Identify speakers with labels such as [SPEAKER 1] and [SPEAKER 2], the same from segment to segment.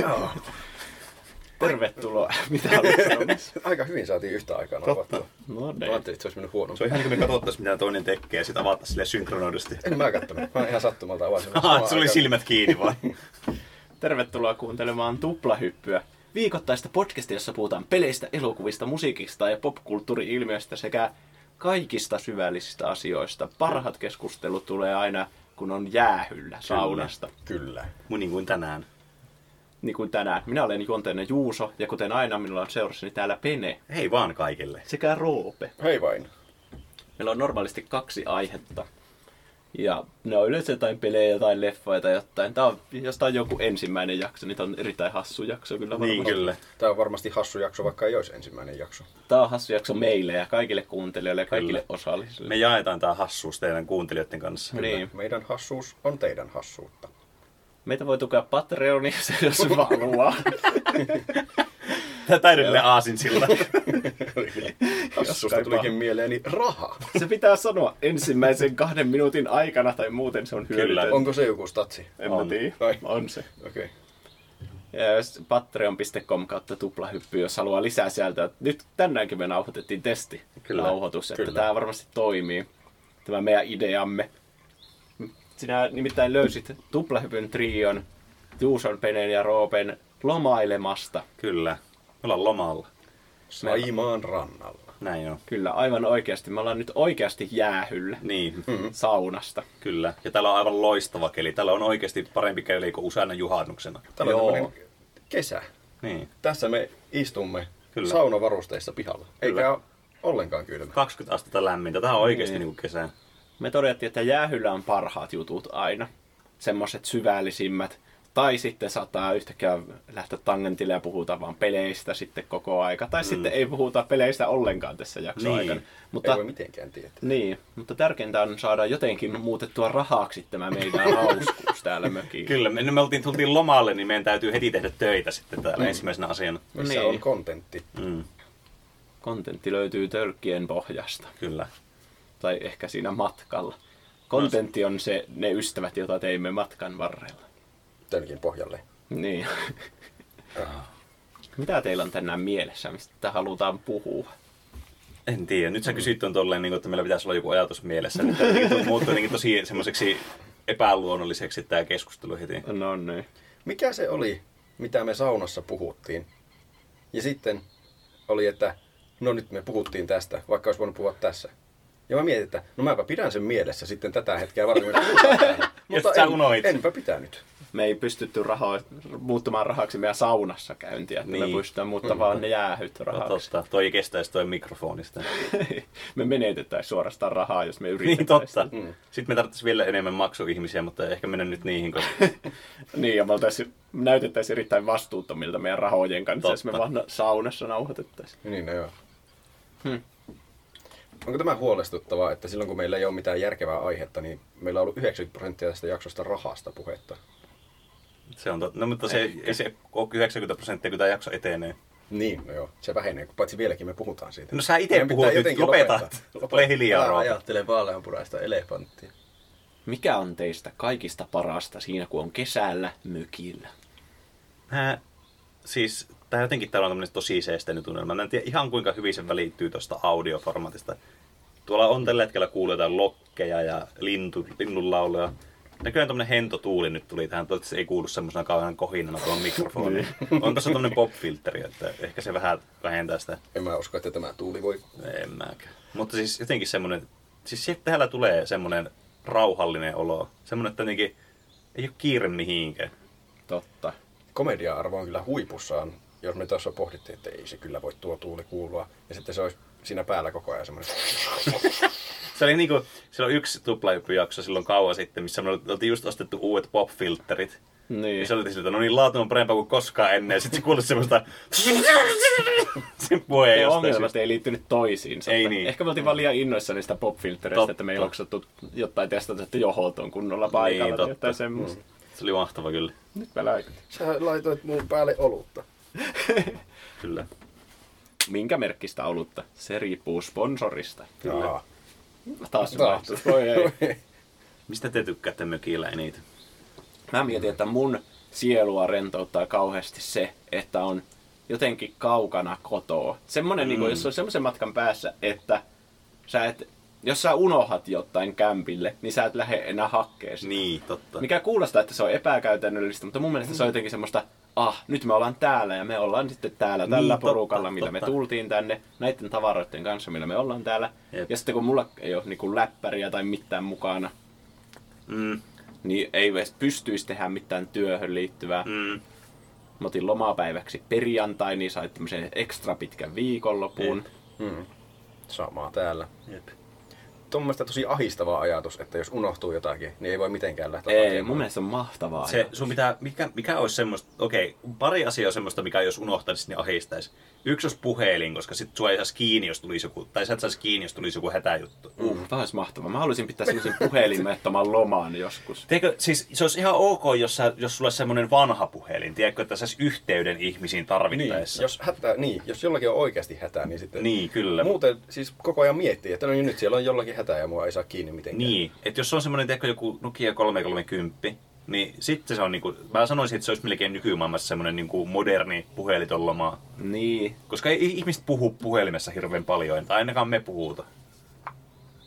[SPEAKER 1] Joo.
[SPEAKER 2] Tervetuloa. Mitä olet sanomassa?
[SPEAKER 3] No, Aika hyvin saatiin yhtä aikaa napattua.
[SPEAKER 2] No
[SPEAKER 3] Mä
[SPEAKER 2] niin.
[SPEAKER 3] ajattelin, että se olisi mennyt huonommin.
[SPEAKER 1] Se on ihan niin kuin me katsottaisiin, mitä toinen tekee, ja sitten avattaisiin sille synkronoidusti.
[SPEAKER 3] En mä kattonut. Mä ihan sattumalta avasin.
[SPEAKER 1] Aha, se oli silmät kiinni vaan.
[SPEAKER 2] Tervetuloa kuuntelemaan Tuplahyppyä. Viikoittaista podcastia, jossa puhutaan peleistä, elokuvista, musiikista ja popkulttuuri-ilmiöistä sekä kaikista syvällisistä asioista. Parhaat keskustelut tulee aina, kun on jäähyllä saunasta.
[SPEAKER 3] Kyllä.
[SPEAKER 1] Mun niin kuin tänään.
[SPEAKER 2] Niin kuin tänään. Minä olen juonteinen Juuso, ja kuten aina minulla on seurassani täällä Pene
[SPEAKER 1] Hei vaan kaikille.
[SPEAKER 2] sekä Roope.
[SPEAKER 3] Hei vain.
[SPEAKER 2] Meillä on normaalisti kaksi aihetta. Ja ne on yleensä jotain pelejä, jotain leffoja tai jotain. Tämä on, jos tämä on joku ensimmäinen jakso, niin tämä on erittäin hassu jakso kyllä varmasti.
[SPEAKER 1] Niin kyllä.
[SPEAKER 3] Tää on varmasti hassu jakso, vaikka ei olisi ensimmäinen jakso.
[SPEAKER 2] Tämä on hassu jakso meille ja kaikille kuuntelijoille ja kaikille
[SPEAKER 1] Kyllä.
[SPEAKER 2] osallisille.
[SPEAKER 1] Me jaetaan tää hassuus teidän kuuntelijoiden kanssa.
[SPEAKER 2] Niin.
[SPEAKER 3] Meidän hassuus on teidän hassuutta.
[SPEAKER 2] Meitä voi tukea Patreonissa, jos se vaan haluaa.
[SPEAKER 1] Tää Täydellinen aasin sillä.
[SPEAKER 3] Hassusta
[SPEAKER 2] kaipaa.
[SPEAKER 3] tulikin mieleeni raha.
[SPEAKER 2] se pitää sanoa ensimmäisen kahden minuutin aikana tai muuten se on hyödytön.
[SPEAKER 3] Onko se joku statsi?
[SPEAKER 2] En mä
[SPEAKER 1] On.
[SPEAKER 2] tiedä.
[SPEAKER 3] Ai.
[SPEAKER 2] On se.
[SPEAKER 3] Okei.
[SPEAKER 2] Ja jos Patreon.com kautta tuplahyppy, jos haluaa lisää sieltä. Nyt tänäänkin me nauhoitettiin testi
[SPEAKER 1] Kyllä.
[SPEAKER 2] nauhoitus, että
[SPEAKER 1] Kyllä.
[SPEAKER 2] tämä varmasti toimii, tämä meidän ideamme. Sinä nimittäin löysit tuplahypyn trion, Juuson, Penen ja Roopen lomailemasta.
[SPEAKER 1] Kyllä. Me ollaan lomalla.
[SPEAKER 3] Saimaan rannalla.
[SPEAKER 1] Näin on.
[SPEAKER 2] Kyllä, aivan oikeasti. Me ollaan nyt oikeasti jäähyllä
[SPEAKER 1] Niin,
[SPEAKER 2] saunasta.
[SPEAKER 1] kyllä. Ja täällä on aivan loistava keli. Täällä on oikeasti parempi keli kuin useana juhannuksena.
[SPEAKER 3] Täällä
[SPEAKER 2] Joo.
[SPEAKER 3] on tämmönen kesä.
[SPEAKER 1] Niin.
[SPEAKER 3] Tässä me istumme
[SPEAKER 1] Kyllä.
[SPEAKER 3] saunavarusteissa pihalla. Eikä ole ollenkaan kylmä.
[SPEAKER 1] 20 astetta lämmintä. Tää on oikeasti
[SPEAKER 2] Niin.
[SPEAKER 1] niin. kuin kesä.
[SPEAKER 2] Me todettiin, että jäähyllä on parhaat jutut aina. Semmoiset syvällisimmät. Tai sitten saattaa yhtäkkiä lähteä tangentille ja puhutaan vaan peleistä sitten koko aika. Tai mm. sitten ei puhuta peleistä ollenkaan tässä jakson
[SPEAKER 1] Niin.
[SPEAKER 2] aikana.
[SPEAKER 3] Ei
[SPEAKER 2] Mutta,
[SPEAKER 3] voi mitenkään tietää.
[SPEAKER 2] niin, mutta tärkeintä on saada jotenkin muutettua rahaksi tämä meidän hauskuus täällä mökillä.
[SPEAKER 1] Kyllä, me, me oltiin, tultiin lomalle, niin meidän täytyy heti tehdä töitä sitten täällä mm. ensimmäisenä asiana.
[SPEAKER 3] Missä
[SPEAKER 2] Niin.
[SPEAKER 3] on kontentti?
[SPEAKER 1] Mm,
[SPEAKER 2] Kontentti löytyy tölkkien pohjasta.
[SPEAKER 1] kyllä.
[SPEAKER 2] Tai ehkä siinä matkalla. Kontentti on se, ne ystävät, joita teimme matkan varrella.
[SPEAKER 3] Tölkin pohjalle.
[SPEAKER 2] Niin. Ah. Mitä teillä on tänään mielessä, mistä halutaan puhua?
[SPEAKER 1] En tiedä. Nyt sä kysyt on tolleen, niin kuin, että meillä pitäisi olla joku ajatus mielessä. Nyt tää jotenkin tu- muuttuu jotenkin tosi semmoiseksi epäluonnolliseksi tämä keskustelu heti.
[SPEAKER 2] No niin.
[SPEAKER 3] Mikä se oli, mitä me saunassa puhuttiin? Ja sitten oli, että no nyt me puhuttiin tästä, vaikka olisi voinut puhua tässä. Ja mä mietin, että no mäpä pidän sen mielessä sitten tätä hetkeä varten, kun me puhutaan täällä. Mutta
[SPEAKER 1] sä
[SPEAKER 3] en,
[SPEAKER 1] unohdit sen.
[SPEAKER 3] enpä pitänyt.
[SPEAKER 2] Me ei pystytty raho- muuttamaan rahaksi meidän saunassa käyntiä, että niin. me
[SPEAKER 1] Niin.
[SPEAKER 2] pystytään muuttamaan vaan ne jäähyt
[SPEAKER 1] No,
[SPEAKER 2] rahaksi.
[SPEAKER 1] totta. Toi ei kestäisi toi mikrofonista.
[SPEAKER 2] me menetetään suorastaan rahaa, jos me yritetään.
[SPEAKER 1] niin totta.
[SPEAKER 2] sitä.
[SPEAKER 1] Sitten me tarvitsisi vielä enemmän maksuihmisiä, mutta ehkä mennä nyt niihin, koska
[SPEAKER 2] Niin, ja me oltaisiin, näytettäisiin erittäin vastuuttomilta meidän rahojen kanssa, jos me
[SPEAKER 1] Totta.
[SPEAKER 2] vaan na- saunassa nauhoitettaisiin.
[SPEAKER 3] Niin, no joo.
[SPEAKER 2] Hmm.
[SPEAKER 3] Onko tämä huolestuttavaa, että silloin kun meillä ei ole mitään järkevää aihetta, niin meillä on ollut 90 prosenttia tästä jaksosta rahasta puhetta.
[SPEAKER 1] se on totta. No, mutta se, ei se ole 90 prosenttia, kun tämä jakso etenee.
[SPEAKER 3] Niin, no joo, se vähenee, kun paitsi vieläkin me puhutaan siitä.
[SPEAKER 1] No sä itse
[SPEAKER 3] Meidän pitää
[SPEAKER 1] puhut nyt,
[SPEAKER 3] jotenkin
[SPEAKER 1] lopeta.
[SPEAKER 3] lopettaa.
[SPEAKER 1] Ole hiljaa,
[SPEAKER 3] Älä
[SPEAKER 1] Roope.
[SPEAKER 3] ajattele vaaleanpunaista elefanttia.
[SPEAKER 2] Mikä on teistä kaikista parasta siinä, kun on kesällä mökillä?
[SPEAKER 1] Mä, Äh, siis tää jotenkin täällä on tämmöinen tosi seesteinen tunnelma. Mä en tiedä ihan kuinka hyvin se välittyy tuosta audioformatista. Tuolla on tällä hetkellä kuulee jotain lokkeja ja lintu, linnunlauluja. Näköjään tämmönen hento tuuli nyt tuli tähän. Toivottavasti se ei kuulu semmoisena kauhean kohinana tuolla mikrofoniin. on tässä tämmönen pop-filteri, että ehkä se vähän vähentää sitä.
[SPEAKER 3] En mä usko, että tämä tuuli voi...
[SPEAKER 1] En mäkään. Mutta siis jotenkin semmoinen, siis sieltä täällä tulee semmoinen rauhallinen olo. Semmoinen, että jotenkin ei ole kiire mihinkään.
[SPEAKER 2] Totta.
[SPEAKER 3] Komedia-arvo on kyllä huipussaan, jos me tuossa pohdittiin, että ei se kyllä voi tuo tuuli kuulua. Ja sitten se olisi siinä päällä koko ajan semmoinen...
[SPEAKER 1] Se oli niinku, silloin yksi tuplahyppyjakso silloin kauan sitten, missä me oltiin just ostettu uudet pop-filterit.
[SPEAKER 2] Niin.
[SPEAKER 1] Ja se oli siltä, no niin, laatu on parempaa kuin koskaan ennen. Ja sitten se kuului semmoista... Sen puhe
[SPEAKER 2] Ne
[SPEAKER 1] jostain
[SPEAKER 2] ongelmat
[SPEAKER 1] syystä.
[SPEAKER 2] ei liittynyt toisiinsa.
[SPEAKER 1] siis- Ei
[SPEAKER 2] Että
[SPEAKER 1] niin.
[SPEAKER 2] Ehkä me oltiin vaan liian innoissa niistä popfiltereistä,
[SPEAKER 1] Totta.
[SPEAKER 2] että me ei oksattu jotain testata, että johot on kunnolla paikalla
[SPEAKER 1] Niin,
[SPEAKER 2] niin, tai
[SPEAKER 1] totta.
[SPEAKER 2] jotain semmoista.
[SPEAKER 1] Se oli mahtava kyllä.
[SPEAKER 2] Nyt mä lähdin.
[SPEAKER 3] Sä laitoit mun päälle olutta.
[SPEAKER 1] Kyllä.
[SPEAKER 2] Minkä merkkistä olutta? Se riippuu sponsorista.
[SPEAKER 3] Kyllä.
[SPEAKER 2] Taas
[SPEAKER 3] Taas.
[SPEAKER 2] vaihtuu. Voi ei.
[SPEAKER 1] Mistä te tykkäätte mökillä eniten?
[SPEAKER 2] Mä mietin, että mun sielua rentouttaa kauheasti se, että on jotenkin kaukana kotoa. Semmoinen, mm. niin kuin, jos on semmoisen matkan päässä, että sä et, jos sä unohat jotain kämpille, niin sä et lähde enää hakkeen sitä.
[SPEAKER 1] Niin, totta.
[SPEAKER 2] Mikä kuulostaa, että se on epäkäytännöllistä, mutta mun mielestä se on jotenkin semmoista, ah, nyt me ollaan täällä ja me ollaan sitten täällä tällä
[SPEAKER 1] Niin, totta,
[SPEAKER 2] porukalla, millä me
[SPEAKER 1] totta.
[SPEAKER 2] tultiin tänne, näiden tavaroiden kanssa, millä me ollaan täällä.
[SPEAKER 1] Jep.
[SPEAKER 2] Ja sitten kun mulla ei ole niinku läppäriä tai mitään mukana,
[SPEAKER 1] Mm,
[SPEAKER 2] niin ei edes pystyisi tehdä mitään työhön liittyvää. Mm.
[SPEAKER 1] mm.
[SPEAKER 2] Mä otin lomapäiväksi perjantai, niin sait tämmöisen ekstra pitkän viikonlopun.
[SPEAKER 1] Jep.
[SPEAKER 3] Mm. Samaa täällä.
[SPEAKER 1] Jep.
[SPEAKER 3] Tuommoista tosi ahistava ajatus, että jos unohtuu jotakin, niin ei voi mitenkään lähteä
[SPEAKER 2] Ei,
[SPEAKER 3] hakemaan.
[SPEAKER 2] mun mielestä se on mahtavaa.
[SPEAKER 1] Se, sun pitää, mikä, mikä olisi semmoista, okei, pari asiaa on semmoista, mikä jos unohtaisi, niin ahistaisi. Yksi olisi puhelin, koska sit sua ei saisi kiinni, jos tulisi joku, tai sä et saisi kiinni, jos tulisi joku hätäjuttu.
[SPEAKER 2] Uh, tämä olisi mahtavaa. Mä haluaisin pitää semmoisen puhelimettoman loman joskus.
[SPEAKER 1] Tiedätkö, siis se olisi ihan ok, jos, sä, jos sulla olisi semmoinen vanha puhelin, tiedätkö, että saisi yhteyden ihmisiin
[SPEAKER 3] Niin,
[SPEAKER 1] tarvittaessa.
[SPEAKER 3] jos, hätää, niin, jos jollakin on oikeasti hätää, niin sitten...
[SPEAKER 1] niin kyllä.
[SPEAKER 3] Muuten siis koko ajan miettii, että no niin, nyt siellä on jollakin hätää ja mua ei saa kiinni mitenkään.
[SPEAKER 1] Niin, että jos on semmoinen, tiedätkö, joku Nokia 330, niin sitten se on niinku, mä sanoisin, että se olisi melkein nykymaailmassa semmoinen niinku moderni puheliton loma.
[SPEAKER 2] Niin.
[SPEAKER 1] Koska ei ei ihmiset puhu puhelimessa hirveän paljon, tai ainakaan me puhuta.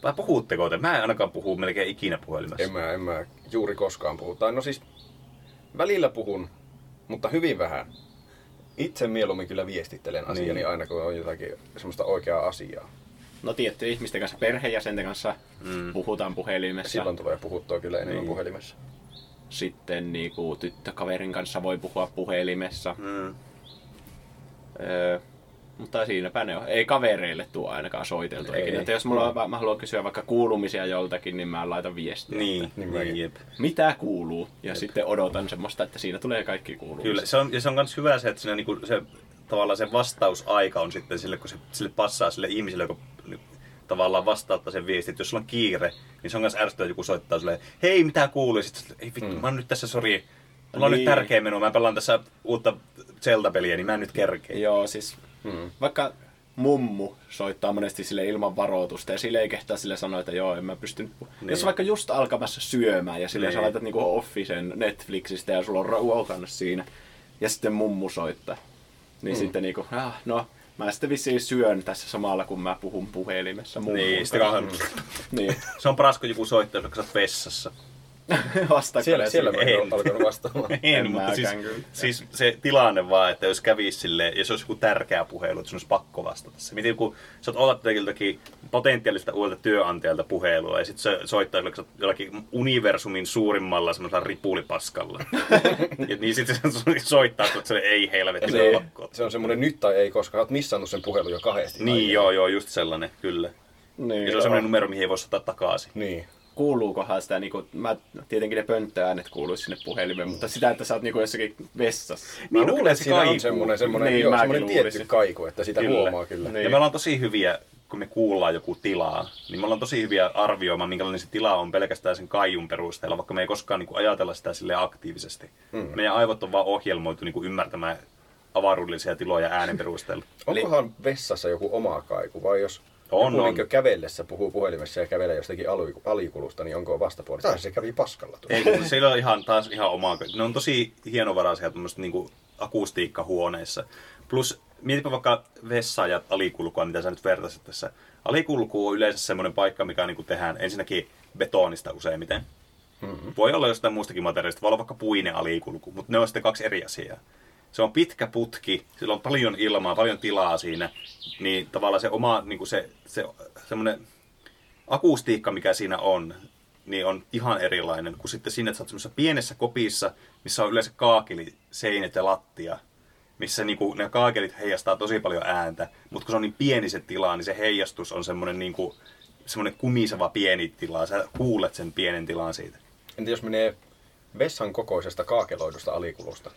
[SPEAKER 1] Vai puhutteko te? Mä en ainakaan puhu melkein ikinä puhelimessa.
[SPEAKER 3] En mä, en mä juuri koskaan puhu. Tai no siis välillä puhun, mutta hyvin vähän. Itse mieluummin kyllä viestittelen asiani
[SPEAKER 1] Niin.
[SPEAKER 3] aina, kun on jotakin semmoista oikeaa asiaa.
[SPEAKER 2] No tiettyjen ihmisten kanssa, perheenjäsenten kanssa mm. puhutaan puhelimessa.
[SPEAKER 3] Silloin tulee puhuttua kyllä enemmän
[SPEAKER 1] Niin.
[SPEAKER 3] puhelimessa.
[SPEAKER 2] Sitten niinku, tyttökaverin kanssa voi puhua puhelimessa.
[SPEAKER 1] Mm.
[SPEAKER 2] Öö, mutta siinäpä ne on. Ei kavereille tuo ainakaan soiteltu.
[SPEAKER 1] Ei.
[SPEAKER 2] Ei. Että jos mulla on, va- mä haluan kysyä vaikka kuulumisia joltakin, niin mä laitan viestiä.
[SPEAKER 1] Niin,
[SPEAKER 3] Niin mäkin.
[SPEAKER 1] jep.
[SPEAKER 2] Mitä kuuluu? Ja sitten odotan semmoista, että siinä tulee kaikki kuuluu.
[SPEAKER 1] Kyllä, se on, ja se on myös hyvä se, että siinä niinku se, tavallaan se vastausaika on sitten sille, kun se, sille passaa sille ihmiselle, joka ni- tavallaan vastauttaa sen viestin, että jos sulla on kiire, niin se on myös ärsyttävä, että joku soittaa sulle, hei mitä kuuluu, ja sitten ei vittu, mä oon nyt tässä, sori, mulla on
[SPEAKER 2] Niin.
[SPEAKER 1] nyt tärkeä meno, mä pelaan tässä uutta Zelda-peliä, niin mä en nyt kerkeä.
[SPEAKER 2] Joo, siis hmm. vaikka mummu soittaa monesti sille ilman varoitusta ja sille ei kehtaa sille sanoa, että joo, en mä pysty nyt... Niin. Jos on vaikka just alkamassa syömään ja sille
[SPEAKER 1] Niin.
[SPEAKER 2] sä laitat niinku Officen Netflixistä ja sulla on ruokannut siinä ja sitten mummu soittaa, niin hmm. sitten niinku, ah, no mä sitten vissiin syön tässä samalla kun mä puhun puhelimessa mummun
[SPEAKER 1] Niin,
[SPEAKER 2] kanssa.
[SPEAKER 1] sitten kauhean,
[SPEAKER 2] Niin,
[SPEAKER 1] se on paras, kun joku soittaa, jos sä oot vessassa.
[SPEAKER 2] vastaa
[SPEAKER 3] Siellä,
[SPEAKER 2] kyllä
[SPEAKER 3] siellä mä
[SPEAKER 2] siihen.
[SPEAKER 1] en.
[SPEAKER 3] en ole alkanut vastaamaan.
[SPEAKER 1] En,
[SPEAKER 2] En
[SPEAKER 1] mutta siis,
[SPEAKER 2] mäkään kyllä.
[SPEAKER 1] siis, se tilanne vaan, että jos kävisi silleen, ja se olisi joku tärkeä puhelu, että sun olisi pakko vastata se. Miten kun sä oot odotat jotakin potentiaalista uudelta työantajalta puhelua, ja sitten se soittaa jollakin, jollakin universumin suurimmalla semmoisella ripulipaskalla. ja niin sitten se soittaa, että se ei helvetti, se
[SPEAKER 2] Se-
[SPEAKER 1] on pakko.
[SPEAKER 3] Se on semmoinen nyt tai ei koskaan. Oot missannut sen puhelun jo kahdesti.
[SPEAKER 1] Niin,
[SPEAKER 3] Ai-
[SPEAKER 1] joo, joo, just sellainen, kyllä.
[SPEAKER 2] Niin,
[SPEAKER 1] Ja se on semmoinen numero, mihin ei voi ottaa takaisin.
[SPEAKER 3] Niin.
[SPEAKER 2] kuuluukohan sitä, niin kuin, mä, tietenkin ne pönttöäänet kuuluisi sinne puhelimeen, mutta sitä, että sä oot niin kuin jossakin vessassa.
[SPEAKER 3] Mä
[SPEAKER 1] no,
[SPEAKER 3] luulen,
[SPEAKER 1] kyllä
[SPEAKER 3] että
[SPEAKER 1] se
[SPEAKER 3] siinä
[SPEAKER 1] kaikuu.
[SPEAKER 3] on semmoinen, semmoinen,
[SPEAKER 2] Niin,
[SPEAKER 3] niin, joo,
[SPEAKER 2] mäkin
[SPEAKER 3] semmoinen tietty
[SPEAKER 2] luulisin.
[SPEAKER 3] kaiku, että sitä
[SPEAKER 1] Kyllä.
[SPEAKER 3] huomaa kyllä.
[SPEAKER 2] Niin.
[SPEAKER 1] Ja me ollaan tosi hyviä, kun me kuullaan joku tilaa, niin me ollaan tosi hyviä arvioimaan, minkälainen se tila on pelkästään sen kaijun perusteella, vaikka me ei koskaan niin kuin, ajatella sitä sille aktiivisesti.
[SPEAKER 3] Hmm.
[SPEAKER 1] Mm. Meidän aivot on vaan ohjelmoitu niin kuin, ymmärtämään avaruudellisia tiloja äänen perusteella.
[SPEAKER 3] Onkohan vessassa joku oma kaiku vai jos
[SPEAKER 1] On,
[SPEAKER 3] joku
[SPEAKER 1] on.
[SPEAKER 3] niinkö kävellessä puhuu puhelimessa ja kävelee jostakin alu- alikulusta, niin onko vastapuoli? Tai se kävi paskalla tuossa.
[SPEAKER 1] ei, kun sillä on ihan, taas ihan omaa. Ne on tosi hienovaraisia tuommoiset niin akustiikkahuoneissa. Plus, mietipä vaikka vessaa ja alikulkua, mitä sä nyt vertasit tässä. Alikulku on yleensä semmoinen paikka, mikä niin tehdään ensinnäkin betonista useimmiten. Mm-hmm. Voi olla jostain muustakin materiaalista, voi olla vaikka puinen alikulku, mutta ne on sitten kaksi eri asiaa. Se on pitkä putki, sillä on paljon ilmaa, paljon tilaa siinä, niin tavallaan se oma, niin kuin se, se, semmoinen akustiikka, mikä siinä on, niin on ihan erilainen kuin sitten siinä, että sä oot semmoisessa pienessä kopissa, missä on yleensä kaakeli, seinät ja lattia, missä niinku ne kaakelit heijastaa tosi paljon ääntä, mutta kun se on niin pieni se tila, niin se heijastus on semmoinen niinku, semmoinen kumiseva pieni tila, sä kuulet sen pienen tilan siitä.
[SPEAKER 3] Entä jos menee vessan kokoisesta kaakeloidusta alikulusta?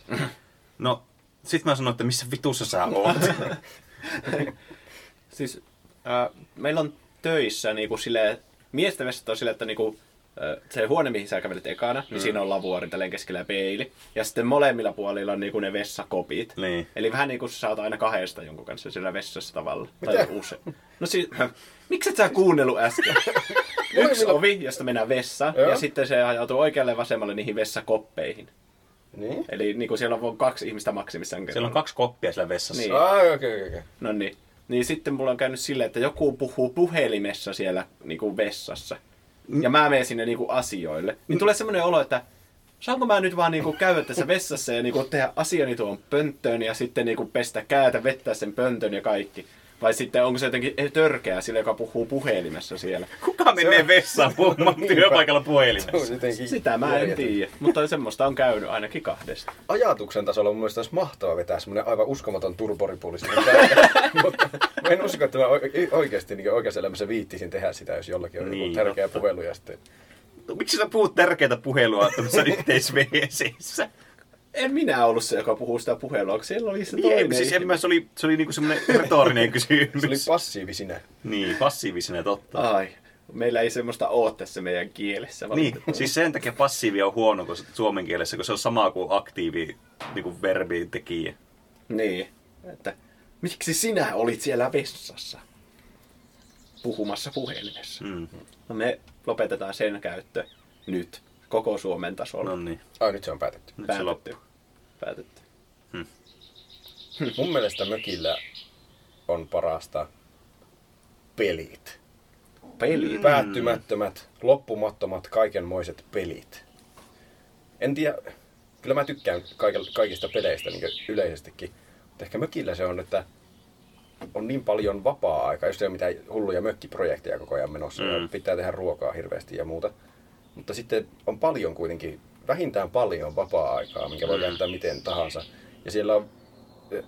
[SPEAKER 1] No, sit mä sanoin, että missä vitussa sä oot.
[SPEAKER 2] Siis äh, meillä on töissä niinku silleen, miesten vessat on silleen, että niinku, äh, se huone, mihin sä kävelet ekana,
[SPEAKER 1] Mm.
[SPEAKER 2] niin siinä on lavuori tälleen keskellä ja peili. Ja sitten molemmilla puolilla on niinku ne vessakopit.
[SPEAKER 1] Niin.
[SPEAKER 2] Eli vähän niinku sä oot aina kahdesta jonkun kanssa siellä vessassa tavalla. Tai
[SPEAKER 3] Mitä?
[SPEAKER 2] usein. No siis, miksi et sä kuunnellut äsken? Yksi ovi, josta mennään vessaan,
[SPEAKER 3] Joo.
[SPEAKER 2] ja sitten se ajautuu oikealle ja vasemmalle niihin vessakoppeihin.
[SPEAKER 3] Niin?
[SPEAKER 2] Eli niin kuin siellä on vaan kaksi ihmistä maksimissaan
[SPEAKER 1] Siellä on kaksi koppia siellä vessassa.
[SPEAKER 2] Niin.
[SPEAKER 3] Ah, okei, okei, okei.
[SPEAKER 2] No niin. Niin sitten mulla on käynyt silleen, että joku puhuu puhelimessa siellä niinku vessassa.
[SPEAKER 1] Mm.
[SPEAKER 2] Ja mä menen sinne niinku asioille. Niin tulee semmoinen olo, että saanko mä nyt vaan niinku käydä tässä vessassa ja niinku tehdä asiani tuon pönttöön ja sitten niinku pestä käätä, vettää sen pöntön ja kaikki. Vai sitten onko se jotenkin törkeä sille, joka puhuu puhelimessa siellä.
[SPEAKER 1] Kuka menee vessaan puhumaan työpaikalla
[SPEAKER 3] Se on
[SPEAKER 1] puhelimessa?
[SPEAKER 3] jotenkin
[SPEAKER 2] Sitä mä en
[SPEAKER 3] järjetöntä.
[SPEAKER 2] tiedä, mutta semmoista on käynyt ainakin kahdesta.
[SPEAKER 3] ajatuksen tasolla mun mielestä olisi mahtavaa vetää semmoinen aivan uskomaton turboripulis. mutta mä en usko, että mä oike- oikeasti niin oikeassa elämässä viittisin tehdä sitä, jos jollakin on
[SPEAKER 1] Niin,
[SPEAKER 3] niin, tärkeä
[SPEAKER 1] totta.
[SPEAKER 3] puhelu. Ja sitten...
[SPEAKER 1] Miksi sä puhut tärkeitä puhelua tämmöisessä yhteisveesissä?
[SPEAKER 2] En minä ollut se, joka puhuu sitä puhelua, kun siellä oli se toinen
[SPEAKER 1] Niin, siis en
[SPEAKER 2] ihminen.
[SPEAKER 1] mä, se oli, se oli niinku semmoinen retorinen kysymys.
[SPEAKER 3] Se oli passiivisinä.
[SPEAKER 1] Niin, passiivisena totta.
[SPEAKER 2] Ai, meillä ei semmoista ole tässä meidän kielessä.
[SPEAKER 1] Niin,
[SPEAKER 2] valitettavasti.
[SPEAKER 1] siis sen takia passiivi on huono kun se- suomen kielessä, kun se on sama kuin aktiivi niin kuin verbi tekijä.
[SPEAKER 2] niin. Että, miksi sinä olit siellä vessassa puhumassa puhelimessa?
[SPEAKER 1] Mm.
[SPEAKER 2] No me lopetetaan sen käyttö nyt koko Suomen tasolla.
[SPEAKER 1] No
[SPEAKER 2] No,
[SPEAKER 1] niin,
[SPEAKER 3] Ai nyt se on päätetty.
[SPEAKER 1] nyt se
[SPEAKER 2] Päätetty.
[SPEAKER 1] loppuu.
[SPEAKER 2] Päätetty.
[SPEAKER 3] Mun mielestä mökillä on parasta pelit.
[SPEAKER 1] Mm.
[SPEAKER 2] Pelit.
[SPEAKER 3] Mm. päättymättömät, loppumattomat, kaikenmoiset pelit. En tiedä, kyllä mä tykkään kaikel- kaikista peleistä niin yleisestikin, mutta ehkä mökillä se on, että on niin paljon vapaa-aikaa, jos ei ole mitään hulluja mökkiprojekteja koko ajan menossa, mm.
[SPEAKER 1] Mm.
[SPEAKER 3] ja pitää tehdä ruokaa hirveästi ja muuta. Mutta sitten on paljon kuitenkin, vähintään paljon vapaa-aikaa, minkä voi
[SPEAKER 1] Mm.
[SPEAKER 3] käyttää miten tahansa. Ja siellä on eh,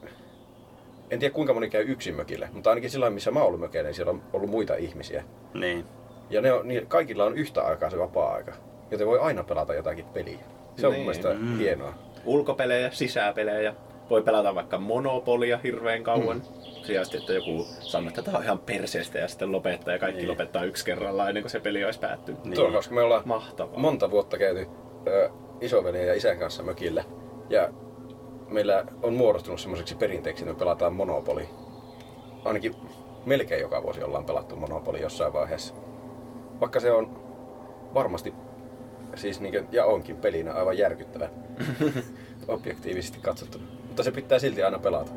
[SPEAKER 3] en tiedä kuinka moni käy yksin mökille, mutta ainakin silloin missä mä oon ollut mökillä, niin siellä on ollut muita ihmisiä.
[SPEAKER 1] Niin.
[SPEAKER 3] Ja ne on, niin kaikilla on yhtä aikaa se vapaa-aika, joten voi aina pelata jotakin peliä. Se
[SPEAKER 2] Niin.
[SPEAKER 3] on niin. mun mielestä
[SPEAKER 1] Mm.
[SPEAKER 3] hienoa.
[SPEAKER 2] Ulkopelejä, sisäpelejä. Voi pelata vaikka monopolia hirveän kauan. Mm. Sijasti, että joku sanoo, että tämä on ihan perseestä ja sitten lopettaa ja kaikki
[SPEAKER 1] Niin.
[SPEAKER 2] lopettaa yksi kerrallaan ennen kuin se peli olisi päättynyt.
[SPEAKER 1] Niin.
[SPEAKER 3] Tuo on hauska, me ollaan
[SPEAKER 2] Mahtavaa.
[SPEAKER 3] monta vuotta käyty ö, isoveljen ja isän kanssa mökillä. Ja meillä on muodostunut semmoiseksi perinteeksi, että me pelataan Monopoli. Ainakin melkein joka vuosi ollaan pelattu Monopoli jossain vaiheessa. Vaikka se on varmasti, siis niinkö, ja onkin pelinä aivan järkyttävä objektiivisesti katsottuna. Mutta se pitää silti aina pelata.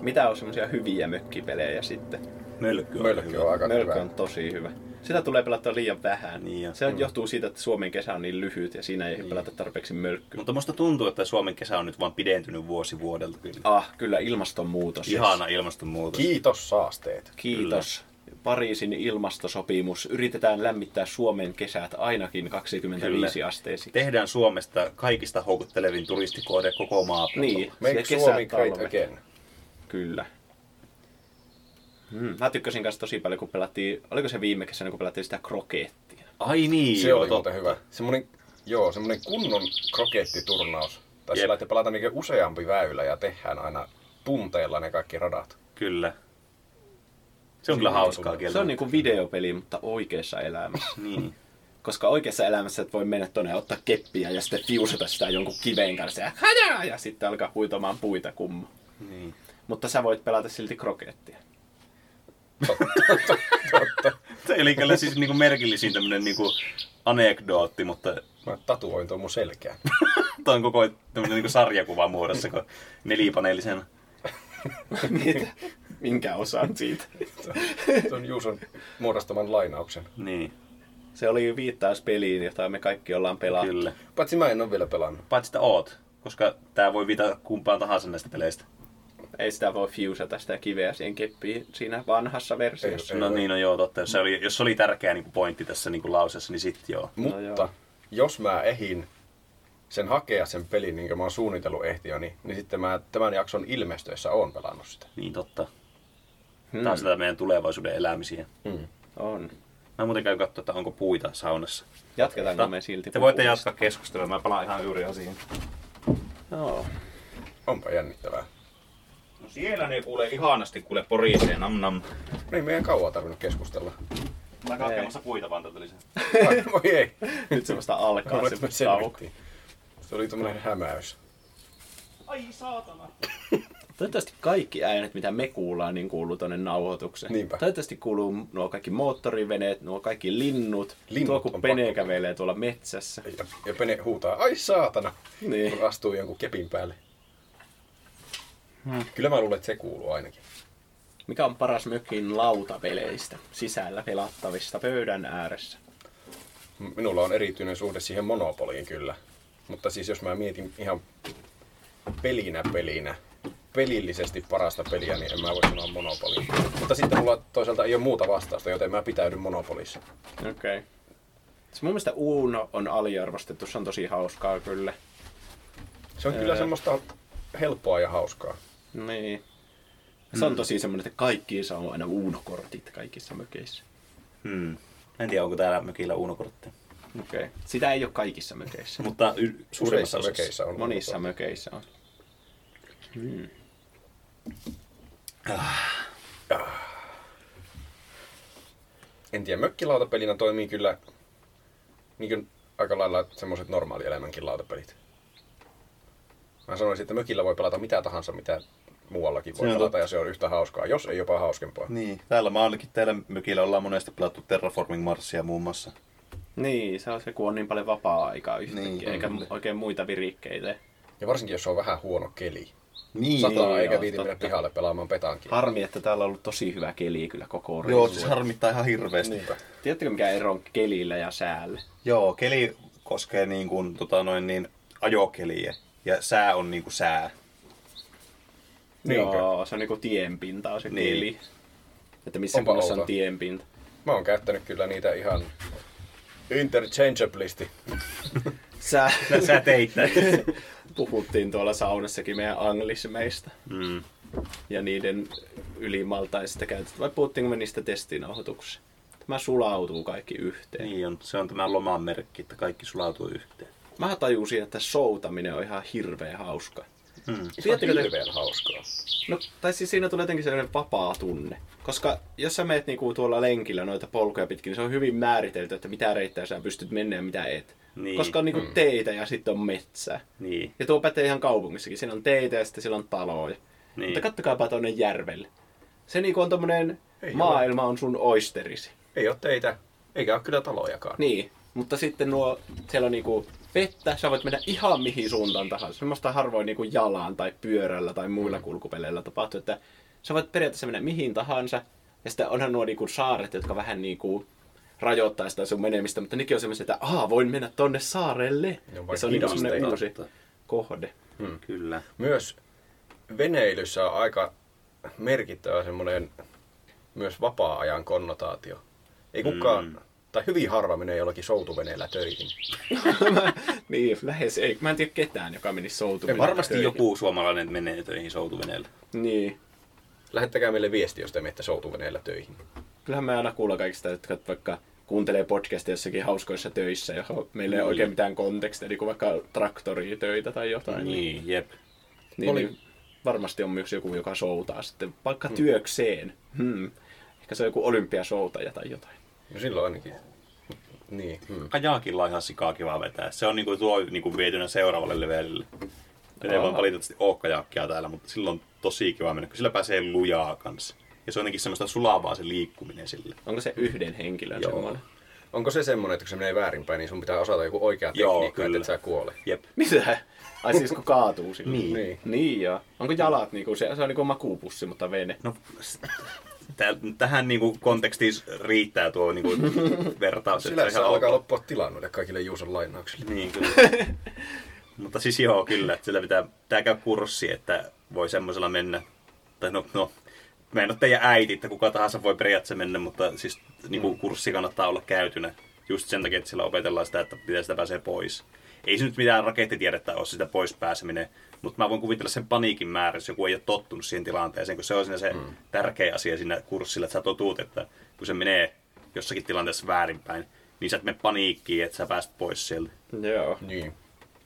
[SPEAKER 2] Mitä on semmoisia hyviä mökkipelejä sitten?
[SPEAKER 1] Mölkky on
[SPEAKER 3] Mölkky
[SPEAKER 1] hyvä.
[SPEAKER 3] on aika
[SPEAKER 2] Mölkö
[SPEAKER 3] hyvä.
[SPEAKER 2] on tosi hyvä. Sitä tulee pelattua liian vähän.
[SPEAKER 1] Niin jo.
[SPEAKER 2] se on, johtuu siitä, että Suomen kesä on niin lyhyt ja siinä ei niin. pelata tarpeeksi mölkkyä.
[SPEAKER 1] Mutta musta tuntuu, että Suomen kesä on nyt vaan pidentynyt vuosi vuodelta kyllä.
[SPEAKER 2] Ah, kyllä ilmastonmuutos.
[SPEAKER 1] Ihana ilmastonmuutos.
[SPEAKER 3] Kiitos saasteet.
[SPEAKER 2] Kiitos. Pariisin ilmastosopimus. Yritetään lämmittää Suomen kesät ainakin 25
[SPEAKER 1] Kyllä.
[SPEAKER 2] asteeseen.
[SPEAKER 1] Tehdään Suomesta kaikista houkuttelevin turistikohde koko maapallolla.
[SPEAKER 2] Niin,
[SPEAKER 3] Make
[SPEAKER 2] se kesä,
[SPEAKER 3] Suomi great
[SPEAKER 2] talvet.
[SPEAKER 3] again.
[SPEAKER 2] Kyllä. Hmm. Mä tykkäsin kanssa tosi paljon, kun pelattiin, oliko se viime kesänä, kun pelattiin sitä krokettia.
[SPEAKER 1] Ai niin,
[SPEAKER 3] Se
[SPEAKER 1] joo,
[SPEAKER 3] oli
[SPEAKER 1] totta.
[SPEAKER 3] muuten hyvä. Semmoinen, joo, semmoinen kunnon krokettiturnaus. Tai
[SPEAKER 1] Jep.
[SPEAKER 3] sillä, että pelataan niinku useampi väylä ja tehdään aina tunteilla ne kaikki radat.
[SPEAKER 1] Kyllä. Se on kyllä hauskaa kieltä.
[SPEAKER 2] Se on niinku videopeli, mutta oikeassa elämässä.
[SPEAKER 1] Niin.
[SPEAKER 2] Koska oikeassa elämässä et voi mennä tuonne ja ottaa keppiä ja sitten fiusata sitä jonkun kiveen kanssa ja hajaa! Ja sitten alkaa huitomaan puita kumma.
[SPEAKER 1] niin.
[SPEAKER 2] Mutta sä voit pelata silti krokettia.
[SPEAKER 1] Se oli kyllä siis niinku merkillisin tämmönen niinku anekdootti, mutta
[SPEAKER 3] Mä tatuoin tuon mun selkään.
[SPEAKER 1] tämä on koko tämmönen niinku sarjakuva muodossa, kun nelipaneelisen.
[SPEAKER 2] Mitä? Minkä osan siitä?
[SPEAKER 3] Se on Juuson muodostaman lainauksen.
[SPEAKER 1] Niin,
[SPEAKER 2] Se oli viittaus peliin, jota me kaikki ollaan pelattu.
[SPEAKER 1] kyllä.
[SPEAKER 3] Paitsi mä en ole vielä pelannut.
[SPEAKER 1] Paitsi että oot, koska tää voi viitata kumpaan tahansa näistä peleistä.
[SPEAKER 2] Ei sitä voi fiusata sitä kiveä siihen keppiin siinä vanhassa versiossa.
[SPEAKER 3] Ei
[SPEAKER 1] no
[SPEAKER 3] voi.
[SPEAKER 1] niin, no joo, totta. Jos se oli, jos se oli tärkeä niinku pointti tässä niinku lauseessa, niin sit joo.
[SPEAKER 3] Mutta
[SPEAKER 2] No joo.
[SPEAKER 3] jos mä ehin sen hakea sen pelin, minkä mä oon suunnitellut ehtiöni, niin sitten mä tämän jakson ilmestyessä oon pelannut sitä.
[SPEAKER 1] Niin totta. Hmm. Taas näitä meidän tulevaisuuden elämisiä.
[SPEAKER 3] Mm.
[SPEAKER 2] On.
[SPEAKER 1] Mä muuten käyn katsoa, että onko puita saunassa.
[SPEAKER 2] Jatketaanko me silti?
[SPEAKER 1] Te voitte
[SPEAKER 2] puhumista?
[SPEAKER 1] jatkaa keskustelua, mä palaan ihan juuri asiaan.
[SPEAKER 2] Joo.
[SPEAKER 3] Onpa jännittävää.
[SPEAKER 1] No siellä ne kuulee ihanasti, kuule porisee, nam nam.
[SPEAKER 3] Ei meidän kauan tarvinnut keskustella.
[SPEAKER 1] Mä katkemassa puita vaan tätä lisää.
[SPEAKER 3] Vai, voi ei.
[SPEAKER 2] Nyt semmoista alkaa
[SPEAKER 3] Luulen, että me
[SPEAKER 2] semmoista tauko.
[SPEAKER 3] selvittiin. Se oli tämmöinen hämäys.
[SPEAKER 1] Ai saatana.
[SPEAKER 2] Toivottavasti kaikki äänet, mitä me kuullaan, niin kuuluu tonne nauhoitukseen.
[SPEAKER 3] Niinpä.
[SPEAKER 2] Toivottavasti kuuluu nuo kaikki moottoriveneet, nuo kaikki linnut,
[SPEAKER 3] Linnut
[SPEAKER 2] tuo
[SPEAKER 3] on
[SPEAKER 2] kun Pene
[SPEAKER 3] pakko.
[SPEAKER 2] kävelee tuolla metsässä.
[SPEAKER 3] Ja, ja Pene huutaa, ai saatana,
[SPEAKER 2] Niin.
[SPEAKER 3] kun astuu jonkun kepin päälle.
[SPEAKER 2] Hmm.
[SPEAKER 3] Kyllä mä luulen, että se kuuluu ainakin.
[SPEAKER 2] Mikä on paras mökin lautapeleistä sisällä pelattavista pöydän ääressä?
[SPEAKER 3] M- Minulla on erityinen suhde siihen monopoliin kyllä. Mutta siis jos mä mietin ihan pelinä pelinä, pelillisesti parasta peliä, niin en mä voi sanoa monopoli. Mutta sitten mulla toisaalta ei ole muuta vastausta, joten mä pitäydyn monopolissa.
[SPEAKER 2] Okei. Okay. Mun mielestä Uno on aliarvostettu, se on tosi hauskaa kyllä.
[SPEAKER 3] Se on kyllä
[SPEAKER 2] Ää.
[SPEAKER 3] semmoista helppoa ja hauskaa.
[SPEAKER 2] Niin. Se
[SPEAKER 3] Mm.
[SPEAKER 2] on tosi semmoinen, että kaikkiissa on aina uunokortit kaikissa mökeissä.
[SPEAKER 1] Hmm. En tiedä, onko täällä mökillä unokortteja.
[SPEAKER 2] Okei. Okay. Sitä ei ole kaikissa mökeissä.
[SPEAKER 1] Mutta y-
[SPEAKER 3] Useissa
[SPEAKER 1] suurimmassa osassa.
[SPEAKER 3] mökeissä on.
[SPEAKER 2] Monissa mökeissä on.
[SPEAKER 3] En tiedä, mökkilautapelinä toimii kyllä niin kuin aika lailla semmoiset normaalielämänkin lautapelit. Mä sanoisin, että mökillä voi pelata mitä tahansa, mitä muuallakin voi
[SPEAKER 1] Se on
[SPEAKER 3] pelata,
[SPEAKER 1] totta.
[SPEAKER 3] ja se on yhtä hauskaa, jos ei jopa hauskempaa.
[SPEAKER 1] Niin, täällä mä ainakin täällä mökillä ollaan monesti pelattu Terraforming Marsia muun muassa.
[SPEAKER 2] Niin, se on se, kun on niin paljon vapaa-aikaa yhtäkkiä, niin,
[SPEAKER 1] Niin,
[SPEAKER 2] eikä
[SPEAKER 1] kyllä.
[SPEAKER 2] oikein muita virikkeitä.
[SPEAKER 3] Ja varsinkin, jos on vähän huono keli.
[SPEAKER 1] Niin, Ah,
[SPEAKER 3] Sataa
[SPEAKER 2] joo,
[SPEAKER 3] eikä viiti
[SPEAKER 2] totta.
[SPEAKER 3] mennä pihalle pelaamaan petankin.
[SPEAKER 2] Harmi, että täällä on ollut tosi hyvä keli kyllä koko
[SPEAKER 1] Joo,
[SPEAKER 2] reissu.
[SPEAKER 1] siis harmittaa ihan hirveästi.
[SPEAKER 3] Niinpä.
[SPEAKER 2] Tiedättekö mikä ero on kelillä ja säällä?
[SPEAKER 1] Joo, keli koskee niin kuin, tota noin, niin ajokeliä ja sää on niin kuin sää.
[SPEAKER 3] Niinkö?
[SPEAKER 2] Joo, se on niinku tienpinta on se
[SPEAKER 1] Niin.
[SPEAKER 2] keli. Että missä
[SPEAKER 3] Onpa
[SPEAKER 2] kunnossa on
[SPEAKER 3] outoa.
[SPEAKER 2] tienpinta.
[SPEAKER 3] Mä oon käyttänyt kyllä niitä ihan interchangeablisti.
[SPEAKER 2] Sä,
[SPEAKER 1] Sä teit tämän.
[SPEAKER 2] puhuttiin tuolla saunassakin meidän anglismeista
[SPEAKER 1] mm.
[SPEAKER 2] ja niiden ylimaltaisista käytöstä. Vai puhuttiinko me niistä testinauhoituksessa? Tämä sulautuu kaikki yhteen.
[SPEAKER 1] Niin on, se on tämä loman merkki, että kaikki sulautuu yhteen.
[SPEAKER 2] Mä tajusin, että soutaminen on ihan hirveä hauska.
[SPEAKER 1] Mm.
[SPEAKER 3] Se on
[SPEAKER 2] Tiedättekö te-
[SPEAKER 3] hirveän hauskaa.
[SPEAKER 2] No, tai siis siinä tulee jotenkin sellainen vapaa tunne. Koska jos sä meet niinku tuolla lenkillä noita polkuja pitkin, niin se on hyvin määritelty, että mitä reittää sä pystyt mennä ja mitä et.
[SPEAKER 1] Niin.
[SPEAKER 2] Koska on niinku
[SPEAKER 3] Mm.
[SPEAKER 2] teitä ja sitten on metsää.
[SPEAKER 1] Niin,
[SPEAKER 2] Ja tuo pätee ihan kaupungissakin. Siinä on teitä ja sitten siellä on taloja. Niin. Mutta
[SPEAKER 1] niin.
[SPEAKER 2] kattokaapa tuonne järvelle. Se niinku on tommonen
[SPEAKER 3] Ei
[SPEAKER 2] maailma on sun oisterisi.
[SPEAKER 3] Ei oo teitä, eikä oo kyllä talojakaan.
[SPEAKER 2] Niin, mutta sitten nuo, siellä on niinku vettä, sä voit mennä ihan mihin suuntaan tahansa. Semmoista harvoin niinku jalan tai pyörällä tai muilla
[SPEAKER 1] Mm.
[SPEAKER 2] kulkupeleillä tapahtuu, että sä voit periaatteessa mennä mihin tahansa. Ja sitten onhan nuo niinku saaret, jotka vähän niinku rajoittaa sitä sun menemistä, mutta nekin on semmoisia, että aah, voin mennä tonne saarelle.
[SPEAKER 3] Ne on
[SPEAKER 2] Ja
[SPEAKER 3] vain
[SPEAKER 2] se on niinku semmoinen uusi
[SPEAKER 1] hidasteita.
[SPEAKER 2] kohde.
[SPEAKER 1] Mm. Kyllä.
[SPEAKER 3] myös veneilyssä on aika merkittävä semmoinen myös vapaa-ajan konnotaatio. Ei kukaan, mm. tai hyvin harva menee jollakin soutuveneellä töihin.
[SPEAKER 2] niin, lähes ei. Mä en tiedä ketään, joka menisi soutumaan.
[SPEAKER 1] Varmasti joku suomalainen menee töihin soutuveneellä.
[SPEAKER 2] Niin.
[SPEAKER 3] Lähettäkää meille viesti, jos te menette soutuveneellä töihin.
[SPEAKER 2] Kyllähän me aina kuulla kaikista, jotka vaikka kuuntelee podcastia jossakin hauskoissa töissä, johon meillä ei ole
[SPEAKER 1] Niin.
[SPEAKER 2] oikein mitään kontekstia, niin kuin vaikka traktoritöitä tai jotain.
[SPEAKER 1] Niin, jep.
[SPEAKER 2] Niin,
[SPEAKER 3] Oli-
[SPEAKER 2] niin varmasti on myös joku, joka soutaa sitten vaikka työkseen. Hmm. Ehkä se on joku olympiasoutaja tai jotain.
[SPEAKER 3] No silloin ainakin. Niin. Hmm.
[SPEAKER 1] Kajaakilla on ihan sikaa kiva vetää. Se on niinku tuo niinku vietynä seuraavalle levelille. Ei vaan valitettavasti ole kajaakkia täällä, mutta silloin on tosi kiva mennä, kun sillä pääsee lujaa kanssa. Ja se on jotenkin semmoista sulavaa se liikkuminen sille.
[SPEAKER 2] Onko se yhden henkilön
[SPEAKER 3] Joo.
[SPEAKER 2] semmoinen?
[SPEAKER 3] Onko se semmoinen, että kun se menee väärinpäin, niin sun pitää osata joku oikea
[SPEAKER 1] Joo,
[SPEAKER 3] tekniikka, että
[SPEAKER 1] kyllä.
[SPEAKER 3] et sä kuole?
[SPEAKER 1] Jep.
[SPEAKER 2] Mitä? Ai siis kun kaatuu silloin.
[SPEAKER 1] Niin.
[SPEAKER 3] Niin.
[SPEAKER 2] Niin joo. Onko jalat niinku, se, se on niinku makuupussi, mutta vene.
[SPEAKER 1] No, s- tä- tähän niinku kontekstiin riittää tuo niinku vertaus. että se on
[SPEAKER 3] Sillä
[SPEAKER 1] ihan
[SPEAKER 3] alkaa
[SPEAKER 1] ok.
[SPEAKER 3] loppua tilaa noille kaikille Juuson lainauksille.
[SPEAKER 1] Niin kyllä. Mutta siis joo, kyllä. Sillä pitää, pitää käydä kurssi, että voi semmoisella mennä. Tai no, no, mä en ole teidän äiti, että kuka tahansa voi periaatteessa mennä, mutta siis niin kuin kurssi kannattaa olla käytynä. Just sen takia, että sillä opetellaan sitä, että miten sitä pääsee pois. Ei se nyt mitään rakettitiedettä ole sitä pois pääseminen, mutta mä voin kuvitella sen paniikin määrä, jos joku ei ole tottunut siihen tilanteeseen, kun se on siinä se mm. tärkeä asia siinä kurssilla, että sä totut, että kun se menee jossakin tilanteessa väärinpäin, niin sä et mene paniikkiin, että sä pääst pois sieltä.
[SPEAKER 2] Joo.
[SPEAKER 3] Niin.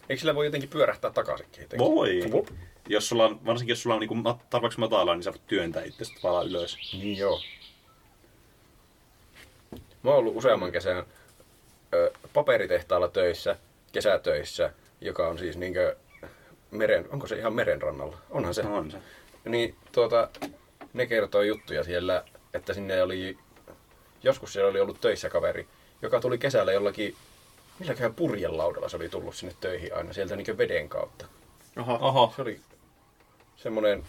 [SPEAKER 3] Eikö sillä voi jotenkin pyörähtää takaisinkin? jotenkin?
[SPEAKER 1] Voi!
[SPEAKER 3] Vup.
[SPEAKER 1] Jos sulla on, varsinkin jos sulla on niinku mat- tarpeeksi matalaa, niin sä voit työntää itse tavallaan ylös.
[SPEAKER 3] Niin joo. Mä oon ollut useamman kesän ö, paperitehtaalla töissä, kesätöissä, joka on siis niinkö meren, onko se ihan merenrannalla? Onhan se.
[SPEAKER 1] On se.
[SPEAKER 3] Niin tuota, ne kertoo juttuja siellä, että sinne oli, joskus siellä oli ollut töissä kaveri, joka tuli kesällä jollakin, milläköhän purjelaudalla se oli tullut sinne töihin aina, sieltä niin veden kautta.
[SPEAKER 2] Oho.
[SPEAKER 1] Oho,
[SPEAKER 3] Se oli semmoinen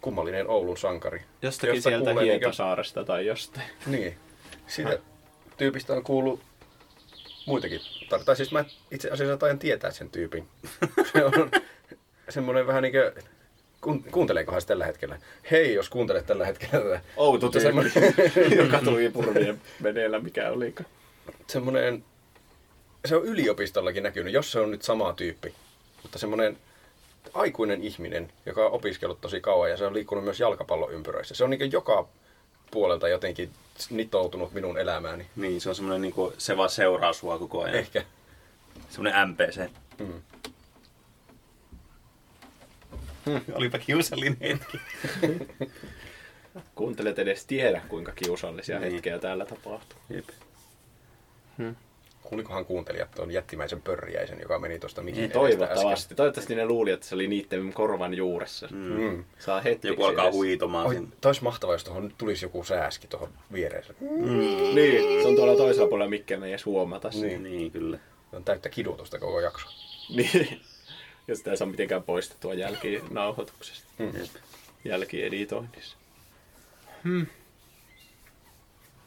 [SPEAKER 3] kummallinen Oulun sankari.
[SPEAKER 2] Jostakin
[SPEAKER 3] Josta
[SPEAKER 2] sieltä
[SPEAKER 3] kuulee niinkö-
[SPEAKER 2] Hietasaaresta tai jostain.
[SPEAKER 3] Niin. Siitä tyypistä on kuullut muitakin. tar- Tai siis mä itse asiassa taidan tietää sen tyypin. Se on semmoinen vähän niin kuin... Kun, kuunteleekohan se tällä hetkellä? Hei, jos kuuntelet tällä hetkellä tätä.
[SPEAKER 2] Outo
[SPEAKER 3] Mutta
[SPEAKER 2] tyyppi,
[SPEAKER 3] semmoinen,
[SPEAKER 2] joka tuli purvien veneellä, mikä olikaan.
[SPEAKER 3] semmoinen, se on yliopistollakin näkynyt, jos se on nyt sama tyyppi. Mutta semmoinen aikuinen ihminen, joka on opiskellut tosi kauan ja se on liikkunut myös jalkapalloympyröissä. Se on niin joka puolelta jotenkin nitoutunut minun elämääni.
[SPEAKER 1] niin se on semmoinen, niin kuin, se vaan seuraa sua koko ajan.
[SPEAKER 3] Ehkä.
[SPEAKER 1] Semmoinen MPC.
[SPEAKER 3] Eh. Mm.
[SPEAKER 1] Olipa kiusallinen hetki.
[SPEAKER 2] Kuuntelet edes tiedä, kuinka kiusallisia
[SPEAKER 1] Niin.
[SPEAKER 2] hetkiä täällä tapahtuu.
[SPEAKER 1] Jep.
[SPEAKER 3] Kuulikohan kuuntelijat tuon jättimäisen pörjäisen, joka meni tuosta mikin
[SPEAKER 1] Niin,
[SPEAKER 3] edestä äsken?
[SPEAKER 2] Toivottavasti. Toivottavasti ne luuli, että se oli niiden korvan juuressa.
[SPEAKER 1] Mm.
[SPEAKER 3] Mm.
[SPEAKER 2] Saa hetki.
[SPEAKER 1] Joku alkaa huitomaan.
[SPEAKER 3] Oi,
[SPEAKER 1] Oi.
[SPEAKER 3] tois mahtavaa, jos tuohon tulisi joku sääski tuohon viereensä.
[SPEAKER 2] Niin, se on tuolla toisella puolella, mikä me ei edes huomata. sitä.
[SPEAKER 3] Niin.
[SPEAKER 1] Niin, kyllä.
[SPEAKER 3] On täyttä kidutusta koko jakso.
[SPEAKER 2] Niin. Ja sitä ei saa mitenkään poistettua jälkinauhoituksesta,
[SPEAKER 1] Jep.
[SPEAKER 2] jälkieditoinnissa. Hmm.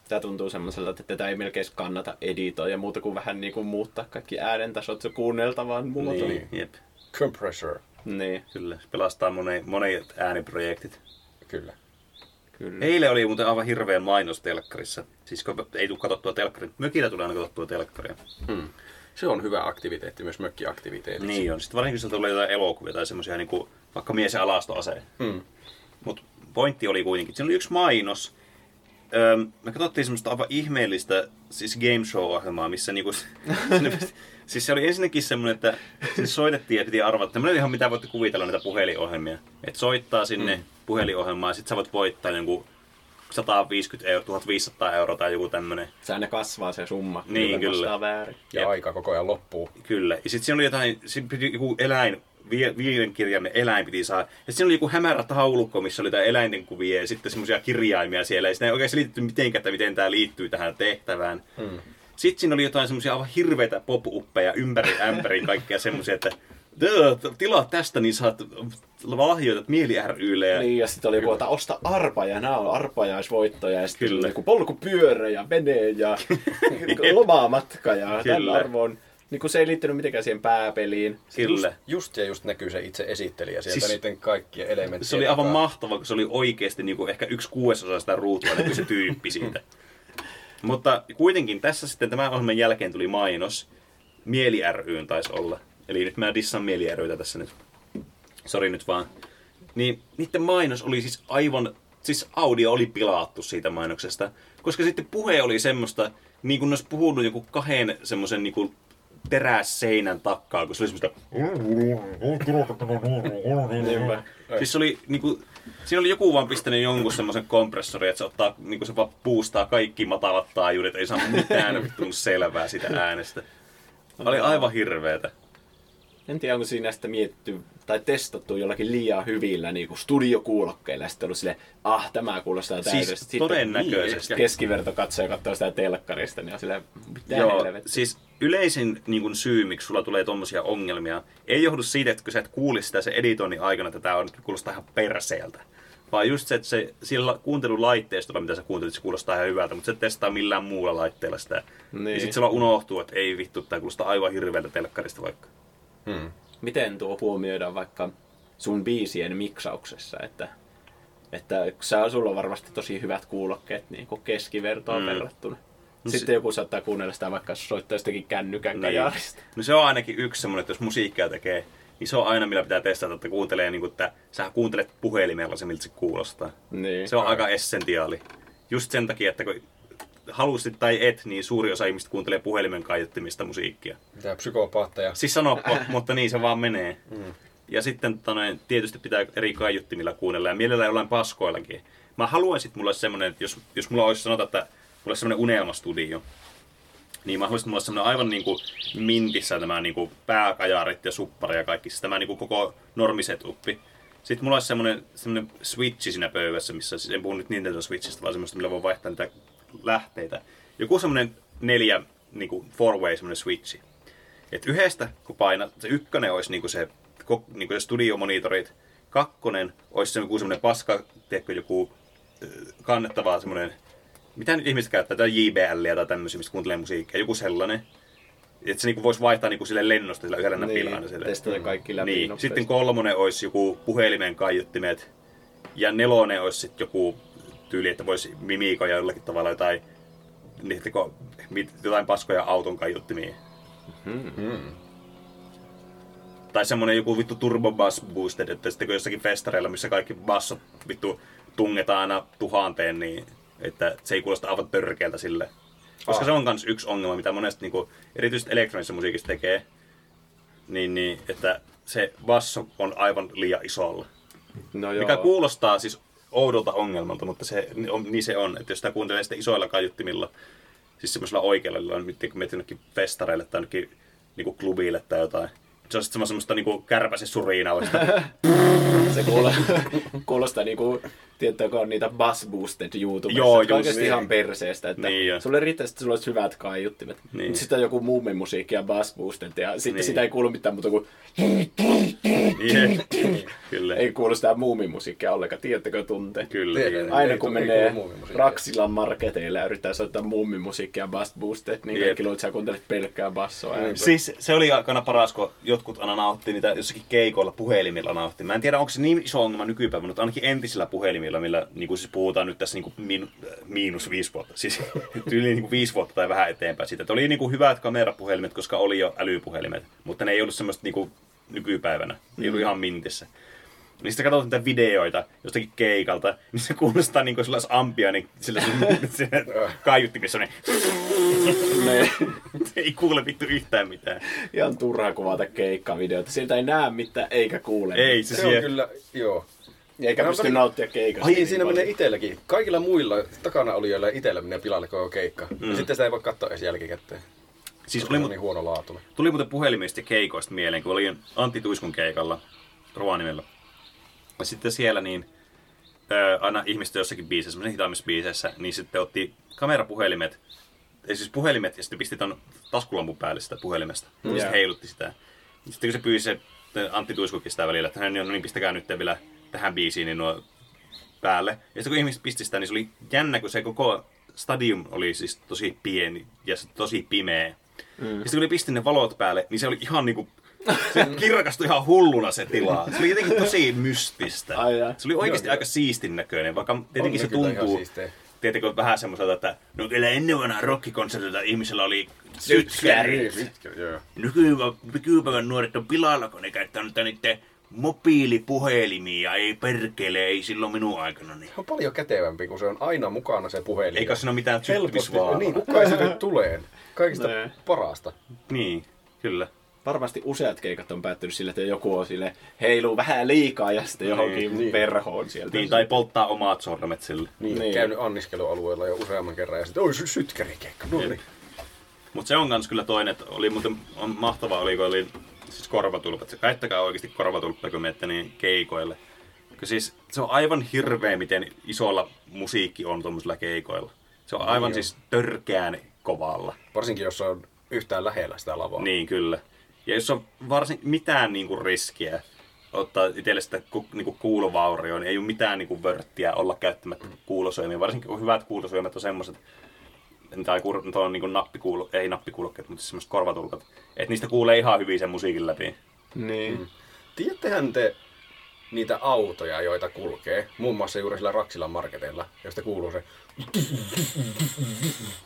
[SPEAKER 2] Tämä tuntuu semmoiselta, että tätä ei melkein edes kannata editoida muuta kuin vähän niin kuin muuttaa kaikki äänentasot se kuunneltavaan muotoon.
[SPEAKER 1] Niin,
[SPEAKER 2] Niin.
[SPEAKER 1] jep.
[SPEAKER 3] Compressor.
[SPEAKER 2] niin.
[SPEAKER 1] Kyllä, se pelastaa monet, monet ääniprojektit.
[SPEAKER 3] Kyllä. Mm.
[SPEAKER 2] Kyllä.
[SPEAKER 1] Eilen oli muuten aivan hirveän mainos telkkarissa. Siis kun ei tule katsottua telkkaria, mökillä tulee aina katsottua telkkaria.
[SPEAKER 3] Mm. Se on hyvä aktiviteetti, myös mökkiaktiviteetti.
[SPEAKER 1] Niin on. Sitten varsinkin jos tulee jotain elokuvia tai semmoisia niin vaikka mies ja alastoase.
[SPEAKER 3] Mm.
[SPEAKER 1] Mutta pointti oli kuitenkin, siinä oli yksi mainos. Öö, me katsottiin semmoista aivan ihmeellistä siis game show-ohjelmaa, missä niinku, sinne, siis se oli ensinnäkin semmoinen, että siis soitettiin ja piti arvata, tämmöinen ihan mitä voitte kuvitella näitä puhelinohjelmia. Että soittaa sinne mm. puhelinohjelmaan ja sit sä voit voittaa jonkun 150 euroa, 1500 euroa tai joku tämmönen.
[SPEAKER 2] Se aina kasvaa se summa.
[SPEAKER 1] Niin,
[SPEAKER 2] jota
[SPEAKER 1] kyllä.
[SPEAKER 2] vastaa Väärin.
[SPEAKER 3] Ja
[SPEAKER 1] Jep.
[SPEAKER 3] aika koko ajan loppuu.
[SPEAKER 1] Kyllä. Ja sitten siinä oli jotain, siinä piti joku eläin, vie- viiden kirjaimen eläin piti saada. Ja sitten siinä oli joku hämärä taulukko, missä oli jotain eläinten kuvia ja sitten semmoisia kirjaimia siellä. Ja sitä ei oikein selitetty mitenkään, että miten tämä liittyy tähän tehtävään. Hmm. Sitten siinä oli jotain semmoisia aivan hirveitä pop-uppeja ympäri ämpäriin, kaikkea semmoisia, että "Tö, t- tilaa tästä, niin saat lahjoitat Mieli rylle. Ja...
[SPEAKER 2] Niin, ja sitten oli joku, että osta arpaja, nämä on arpajaisvoittoja, ja sitten
[SPEAKER 1] Kyllä.
[SPEAKER 2] joku polkupyörä ja vene ja lomaamatka ja tällä
[SPEAKER 1] Kyllä.
[SPEAKER 2] arvoon. Niin kun se ei liittynyt mitenkään siihen pääpeliin.
[SPEAKER 1] Kyllä.
[SPEAKER 3] Just ja just näkyy se itse esittelijä sieltä
[SPEAKER 1] Siis-
[SPEAKER 3] siis... niiden kaikkien elementtien.
[SPEAKER 1] Se oli aivan
[SPEAKER 3] takaa.
[SPEAKER 1] mahtava, kun se oli oikeasti niin kuin ehkä yksi kuudesosa sitä ruutua, niin kuin se tyyppi siitä. Mutta kuitenkin tässä sitten tämän ohjelman jälkeen tuli mainos. Mieli ryn taisi olla. Eli nyt mä dissan Mieli rytä tässä nyt. Sori nyt vaan. Niin niiden mainos oli siis aivan... Siis audio oli pilaattu siitä mainoksesta. Koska sitten puhe oli semmoista, niin kuin ne olisi puhunut joku kahden semmoisen niin kuin terässeinän takkaa, kun se oli semmoista
[SPEAKER 2] Niinpä.
[SPEAKER 1] Siis se oli, niinku, siinä oli joku vaan pistänyt jonkun semmoisen kompressorin, että se, ottaa, niinku, se vaan puustaa kaikki matalat taajuudet, ei saa mitään vittu selvää sitä äänestä. Oli aivan hirveetä.
[SPEAKER 2] En tiedä, onko siinä sitä mietitty tai testattu jollakin liian hyvillä niin kuin studiokuulokkeilla. Ja Sitten ollut silleen, ah, tämä kuulostaa
[SPEAKER 1] Siis
[SPEAKER 2] täydellisesti. Sitten
[SPEAKER 1] todennäköisesti.
[SPEAKER 2] niin, keskiverto katsoo ja katsoo sitä telkkarista, niin on silleen, mitä
[SPEAKER 1] Joo,
[SPEAKER 2] helvettiä.
[SPEAKER 1] siis yleisin niin kun syy, miksi sulla tulee tommosia ongelmia, ei johdu siitä, että kun sä et kuule sitä sen editoinnin aikana, että tää on, kuulostaa ihan perseeltä. Vaan just se, että se, sillä kuuntelulaitteistolla, mitä sä kuuntelit, se kuulostaa ihan hyvältä, mutta se testaa millään muulla laitteella sitä. Niin. Ja
[SPEAKER 2] Niin.
[SPEAKER 1] sit se vaan unohtuu, että ei vittu, tää kuulostaa aivan hirveältä telkkarista vaikka.
[SPEAKER 3] Mm.
[SPEAKER 2] miten tuo huomioidaan vaikka sun biisien miksauksessa, että että sä, sulla on varmasti tosi hyvät kuulokkeet niin kuin keskivertoon
[SPEAKER 1] Mm.
[SPEAKER 2] mm. verrattuna.
[SPEAKER 1] No
[SPEAKER 2] Sitten
[SPEAKER 1] se-
[SPEAKER 2] joku saattaa kuunnella sitä vaikka jos soittaa jostakin kännykän
[SPEAKER 1] Niin.
[SPEAKER 2] kajarista.
[SPEAKER 1] No se on ainakin yksi semmoinen, että jos musiikkia tekee, niin se on aina millä pitää testata, että kuuntelee, niin kuin, että sä kuuntelet puhelimella se, miltä se kuulostaa.
[SPEAKER 2] Niin.
[SPEAKER 1] Se on aika essentiaali. Just sen takia, että kun halusit tai et, niin suuri osa ihmistä kuuntelee puhelimen kaiuttimista musiikkia.
[SPEAKER 3] Mitä psykopaatteja.
[SPEAKER 1] Siis sanoppa, mutta niin se vaan menee. Mm. Ja sitten tota noin, tietysti pitää eri kaiuttimilla kuunnella ja mielellään jollain paskoillakin. Mä haluaisin, että mulla olisi semmoinen, että jos, jos mulla olisi sanota, että mulla olisi semmoinen unelmastudio, niin mä haluaisin, että mulla olisi semmoinen aivan niinku mintissä tämä niinku pääkajarit ja suppari ja kaikki, siis tämä niinku koko normisetuppi. Sitten mulla olisi semmoinen, semmoinen switchi siinä pöydässä, missä siis en puhu nyt Nintendo Switchistä, vaan semmoista, millä voi vaihtaa niitä lähteitä. Joku semmoinen neljä, niin kuin four-way semmoinen switchi. Et yhdestä, kun painat, se ykkönen olisi niin kuin se, ko- niin kuin se studiomonitorit, kakkonen olisi se joku semmoinen paska, tiedätkö, joku ö, kannettava semmoinen, mitä nyt ihmiset käyttää, tai JBL tai tämmöisiä, mistä kuuntelee musiikkia, joku sellainen. Että se niinku voisi vaihtaa niinku sille lennosta sillä yhdellä
[SPEAKER 2] Niin,
[SPEAKER 1] näpillä aina sille.
[SPEAKER 2] testata kaikki läpi
[SPEAKER 1] Niin.
[SPEAKER 2] nopeasti.
[SPEAKER 1] Sitten kolmonen olisi joku puhelimen kaiuttimet. Ja nelonen olisi sitten joku tyyli, että voisi mimiikoja jollakin tavalla jotain, niitä, kun- mit- jotain paskoja auton kaiuttimiin.
[SPEAKER 2] Hmm.
[SPEAKER 1] Tai semmonen joku vittu turbo bass boosted, että sitten kun jossakin festareilla, missä kaikki bassot vittu tungetaan aina tuhanteen, niin että se ei kuulosta aivan törkeältä sille. Koska
[SPEAKER 3] Ah.
[SPEAKER 1] se on myös yksi ongelma, mitä monesti niinku, erityisesti elektronisessa musiikissa tekee, niin, niin että se basso on aivan liian isolla.
[SPEAKER 2] No joo.
[SPEAKER 1] Mikä kuulostaa siis oudolta ongelmalta, mutta se, ni- on, niin se on. Että jos sitä kuuntelee sitten isoilla kaiuttimilla, siis semmoisilla oikeilla, joilla on miettii, kun mietit jonnekin festareille tai jonnekin niinku klubille tai jotain. Se on sitten semmoista niinku kärpäsen surinaa vasta.
[SPEAKER 2] Se kuulostaa, kuulostaa niinku, tiedätkö, kun on niitä bass boosted YouTubessa.
[SPEAKER 1] Joo,
[SPEAKER 2] Joo,
[SPEAKER 1] just
[SPEAKER 2] just oikeasti
[SPEAKER 1] niin.
[SPEAKER 2] ihan perseestä. Että
[SPEAKER 1] Niin jo.
[SPEAKER 2] niin sulle riittää, että sulla olisi hyvät kaiuttimet.
[SPEAKER 1] Niin.
[SPEAKER 2] Niin. Sitten on joku muumimusiikki ja bass boosted. Ja sitten
[SPEAKER 1] Niin.
[SPEAKER 2] niin. sitä ei kuulu mitään muuta kuin,
[SPEAKER 1] Jep. Niin, Kyllä.
[SPEAKER 2] ei kuulu sitä muumimusiikkia ollenkaan. Tiedättekö tunte?
[SPEAKER 1] Kyllä.
[SPEAKER 3] Tiedän.
[SPEAKER 1] tiedän.
[SPEAKER 2] Aina
[SPEAKER 3] Ei
[SPEAKER 2] kun
[SPEAKER 3] tu- ei
[SPEAKER 2] menee
[SPEAKER 3] kuulu muumimusiikkia.
[SPEAKER 2] Raksilan marketeille ja yrittää soittaa muumimusiikkia ja bass boosted, niin
[SPEAKER 1] Jep.
[SPEAKER 2] kaikki luulet, että sä kuuntelet pelkkää bassoa.
[SPEAKER 3] Niin.
[SPEAKER 1] Siis se oli aikana paras, kun jotkut aina nautti niitä jossakin keikoilla puhelimilla nautti. Mä en tiedä, onko se niin iso ongelma nykypäivänä, mutta ainakin entisillä puhelimilla, millä niin kuin siis puhutaan nyt tässä niin kuin min, miinus viisi vuotta, siis yli niin kuin viisi vuotta tai vähän eteenpäin siitä. Että oli niin kuin hyvät kamerapuhelimet, koska oli jo älypuhelimet, mutta ne ei ollut semmoista niin kuin nykypäivänä, ei ollut ihan mintissä. Niin sitten katsot niitä videoita jostakin keikalta, niin se kuulostaa niin kuin sillä olisi ampia, niin sillä, sillä kaiuttimessa on niin,
[SPEAKER 2] Ne-
[SPEAKER 1] ei kuule vittu yhtään mitään.
[SPEAKER 2] Ihan turhaa kuvata keikkavideota. Sieltä ei näe mitään eikä kuule.
[SPEAKER 1] Ei se,
[SPEAKER 3] Se on
[SPEAKER 1] siellä.
[SPEAKER 3] kyllä, joo.
[SPEAKER 2] Eikä
[SPEAKER 3] No,
[SPEAKER 2] pysty
[SPEAKER 3] pari-
[SPEAKER 2] nauttia keikasta.
[SPEAKER 3] Ai
[SPEAKER 2] niin
[SPEAKER 3] siinä
[SPEAKER 2] paljon.
[SPEAKER 3] menee itselläkin. Kaikilla muilla takana oli joilla itellä menee pilalle koko keikka. Mm. Sitten sitä ei voi katsoa edes jälkikäteen.
[SPEAKER 1] Hmm. Siis
[SPEAKER 3] Se
[SPEAKER 1] oli,
[SPEAKER 3] on
[SPEAKER 1] mu-
[SPEAKER 3] niin huono laatu.
[SPEAKER 1] Tuli muuten puhelimista ja keikoista mieleen, kun olin Antti Tuiskun keikalla Rovaniemellä. Ja sitten siellä niin ö, aina ihmiset jossakin biisissä, semmoisessa hitaammissa biiseissä, niin sitten otti kamerapuhelimet, ei siis puhelimet, ja sitten pisti ton taskulampun päälle sitä puhelimesta. Mm. Ja
[SPEAKER 2] Joo.
[SPEAKER 1] sitten heilutti sitä. Ja Sitten kun se pyysi se se Antti Tuiskukin sitä välillä, että hän on, niin pistäkää nyt vielä tähän biisiin niin nuo päälle. Ja sitten kun ihmiset pisti sitä, niin se oli jännä, kun se koko stadium oli siis tosi pieni ja se tosi pimeä. Mm. Ja sitten kun ne pisti ne valot päälle, niin se oli ihan niinku, se kirkastui ihan hulluna se tila. Se oli jotenkin tosi mystistä.
[SPEAKER 2] Ai jaa.
[SPEAKER 1] Se oli oikeasti
[SPEAKER 3] Joo,
[SPEAKER 1] aika siistin näköinen, vaikka tietenkin se
[SPEAKER 3] ne kyllä ihan
[SPEAKER 1] tuntuu,
[SPEAKER 3] siistejä.
[SPEAKER 1] tietenkin vähän semmoiselta, että no kyllä ennen vanhaa rockikonsertilla ihmisellä oli
[SPEAKER 2] Sytkäri.
[SPEAKER 1] sytkärit.
[SPEAKER 3] Mitkä, joo.
[SPEAKER 1] Nykypä- Nykypäivän nuoret on pilalla, kun ne käyttää nyt niiden mobiilipuhelimia, ei perkele, ei silloin minun aikanani.
[SPEAKER 3] Se on paljon kätevämpi, kun se on aina mukana se puhelin.
[SPEAKER 1] Eikä siinä ole mitään syttymisvaaraa.
[SPEAKER 3] Niin, kuka ei se nyt tuleen. Kaikista
[SPEAKER 2] Nee.
[SPEAKER 3] parasta.
[SPEAKER 1] niin, kyllä.
[SPEAKER 2] Varmasti useat keikat on päättynyt sillä, että joku on sille heiluu vähän liikaa ja sitten johonkin
[SPEAKER 3] niin.
[SPEAKER 2] niin. verhoon sieltä.
[SPEAKER 1] Niin, tai polttaa omat sormet sille.
[SPEAKER 3] Niin,
[SPEAKER 2] Niin.
[SPEAKER 3] käynyt anniskelualueella jo useamman kerran ja sitten, oi sy- sytkärikeikka, no niin.
[SPEAKER 1] Mutta se on kans kyllä toinen, että oli muuten on mahtavaa, oli, kun oli siis korvatulpat. Se käyttäkää oikeasti korvatulppeja, kun menette niin keikoille. Kun siis se on aivan hirveä, miten isolla musiikki on tuommoisilla keikoilla. Se on aivan siis törkeän kovalla.
[SPEAKER 3] Varsinkin jos on yhtään lähellä sitä lavaa.
[SPEAKER 1] Niin, kyllä. Ja jos on varsin mitään niinku riskiä ottaa itselle sitä ku, niinku kuulovaurioon, niin ei ole mitään niinku vörttiä olla käyttämättä kuulosoimia. Varsinkin kun hyvät kuulosoimet on semmoiset, tai kur, tuo on niinku nappikuulo, ei nappikuulokkeet, mutta siis semmoiset korvatulkat. Että niistä kuulee ihan hyvin sen musiikin läpi.
[SPEAKER 2] niin.
[SPEAKER 3] Tiedättehän te niitä autoja, joita kulkee, muun muassa juuri sillä Raksilan marketeilla, josta kuuluu se.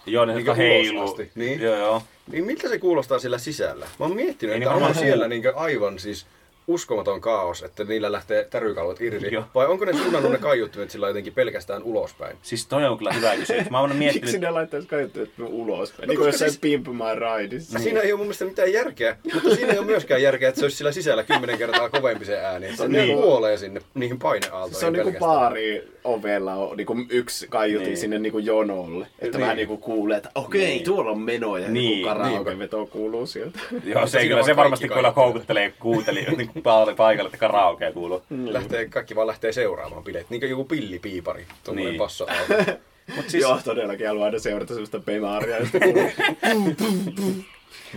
[SPEAKER 1] Joo, ne
[SPEAKER 3] Niinku
[SPEAKER 1] jotka
[SPEAKER 3] ulos
[SPEAKER 1] heiluu.
[SPEAKER 3] asti. Niin.
[SPEAKER 1] Joo, joo.
[SPEAKER 3] Niin miltä se kuulostaa sillä sisällä? Mä oon miettinyt,
[SPEAKER 1] Ei
[SPEAKER 3] että
[SPEAKER 1] ne
[SPEAKER 3] onko
[SPEAKER 1] varmaan-
[SPEAKER 3] siellä niinkö aivan siis uskomaton kaos, että niillä lähtee tärykalvot irti.
[SPEAKER 1] Joo.
[SPEAKER 3] Vai onko ne suunnannut ne kaiuttimet sillä jotenkin pelkästään ulospäin?
[SPEAKER 1] Siis toi on kyllä hyvä kysymys. Mä oon
[SPEAKER 2] Miksi
[SPEAKER 1] miettinyt,
[SPEAKER 2] ne laittaisi kaikki että ulos? No, niin
[SPEAKER 3] koska
[SPEAKER 2] kuin jossain
[SPEAKER 3] siis-
[SPEAKER 2] siis... Niin. Pimp My Rideissa.
[SPEAKER 1] Niin.
[SPEAKER 3] Siinä ei ole mun mielestä mitään järkeä, mutta siinä ei ole myöskään järkeä, että se olisi sillä sisällä kymmenen kertaa kovempi se ääni. Että se
[SPEAKER 2] Niin.
[SPEAKER 3] niin. kuolee sinne niihin paineaaltoihin
[SPEAKER 2] Se on niinku
[SPEAKER 3] pelkästään.
[SPEAKER 2] baari ovella on niin kuin yksi kaiutin
[SPEAKER 1] Niin.
[SPEAKER 2] niin. sinne niin kuin jonolle. Että
[SPEAKER 1] Niin.
[SPEAKER 2] niin. vähän niin kuin kuulee, että okei,
[SPEAKER 1] Niin.
[SPEAKER 2] niin. tuolla on meno ja
[SPEAKER 1] Niin.
[SPEAKER 2] niin. karaokeveto kuuluu sieltä.
[SPEAKER 1] Joo, se,
[SPEAKER 3] siinä
[SPEAKER 1] kyllä,
[SPEAKER 3] on
[SPEAKER 1] se
[SPEAKER 3] kaikki
[SPEAKER 1] varmasti kyllä
[SPEAKER 3] kaikki.
[SPEAKER 1] koukuttelee kuuntelijoita niin paljon paikalle, että karaokea kuuluu.
[SPEAKER 3] Lähtee, kaikki vaan lähtee seuraamaan bileet. Niin kuin joku pillipiipari, tuommoinen
[SPEAKER 1] Niin.
[SPEAKER 3] niin.
[SPEAKER 1] Mut
[SPEAKER 2] Siis...
[SPEAKER 1] siis,
[SPEAKER 2] Joo, todellakin haluan aina seurata sellaista bemaaria. ja sitten kuuluu-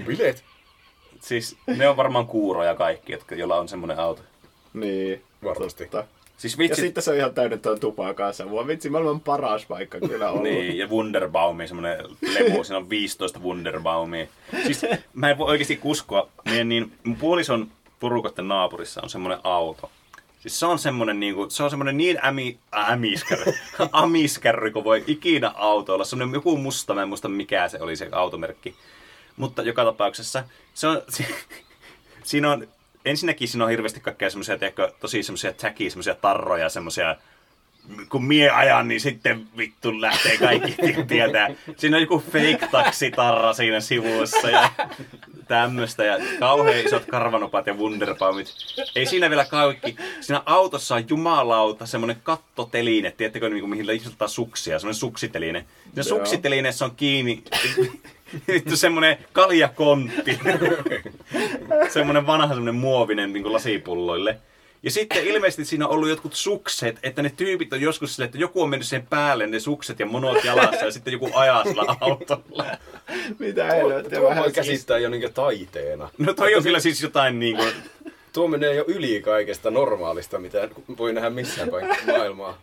[SPEAKER 3] Bileet?
[SPEAKER 1] siis, ne on varmaan kuuroja kaikki, jotka, joilla on semmoinen auto.
[SPEAKER 2] niin,
[SPEAKER 3] Varmasti.
[SPEAKER 2] totta.
[SPEAKER 1] Siis
[SPEAKER 2] Ja
[SPEAKER 1] vitsi,
[SPEAKER 2] sitten se on ihan täynnä tuon tupakaa savua. Vitsi, maailman paras paikka kyllä ollut.
[SPEAKER 1] Niin, ja Wunderbaumi, semmoinen levy, siinä on 15 Wunderbaumia. Siis mä en voi oikeasti uskoa, meidän niin, mun puolison porukotten naapurissa on semmoinen auto. Siis se on semmoinen niin, kuin, se on semmoinen niin ämi, ämiskärry, amiskärry, kun voi ikinä auto olla. Semmoinen joku musta, mä en muista mikä se oli se automerkki. Mutta joka tapauksessa se on, siinä on, ensinnäkin siinä on hirveästi kaikkea semmoisia, tiedätkö, tosi semmoisia tagia, semmoisia tarroja, semmoisia kun mie ajan, niin sitten vittu lähtee kaikki ti- tietää. Siinä on joku fake taksitarra siinä sivussa ja tämmöistä. Ja kauhean isot karvanopat ja wunderbaumit. Ei siinä vielä kaikki. Siinä autossa on jumalauta semmoinen kattoteline. Tiedättekö, niin kuin, mihin ihmiset ottaa suksia? Semmoinen suksiteline. Siinä
[SPEAKER 2] Joo.
[SPEAKER 1] suksitelineessä on kiinni vittu semmoinen kaljakontti. semmoinen vanha semmoinen muovinen niin lasipulloille. Ja sitten ilmeisesti siinä on ollut jotkut sukset, että ne tyypit on joskus silleen, että joku on mennyt sen päälle, ne sukset ja monot jalassa ja sitten joku ajaa sillä autolla.
[SPEAKER 2] Mitä
[SPEAKER 3] Tuo,
[SPEAKER 2] helvettiä
[SPEAKER 3] tuo voi
[SPEAKER 2] vähän siis.
[SPEAKER 3] käsittää jo niinku taiteena.
[SPEAKER 1] No toi on kyllä siis jotain niin kuin,
[SPEAKER 3] Tuo menee jo yli kaikesta normaalista, mitä voi nähdä missään päin maailmaa.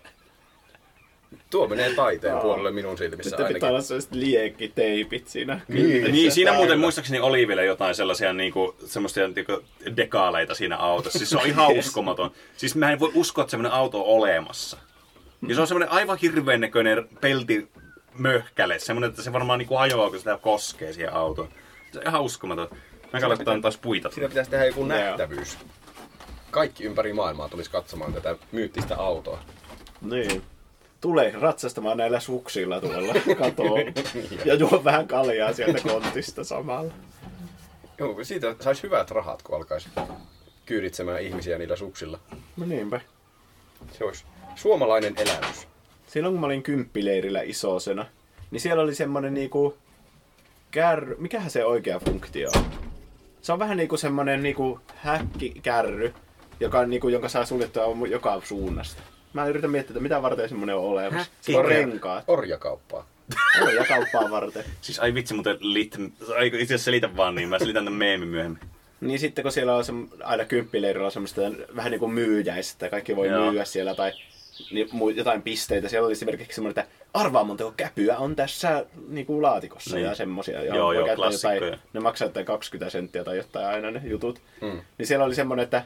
[SPEAKER 3] Tuo menee taiteen
[SPEAKER 2] Joo.
[SPEAKER 3] puolelle minun silmissä
[SPEAKER 2] Sitten
[SPEAKER 3] ainakin.
[SPEAKER 2] pitää olla sellaiset liekkiteipit siinä.
[SPEAKER 3] Niin.
[SPEAKER 1] niin siinä muuten
[SPEAKER 3] Kyllä.
[SPEAKER 1] muistaakseni oli vielä jotain sellaisia niin kuin, semmoisia niin kuin dekaaleita siinä autossa. Siis se on ihan uskomaton. Siis mä en voi uskoa, että semmoinen auto on olemassa. Ja se on semmoinen aivan hirveän näköinen pelti möhkäle, semmoinen, että se varmaan niin kuin hajoaa, kun sitä koskee siihen autoon. Se on ihan uskomaton. Mä katsotaan taas puita.
[SPEAKER 3] Siitä pitäisi tehdä joku nähtävyys. Kaikki ympäri maailmaa tulisi katsomaan tätä myyttistä autoa.
[SPEAKER 2] Niin. Tule ratsastamaan näillä suksilla tuolla katoon. ja juo vähän kaljaa sieltä kontista samalla.
[SPEAKER 3] Joo, siitä saisi hyvät rahat, kun alkaisi kyyditsemään ihmisiä niillä suksilla.
[SPEAKER 2] No niinpä.
[SPEAKER 3] Se olisi suomalainen elämys.
[SPEAKER 2] Silloin kun mä olin kymppileirillä isosena, niin siellä oli semmonen niinku... Kärry... Mikähän se oikea funktio on? Se on vähän niinku semmonen niinku häkkikärry, joka on niinku, jonka saa suljettua mu- joka suunnasta. Mä yritän miettiä, että mitä varten semmonen on olemassa. Sillä on
[SPEAKER 3] Orja-
[SPEAKER 2] renkaat.
[SPEAKER 3] Orjakauppaa.
[SPEAKER 2] On ja kauppaa varten.
[SPEAKER 1] Siis ai vitsi, mutta lit... Ai, itse asiassa selitän vaan niin, mä selitän tämän meemin myöhemmin.
[SPEAKER 2] Niin sitten kun siellä on se, aina kymppileirillä on semmoista vähän niin kuin myyjäistä, kaikki voi
[SPEAKER 1] Joo.
[SPEAKER 2] Joo. myyä siellä tai niin, mu- jotain pisteitä. Siellä oli esimerkiksi semmoinen, että arvaa montako käpyä on tässä niin kuin laatikossa
[SPEAKER 1] Niin.
[SPEAKER 2] ja semmoisia.
[SPEAKER 1] Joo,
[SPEAKER 2] voi
[SPEAKER 1] joo,
[SPEAKER 2] käyttää
[SPEAKER 1] klassikkoja.
[SPEAKER 2] jotain, Ne maksaa jotain 20 senttiä tai jotain aina ne jutut. Mm. Niin siellä oli semmoinen, että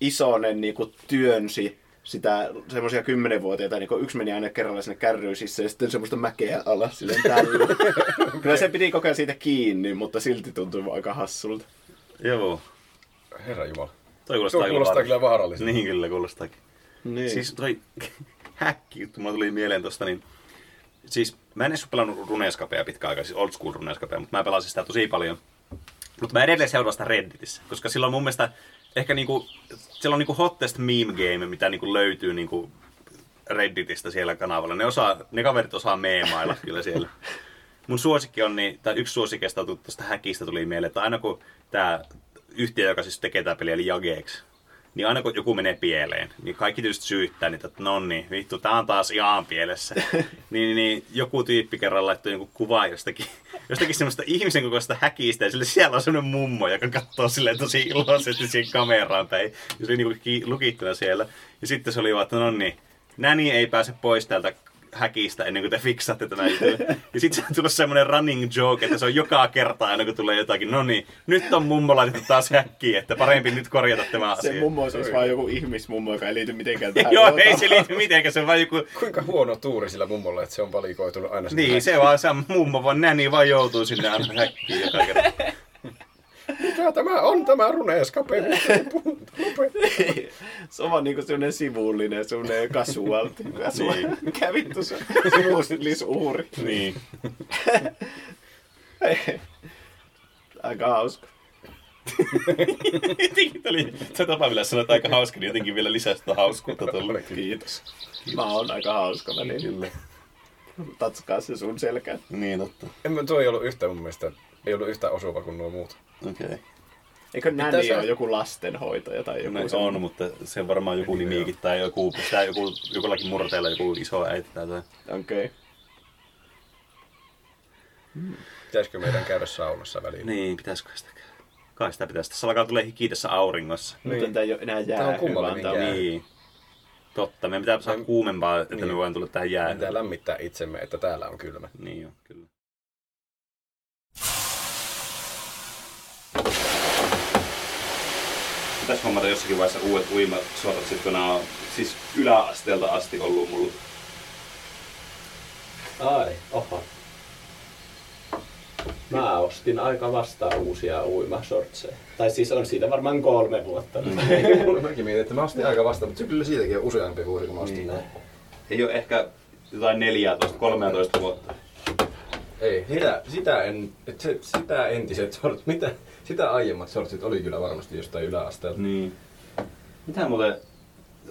[SPEAKER 2] isonen niin kuin työnsi sitä semmoisia kymmenenvuotiaita, niin kuin yksi meni aina kerralla sinne kärryyn sisään ja sitten semmoista mäkeä alas silleen tällä. Kyllä se piti koko ajan siitä kiinni, mutta silti tuntui aika hassulta.
[SPEAKER 1] Joo.
[SPEAKER 3] Herra Jumala. Tuo
[SPEAKER 1] Toi kuulostaa,
[SPEAKER 3] kuulostaa kyllä vaaralliselta.
[SPEAKER 1] Niin kyllä kuulostaakin.
[SPEAKER 2] Niin.
[SPEAKER 1] Siis toi häkki juttu, mulla tuli mieleen tosta, niin siis mä en edes ole pelannut runescapea pitkään aikaa, siis old school runescapea, mutta mä pelasin sitä tosi paljon. Mutta mä edelleen seuraan sitä Redditissä, koska sillä on mun mielestä ehkä niinku, siellä on niinku hottest meme game, mitä niinku löytyy niinku Redditistä siellä kanavalla. Ne, osaa, ne kaverit osaa meemailla kyllä siellä. Mun suosikki on, niin, tai yksi suosikeista tuosta häkistä tuli mieleen, että aina kun tämä yhtiö, joka siis tekee tämä peli, eli Jagex, niin aina kun joku menee pieleen, niin kaikki tietysti syyttää niitä, että nonni, vittu, tää on taas ihan pielessä. niin, niin, joku tyyppi kerran laittoi jonkun kuvaa jostakin, jostakin semmoista ihmisen kokoista häkistä, ja sille siellä on semmoinen mummo, joka katsoo silleen tosi iloisesti siihen kameraan päin. Ja se oli niinku ki- lukittuna siellä. Ja sitten se oli vaan, että no niin, nonni, näni ei pääse pois täältä häkistä ennen kuin te fiksaatte tämän itselle. Ja sitten se tulee semmoinen running joke, että se on joka kerta aina kun tulee jotakin, no niin, nyt on mummo laitettu taas häkkiin, että parempi nyt korjata tämä
[SPEAKER 2] Se
[SPEAKER 1] asia.
[SPEAKER 2] mummo tuota. on siis vaan joku ihmismummo, joka ei liity mitenkään tähän.
[SPEAKER 1] Ah, Joo, ei
[SPEAKER 2] ruokaan.
[SPEAKER 1] se liity mitenkään, se on vaan joku...
[SPEAKER 3] Kuinka huono tuuri sillä mummolla, että se on valikoitunut aina sinne
[SPEAKER 1] Niin, se vaan se mummo vaan näni vaan joutuu sinne aina häkkiin joka kerta.
[SPEAKER 3] Mikä tämä on tämä runeeskape?
[SPEAKER 2] se on vaan niinku semmonen sivullinen, semmonen casual. niinku casual.
[SPEAKER 1] Niin.
[SPEAKER 2] Mikä vittu se on? Sivullisuuri.
[SPEAKER 1] Niin.
[SPEAKER 2] Aika hauska.
[SPEAKER 1] Jotenkin oli, se tapa, millä sanoit aika hauska, niin jotenkin vielä lisää sitä hauskuutta tuolle.
[SPEAKER 4] Kiitos. Mä oon aika hauska
[SPEAKER 2] niin
[SPEAKER 4] välillä. Tatskaa se sun selkä.
[SPEAKER 1] Niin, totta.
[SPEAKER 3] En mä, tuo ei ollut yhtä mun mielestä, ei ollut yhtä osuva kuin nuo muut.
[SPEAKER 1] Okei. Okay.
[SPEAKER 4] Eikö
[SPEAKER 3] Mitä
[SPEAKER 4] näni
[SPEAKER 3] sä-
[SPEAKER 4] ole joku lastenhoitaja tai joku
[SPEAKER 1] No, se
[SPEAKER 4] semmoinen?
[SPEAKER 1] on, mutta se on varmaan joku nimikin tai joku, sitä joku, jollakin murteella joku iso äiti tai jotain.
[SPEAKER 4] Okei. Okay.
[SPEAKER 3] Pitäisikö meidän käydä saunassa väliin?
[SPEAKER 1] Niin, pitäisikö sitä käydä? Kai sitä pitäisi. Tässä alkaa tulee hiki tässä auringossa.
[SPEAKER 4] Mutta
[SPEAKER 3] Niin.
[SPEAKER 4] tämä ei ole enää jää.
[SPEAKER 3] kummallinen jää.
[SPEAKER 1] Niin. Totta, meidän pitää saada kuumempaa, että me voidaan tulla tähän jäähän.
[SPEAKER 3] Pitää lämmittää itsemme, että täällä on kylmä.
[SPEAKER 1] Niin joo, kyllä. Pitäis hommata jossakin vaiheessa uudet uimasuoratukset, kun nämä on siis yläasteelta asti ollut mulla.
[SPEAKER 2] Ai, oho. Mä ostin aika vasta uusia uimasortseja. Tai siis on siitä varmaan kolme vuotta.
[SPEAKER 3] Mäkin mietin, että mä ostin aika vasta, mutta kyllä siitäkin on useampi vuosi, kun mä ostin niin.
[SPEAKER 1] Ei ole ehkä jotain 14, 13 vuotta.
[SPEAKER 3] Ei, sitä, sitä, en, et se, sitä entiset sortit, mitä, sitä aiemmat sortit oli kyllä varmasti jostain yläasteelta.
[SPEAKER 1] Niin. Mitä muuten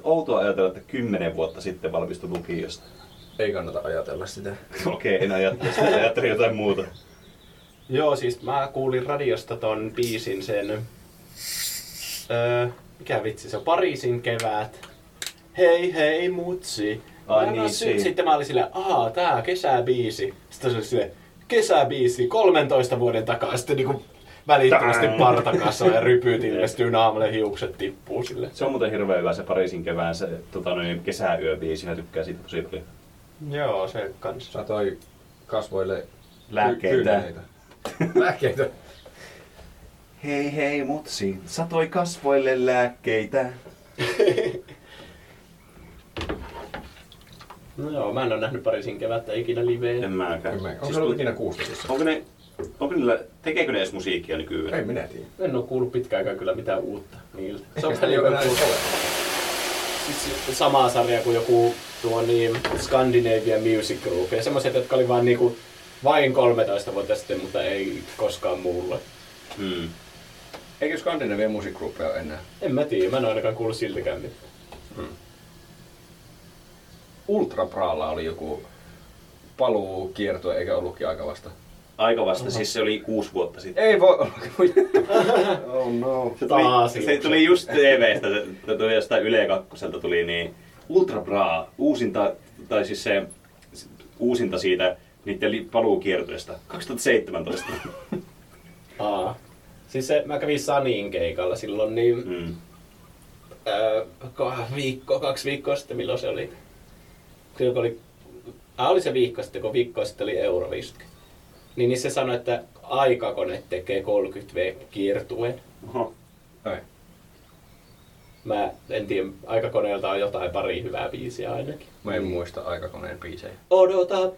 [SPEAKER 1] outoa ajatella, että 10 vuotta sitten valmistui lukiosta.
[SPEAKER 3] Ei kannata ajatella sitä.
[SPEAKER 1] Okei, en ajattele sitä, ajattelin jotain muuta.
[SPEAKER 2] Joo, siis mä kuulin radiosta ton biisin sen... Öö, mikä vitsi se on? Pariisin kevät. Hei hei mutsi.
[SPEAKER 1] Ai
[SPEAKER 2] Mä
[SPEAKER 1] niin,
[SPEAKER 2] vaan
[SPEAKER 1] siinä.
[SPEAKER 2] sy- sitten mä olin silleen, ahaa, tää on kesäbiisi. Sitten se oli silleen, kesäbiisi 13 vuoden takaa. Sitten niinku välittömästi partakassa ja rypyt ilmestyy naamalle, hiukset tippuu sille.
[SPEAKER 1] Se on muuten hirveän hyvä se Pariisin kevään se tota, noin, kesäyöbiisi. Mä tykkään siitä tosi paljon.
[SPEAKER 2] Joo, se kanssa.
[SPEAKER 3] Satoi kasvoille
[SPEAKER 1] Lääkkeitä.
[SPEAKER 3] Lääkkeitä.
[SPEAKER 1] Hei hei mutsi, satoi kasvoille lääkkeitä.
[SPEAKER 2] No joo, mä en ole nähnyt Pariisin kevättä ikinä liveen.
[SPEAKER 1] En mäkään. Siis
[SPEAKER 3] Onko se ollut ikinä kuustosissa?
[SPEAKER 1] onko ne, onko niillä, tekeekö ne edes musiikkia nykyään?
[SPEAKER 3] Ei minä tiedä.
[SPEAKER 2] En oo kuullut pitkäänkään kyllä mitään uutta niiltä. Se on
[SPEAKER 3] Ei
[SPEAKER 2] vähän joku
[SPEAKER 3] enää
[SPEAKER 2] kuullut-
[SPEAKER 3] ole.
[SPEAKER 2] siis samaa sarjaa kuin joku tuo niin Scandinavian Music Group. Ja semmoiset, jotka oli vaan niinku vain 13 vuotta sitten, mutta ei koskaan muulle.
[SPEAKER 1] Hmm.
[SPEAKER 3] Eikö Skandinavian musiikkigruppeja ole enää?
[SPEAKER 2] En mä tiedä, mä en ole ainakaan kuullut siltäkään mitään.
[SPEAKER 3] Ultra Praalla oli joku paluu kiertue, eikä ollutkin aika vasta.
[SPEAKER 1] Aika vasta, siis se oli kuusi vuotta sitten.
[SPEAKER 3] Ei voi olla. oh no.
[SPEAKER 1] Se
[SPEAKER 2] tuli-
[SPEAKER 1] tuli, se tuli just TVstä, se tuli jostain Yle kakkoselta tuli niin Ultra Bra, uusinta, tai siis se se uusinta siitä niiden li- paluukiertueesta 2017.
[SPEAKER 2] Aa. Siis se, mä kävin Sanin keikalla silloin niin
[SPEAKER 1] Mm.
[SPEAKER 2] öö, ka- viikko, kaksi viikkoa sitten, milloin se oli. Silloin kun oli, äh, oli se viikko sitten, kun viikko sitten oli Euro 50. Niin, niin se sanoi, että aikakone tekee 30V-kiertueen.
[SPEAKER 1] Oho.
[SPEAKER 3] Ai.
[SPEAKER 2] Mä en tiedä, aikakoneelta on jotain pari hyvää biisiä ainakin.
[SPEAKER 3] Mä en muista aikakoneen biisejä.
[SPEAKER 2] Odota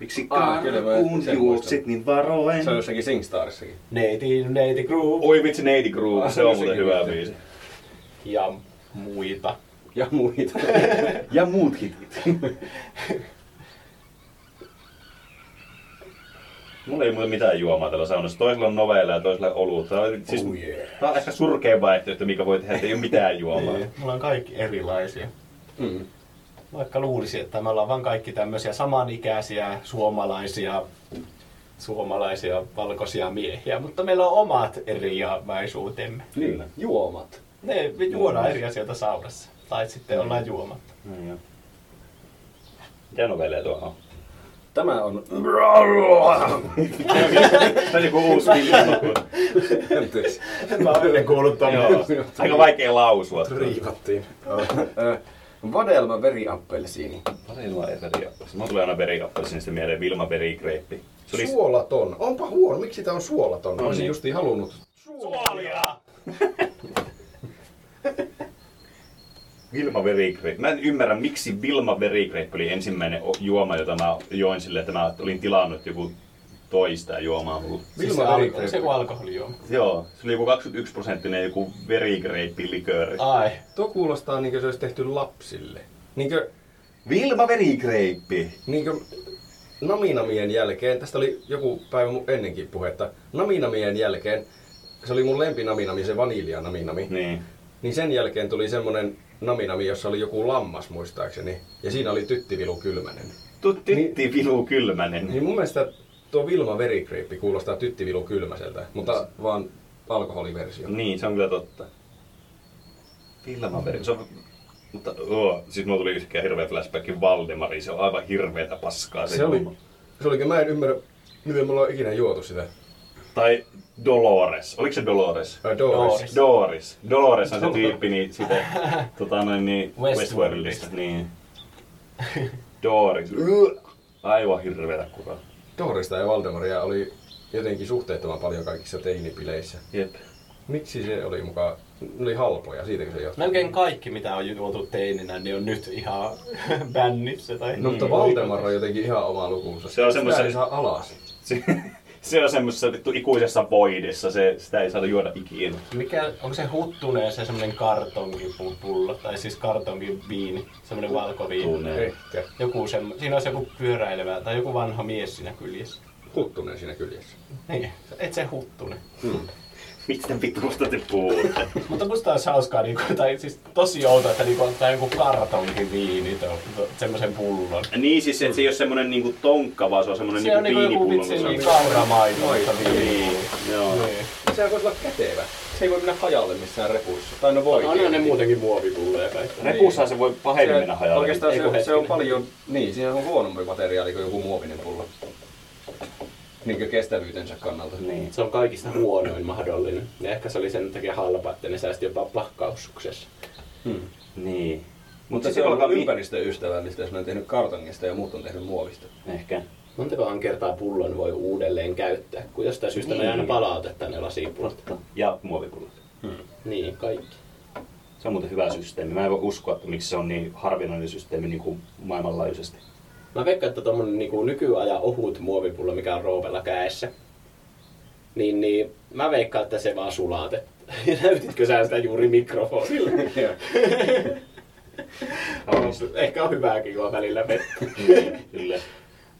[SPEAKER 1] Miksi
[SPEAKER 3] Ah, kyllä mä
[SPEAKER 1] kun
[SPEAKER 3] sen
[SPEAKER 1] juoksit
[SPEAKER 3] muistan.
[SPEAKER 1] niin varoen?
[SPEAKER 3] Se on jossakin Singstarissakin.
[SPEAKER 2] neiti, neiti crew
[SPEAKER 1] Oi vitsi Neiti Groove,
[SPEAKER 3] Ah,
[SPEAKER 1] se on
[SPEAKER 3] sekin
[SPEAKER 1] muuten hyvä
[SPEAKER 3] vitsi.
[SPEAKER 1] biisi.
[SPEAKER 2] ja muita.
[SPEAKER 3] Ja muita.
[SPEAKER 1] Ja muut hitit. Mulla ei muuten mitään juomaa tällä saunassa. Toisella on noveilla ja toisella olut. Tämä on, siis,
[SPEAKER 3] Oh yeah.
[SPEAKER 1] tämä on ehkä surkein vaihtoehto, mikä voi tehdä, että ei ole mitään juomaa.
[SPEAKER 2] Mulla on kaikki erilaisia.
[SPEAKER 3] Mm.
[SPEAKER 2] Vaikka luulisi, että me ollaan vaan kaikki tämmöisiä samanikäisiä suomalaisia, suomalaisia valkoisia miehiä, mutta meillä on omat eriäväisuutemme.
[SPEAKER 1] Kyllä.
[SPEAKER 3] Juomat.
[SPEAKER 2] Ne
[SPEAKER 3] Niin.
[SPEAKER 2] me juodaan eri asioita saunassa. Tai sitten ollaan juomatta.
[SPEAKER 1] No joo. Mitä novelleja tuo on?
[SPEAKER 3] Tämä on...
[SPEAKER 1] Tämä on joku uusi filmi.
[SPEAKER 3] Anteeksi.
[SPEAKER 2] Mä oon ennen kuullut ton.
[SPEAKER 1] Joo. Aika vaikea lausua.
[SPEAKER 3] Riivattiin. Ö, Vadelma veriappelsiini.
[SPEAKER 2] Siis
[SPEAKER 1] Parilla ei veriappelsi. Mä tulee aina veriappelsi, niin mieleen Vilma verikreippi. Se oli
[SPEAKER 3] Suolaton. Onpa huono. Miksi tää on suolaton? Mä olisin
[SPEAKER 1] niin.
[SPEAKER 3] justiin halunnut.
[SPEAKER 2] Suolia!
[SPEAKER 1] Vilma Verigreip. Mä en ymmärrä, miksi Vilma Verigreip oli ensimmäinen o- juoma, jota mä join sille, että mä olin tilannut joku toista juomaa mulle.
[SPEAKER 2] Siis se,
[SPEAKER 3] Vilma
[SPEAKER 2] alko, se
[SPEAKER 3] verikreippi.
[SPEAKER 2] kun alkoholijuoma.
[SPEAKER 1] Joo, se oli joku 21 prosenttinen joku verigreippi-likööri.
[SPEAKER 5] Ah.
[SPEAKER 2] Ai.
[SPEAKER 3] Tuo kuulostaa niinkö se olisi tehty lapsille. Niinkö
[SPEAKER 1] Vilma Verigreippi!
[SPEAKER 3] niinkö naminamien jälkeen, tästä oli joku päivä mun ennenkin puhetta, naminamien jälkeen se oli mun lempinaminami, se vanilja naminami.
[SPEAKER 1] Niin.
[SPEAKER 3] Niin sen jälkeen tuli semmonen naminami, jossa oli joku lammas muistaakseni. Ja siinä oli tyttivilu
[SPEAKER 1] Niin.
[SPEAKER 3] kylmänen.
[SPEAKER 1] Tutti Vilu Kylmänen.
[SPEAKER 3] Niin mun mielestä tuo Vilma verikriippi kuulostaa tyttivilu kylmäseltä, mutta vaan alkoholiversio.
[SPEAKER 1] Niin, se on kyllä totta. Villamaveri. Se on... Mutta oo, siis mulla tuli yhtäkkiä hirveä flashback Valdemariin. Se on aivan hirveetä paskaa.
[SPEAKER 3] Se oli,
[SPEAKER 1] homma.
[SPEAKER 3] se oli, mä en ymmärrä, miten me ollaan ikinä juotu sitä.
[SPEAKER 1] Tai Dolores. Oliko se Äh, Dolores?
[SPEAKER 3] Ai, Doris.
[SPEAKER 1] Doris. Dolores on se tyyppi niin sitä, tota noin, niin
[SPEAKER 5] Westworldista.
[SPEAKER 1] Westworldista. Niin. Doris. Yh! Aivan hirveetä kuraa.
[SPEAKER 3] Dorista ja Valdemaria oli jotenkin suhteettoman paljon kaikissa teinipileissä.
[SPEAKER 1] Jep.
[SPEAKER 3] Miksi se oli mukaan? Ne oli halpoja, siitäkö se johtuu?
[SPEAKER 5] Melkein kaikki, mitä on juotu teininä, niin on nyt ihan bännissä. Tai...
[SPEAKER 3] No mutta Valdemar on jotenkin ihan oma lukunsa.
[SPEAKER 1] Se on semmoisen-
[SPEAKER 3] Sitä ei saa alas.
[SPEAKER 1] Se, se on semmoisessa vittu ikuisessa voidissa. Se, sitä ei saada juoda ikinä.
[SPEAKER 5] Mikä, onko se huttuneen se semmonen kartonkipullo, tai siis kartonkiviini, semmonen valkoviini?
[SPEAKER 1] Tunneen.
[SPEAKER 3] Ehkä.
[SPEAKER 5] Joku semmo, siinä olisi joku pyöräilevä tai joku vanha mies siinä kyljessä.
[SPEAKER 3] Huttunen siinä kyljessä.
[SPEAKER 5] Niin, et se huttunen.
[SPEAKER 1] Mistä vitusta te puhutte?
[SPEAKER 5] Mutta musta olisi hauskaa, niinku, tai siis tosi outoa, että niinku, ottaa joku kartonkiviini, to, to, semmosen pullon.
[SPEAKER 1] niin siis, että se ei ole semmoinen niinku tonkka, vaan se on semmoinen
[SPEAKER 5] Se on niinku joku
[SPEAKER 1] viinipullo.
[SPEAKER 5] vitsi
[SPEAKER 1] missä on-
[SPEAKER 5] niin kauramaito, mutta viini.
[SPEAKER 1] Niin, joo.
[SPEAKER 5] Niin.
[SPEAKER 3] Sehän voisi olla kätevä. Se ei voi mennä hajalle missään repussa. Tai no voi.
[SPEAKER 5] On ne muutenkin muovipulloja kaikki.
[SPEAKER 1] Repussahan se voi pahemmin mennä hajalle.
[SPEAKER 3] Oikeastaan
[SPEAKER 5] Ei kun
[SPEAKER 3] se, se on
[SPEAKER 5] hetkinen.
[SPEAKER 3] paljon, niin, siihen on huonompi materiaali kuin joku muovinen pullo. Niinkö kestävyytensä kannalta.
[SPEAKER 1] Niin.
[SPEAKER 5] Se on kaikista huonoin mahdollinen. Ja ehkä se oli sen takia halpa, että ne säästi jopa pakkausuksessa.
[SPEAKER 1] Niin.
[SPEAKER 3] Mutta se on ympäristöystävällistä, jos ne on tehnyt kartongista ja muut on tehnyt muovista.
[SPEAKER 1] Ehkä.
[SPEAKER 5] Montakohan kertaa pullon voi uudelleen käyttää, kun jostain syystä niin. ne
[SPEAKER 1] Niin.
[SPEAKER 5] aina palautetaan ne lasipullot.
[SPEAKER 1] Ja muovipullot.
[SPEAKER 5] Niin, kaikki.
[SPEAKER 1] Se on muuten hyvä systeemi. Mä en voi uskoa, että miksi se on niin harvinainen systeemi niin kuin maailmanlaajuisesti.
[SPEAKER 5] Mä veikkaan, että tommonen niinku nykyajan ohut muovipullo, mikä on roopella kädessä, niin, niin mä veikkaan, että se vaan sulatet. Ja näytitkö sä sitä juuri mikrofonille? Ehkä on hyvääkin juo välillä vettä.
[SPEAKER 1] Niin,
[SPEAKER 5] No
[SPEAKER 1] Kyllä.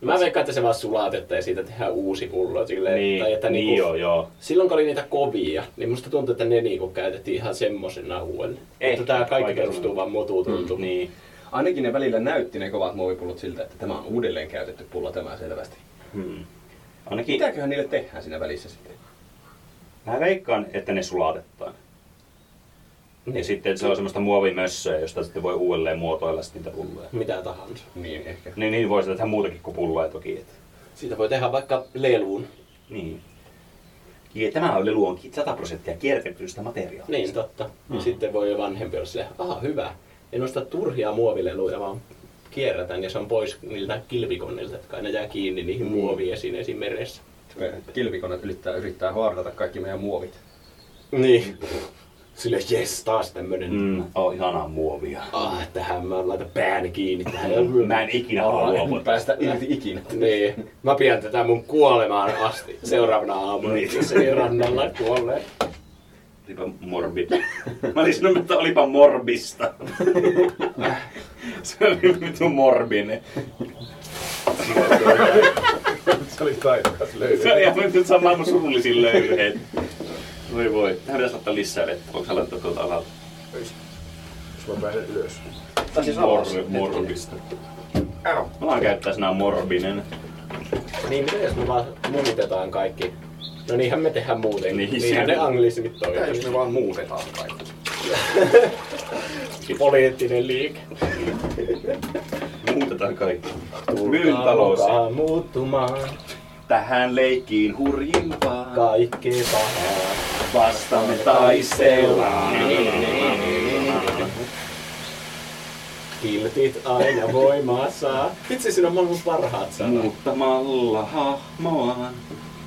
[SPEAKER 5] Mä veikkaan, että se vaan sulatetaan ja siitä tehdään uusi pullo. Silleen,
[SPEAKER 1] Niin,
[SPEAKER 5] tai että
[SPEAKER 1] niin
[SPEAKER 5] niinku,
[SPEAKER 1] joo, joo.
[SPEAKER 5] Silloin kun oli niitä kovia, niin musta tuntuu, että ne niinku käytettiin ihan semmoisena uudelleen.
[SPEAKER 1] Ehkä,
[SPEAKER 5] Mutta tää kaikki
[SPEAKER 1] vaikea
[SPEAKER 5] perustuu
[SPEAKER 1] sanoa.
[SPEAKER 5] vaan mututuntumaan.
[SPEAKER 1] Niin.
[SPEAKER 3] Ainakin ne välillä näytti ne kovat muovipullot siltä, että tämä on uudelleen käytetty pullo tämä selvästi.
[SPEAKER 1] Hmm. Ainakin
[SPEAKER 3] Mitäköhän niille tehdään siinä välissä sitten?
[SPEAKER 1] mä veikkaan, että ne sulatetaan.
[SPEAKER 5] Niin
[SPEAKER 1] Ja sitten se on semmoista muovimössöä, josta sitten voi uudelleen muotoilla sitten niitä pulloja.
[SPEAKER 5] Mitä tahansa.
[SPEAKER 3] Niin ehkä.
[SPEAKER 1] Niin, niin voi sitä tehdä muutakin kuin pulloja toki. Et.
[SPEAKER 5] Siitä voi tehdä vaikka leluun.
[SPEAKER 1] Niin. Ja tämä oli luonkin 100 prosenttia kierrätetystä materiaalista.
[SPEAKER 5] Niin, totta. Mm. Sitten voi jo vanhempi olla silleen, aha hyvä. En osta turhia muovileluja, vaan kierrätän ja se on pois niiltä kilvikonnilta, jotka aina jää kiinni
[SPEAKER 3] Mm.
[SPEAKER 5] niihin muoviesineisiin meressä.
[SPEAKER 3] Kilpikonet yrittää, yrittää haardata kaikki meidän muovit.
[SPEAKER 5] Niin. Sille jes, taas tämmönen. Mm.
[SPEAKER 1] Mm, on ihanaa muovia.
[SPEAKER 5] Ah, tähän mä laitan pään kiinni tähän.
[SPEAKER 3] Mm.
[SPEAKER 1] Mä en ikinä
[SPEAKER 3] Oh.
[SPEAKER 1] halua
[SPEAKER 5] Ai,
[SPEAKER 1] luopua tästä.
[SPEAKER 3] Päästä irti ikinä.
[SPEAKER 5] Niin, mä pidän tätä mun kuolemaan asti seuraavana aamuna, niin. jos ei rannalla kuolee.
[SPEAKER 1] Olipa morbid. Mä olin sanonut, että olipa morbista. Se oli vittu morbinen.
[SPEAKER 3] Se oli taidokas löydy.
[SPEAKER 1] Se oli ihan vittu se on maailman surullisin löyhet. Voi voi. Tähän pitäisi ottaa lisää vettä. Voiko sä laittaa tuolta alalta?
[SPEAKER 3] Jos mä pääsen ylös.
[SPEAKER 1] Tai siis Mor- morbista. Mä vaan käyttää sanaa morbinen.
[SPEAKER 5] Niin, mitä jos me vaan mumitetaan kaikki? No niinhän me tehdään muuten.
[SPEAKER 1] Niin,
[SPEAKER 5] Niin,
[SPEAKER 1] se-
[SPEAKER 5] niinhän ne anglismit
[SPEAKER 3] Mitä jos
[SPEAKER 5] toimii.
[SPEAKER 3] me vaan muutetaan kaikki?
[SPEAKER 5] Poliittinen liike.
[SPEAKER 1] Muutetaan kaikki. Myyn talous.
[SPEAKER 5] Tulkaa muuttumaan
[SPEAKER 1] Tähän leikkiin hurjimpaa.
[SPEAKER 5] kaikki pahaa.
[SPEAKER 1] Vastamme taistellaan.
[SPEAKER 5] Kiltit aina voimaa saa. Vitsi, siinä on maailman parhaat sanat.
[SPEAKER 1] Muuttamalla hahmoaan.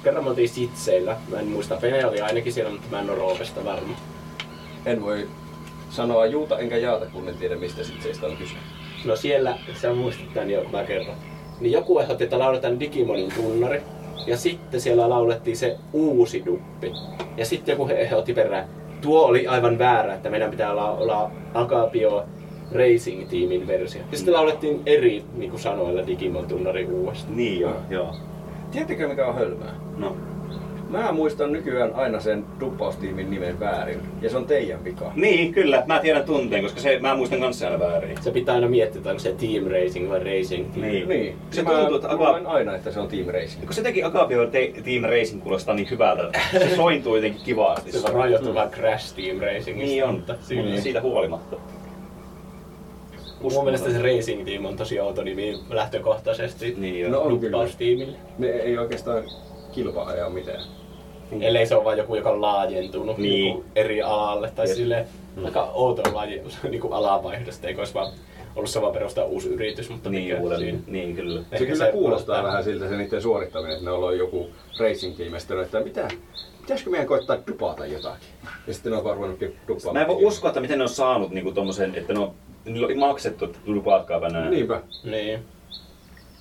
[SPEAKER 5] Kerran me oltiin sitseillä. Mä en muista, Vene oli ainakin siellä, mutta mä en ole Roopesta varma.
[SPEAKER 3] En voi sanoa juuta enkä jaata, kun en tiedä mistä sit seistä on kyse.
[SPEAKER 5] No siellä, sä muistat tän jo, mä kerron. Niin joku ehdotti, että lauletaan Digimonin tunnari. Ja sitten siellä laulettiin se uusi duppi. Ja sitten joku he- ehdotti perään, tuo oli aivan väärä, että meidän pitää olla, olla Agapio Racing-tiimin versio. Ja sitten laulettiin eri niin kuin sanoilla Digimon tunnari uudestaan.
[SPEAKER 1] Niin joo, joo.
[SPEAKER 3] Tiedättekö mikä on hölmää?
[SPEAKER 1] No.
[SPEAKER 3] Mä muistan nykyään aina sen duppaustiimin nimen väärin, ja se on teidän vika.
[SPEAKER 1] Niin, kyllä. Mä tiedän tunteen, koska se, mä muistan kanssa aina väärin.
[SPEAKER 5] Se pitää aina miettiä, että onko se team racing vai racing team.
[SPEAKER 1] Niin.
[SPEAKER 3] Niin.
[SPEAKER 1] Se
[SPEAKER 3] mä
[SPEAKER 1] tuntuu, että
[SPEAKER 3] luulen
[SPEAKER 1] Agapio,
[SPEAKER 3] aina, että se on Team Racing.
[SPEAKER 1] kun se teki Agapio te- Team Racing kuulostaa niin hyvältä. Se sointuu jotenkin kivasti.
[SPEAKER 5] Se on rajoittu vähän Crash Team Racingista.
[SPEAKER 1] Niin on,
[SPEAKER 5] mutta
[SPEAKER 1] mutta siitä huolimatta.
[SPEAKER 5] Mun mielestä se Racing Team on tosi outo nimi lähtökohtaisesti.
[SPEAKER 1] Niin on.
[SPEAKER 3] No on kyllä.
[SPEAKER 5] Duppaustiimille.
[SPEAKER 3] Ne ei oikeastaan kilpaa ajaa mitään.
[SPEAKER 5] Niin. Ellei se ole vaan joku, joka on laajentunut
[SPEAKER 1] Niin. Mm.
[SPEAKER 5] niin. eri alalle. Tai
[SPEAKER 1] Jep.
[SPEAKER 5] sille aika outo laji niin kuin alavaihdosta. Eikö olisi vaan ollut sama perustaa uusi yritys, mutta
[SPEAKER 1] Niin,
[SPEAKER 5] mikä
[SPEAKER 1] uudelleen. Niin, kyllä.
[SPEAKER 5] Ehkä
[SPEAKER 3] se kyllä kuulostaa
[SPEAKER 5] voittaa.
[SPEAKER 3] vähän siltä se niiden suorittaminen, että ne on ollut joku racing tiimestä, että mitä, pitäisikö meidän koittaa dupata jotakin? Ja sitten ne on vaan ruvennut du- dupaamaan.
[SPEAKER 1] Mä en voi uskoa, että miten ne on saanut niinku tommosen, että no, niillä on maksettu, että lupaatkaa Venäjä.
[SPEAKER 3] Niinpä.
[SPEAKER 5] Niin.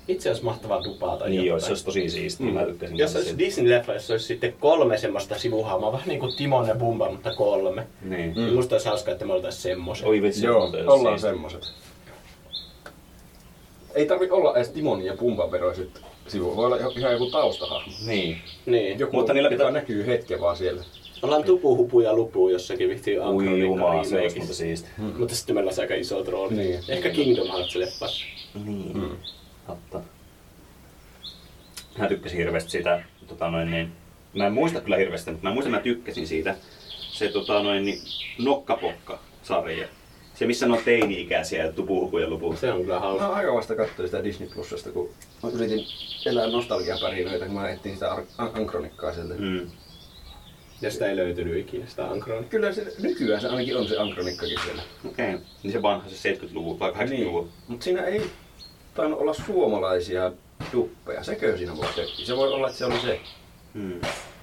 [SPEAKER 5] Itse olisi mahtavaa dupaa tai
[SPEAKER 1] Niin joo,
[SPEAKER 5] jotain. Mm.
[SPEAKER 1] se olisi tosi siistiä. Mä tykkäsin.
[SPEAKER 5] Jos
[SPEAKER 1] kanssa
[SPEAKER 5] olisi Disney-leffa, jos olisi sitten kolme semmoista sivuhaamaa, vähän niin kuin Timon ja Pumba, mutta kolme.
[SPEAKER 1] siitä. Niin.
[SPEAKER 5] Mm. Musta olisi hauskaa, että me oltaisiin semmoiset.
[SPEAKER 1] Oi vitsi,
[SPEAKER 3] Joo,
[SPEAKER 1] mutta jos
[SPEAKER 3] ollaan
[SPEAKER 1] siisti.
[SPEAKER 3] semmoset. Ei tarvi olla edes Timon ja Pumban veroiset sivu. Voi olla jo- ihan joku taustahahmo.
[SPEAKER 1] Niin.
[SPEAKER 5] Niin.
[SPEAKER 3] Joku,
[SPEAKER 1] Mutta niillä
[SPEAKER 3] joka
[SPEAKER 1] pitää-
[SPEAKER 3] näkyy hetken vaan siellä.
[SPEAKER 5] Ollaan tupu, hupu ja lupu jossakin vihtiin
[SPEAKER 1] Ui jumala, se olisi Mm.
[SPEAKER 5] remakeissa.
[SPEAKER 1] muuta siistiä.
[SPEAKER 5] Mutta sitten meillä olisi aika iso rooli.
[SPEAKER 3] Niin.
[SPEAKER 5] Ehkä Kingdom Hearts-leffa.
[SPEAKER 1] Niin. Mm. Totta. Mä tykkäsin hirveästi sitä, tota noin, niin, mä en muista kyllä hirveästi, mutta mä muistan, mä tykkäsin siitä. Se tota noin, niin, nokkapokka-sarja. Se, missä ne on teini-ikäisiä ja tupuhukuja lupuu.
[SPEAKER 5] Se on kyllä
[SPEAKER 3] Mä
[SPEAKER 5] hauska.
[SPEAKER 3] aika vasta katsoin sitä Disney Plusasta, kun mä yritin elää nostalgiapärinöitä, kun mä etsin sitä ar- an- ankronikkaa sieltä.
[SPEAKER 1] Mm.
[SPEAKER 5] Ja sitä ei löytynyt ikinä, sitä Ankron.
[SPEAKER 3] Kyllä se, nykyään se ainakin on se ankronikkakin siellä.
[SPEAKER 1] Okei. Okay. Niin se vanha, se 70-luvun vai 80-luvun. Niin.
[SPEAKER 3] Mutta siinä ei tainnut olla suomalaisia duppeja. Sekö siinä voi tökki? Se voi olla, että se oli se,
[SPEAKER 1] Mm.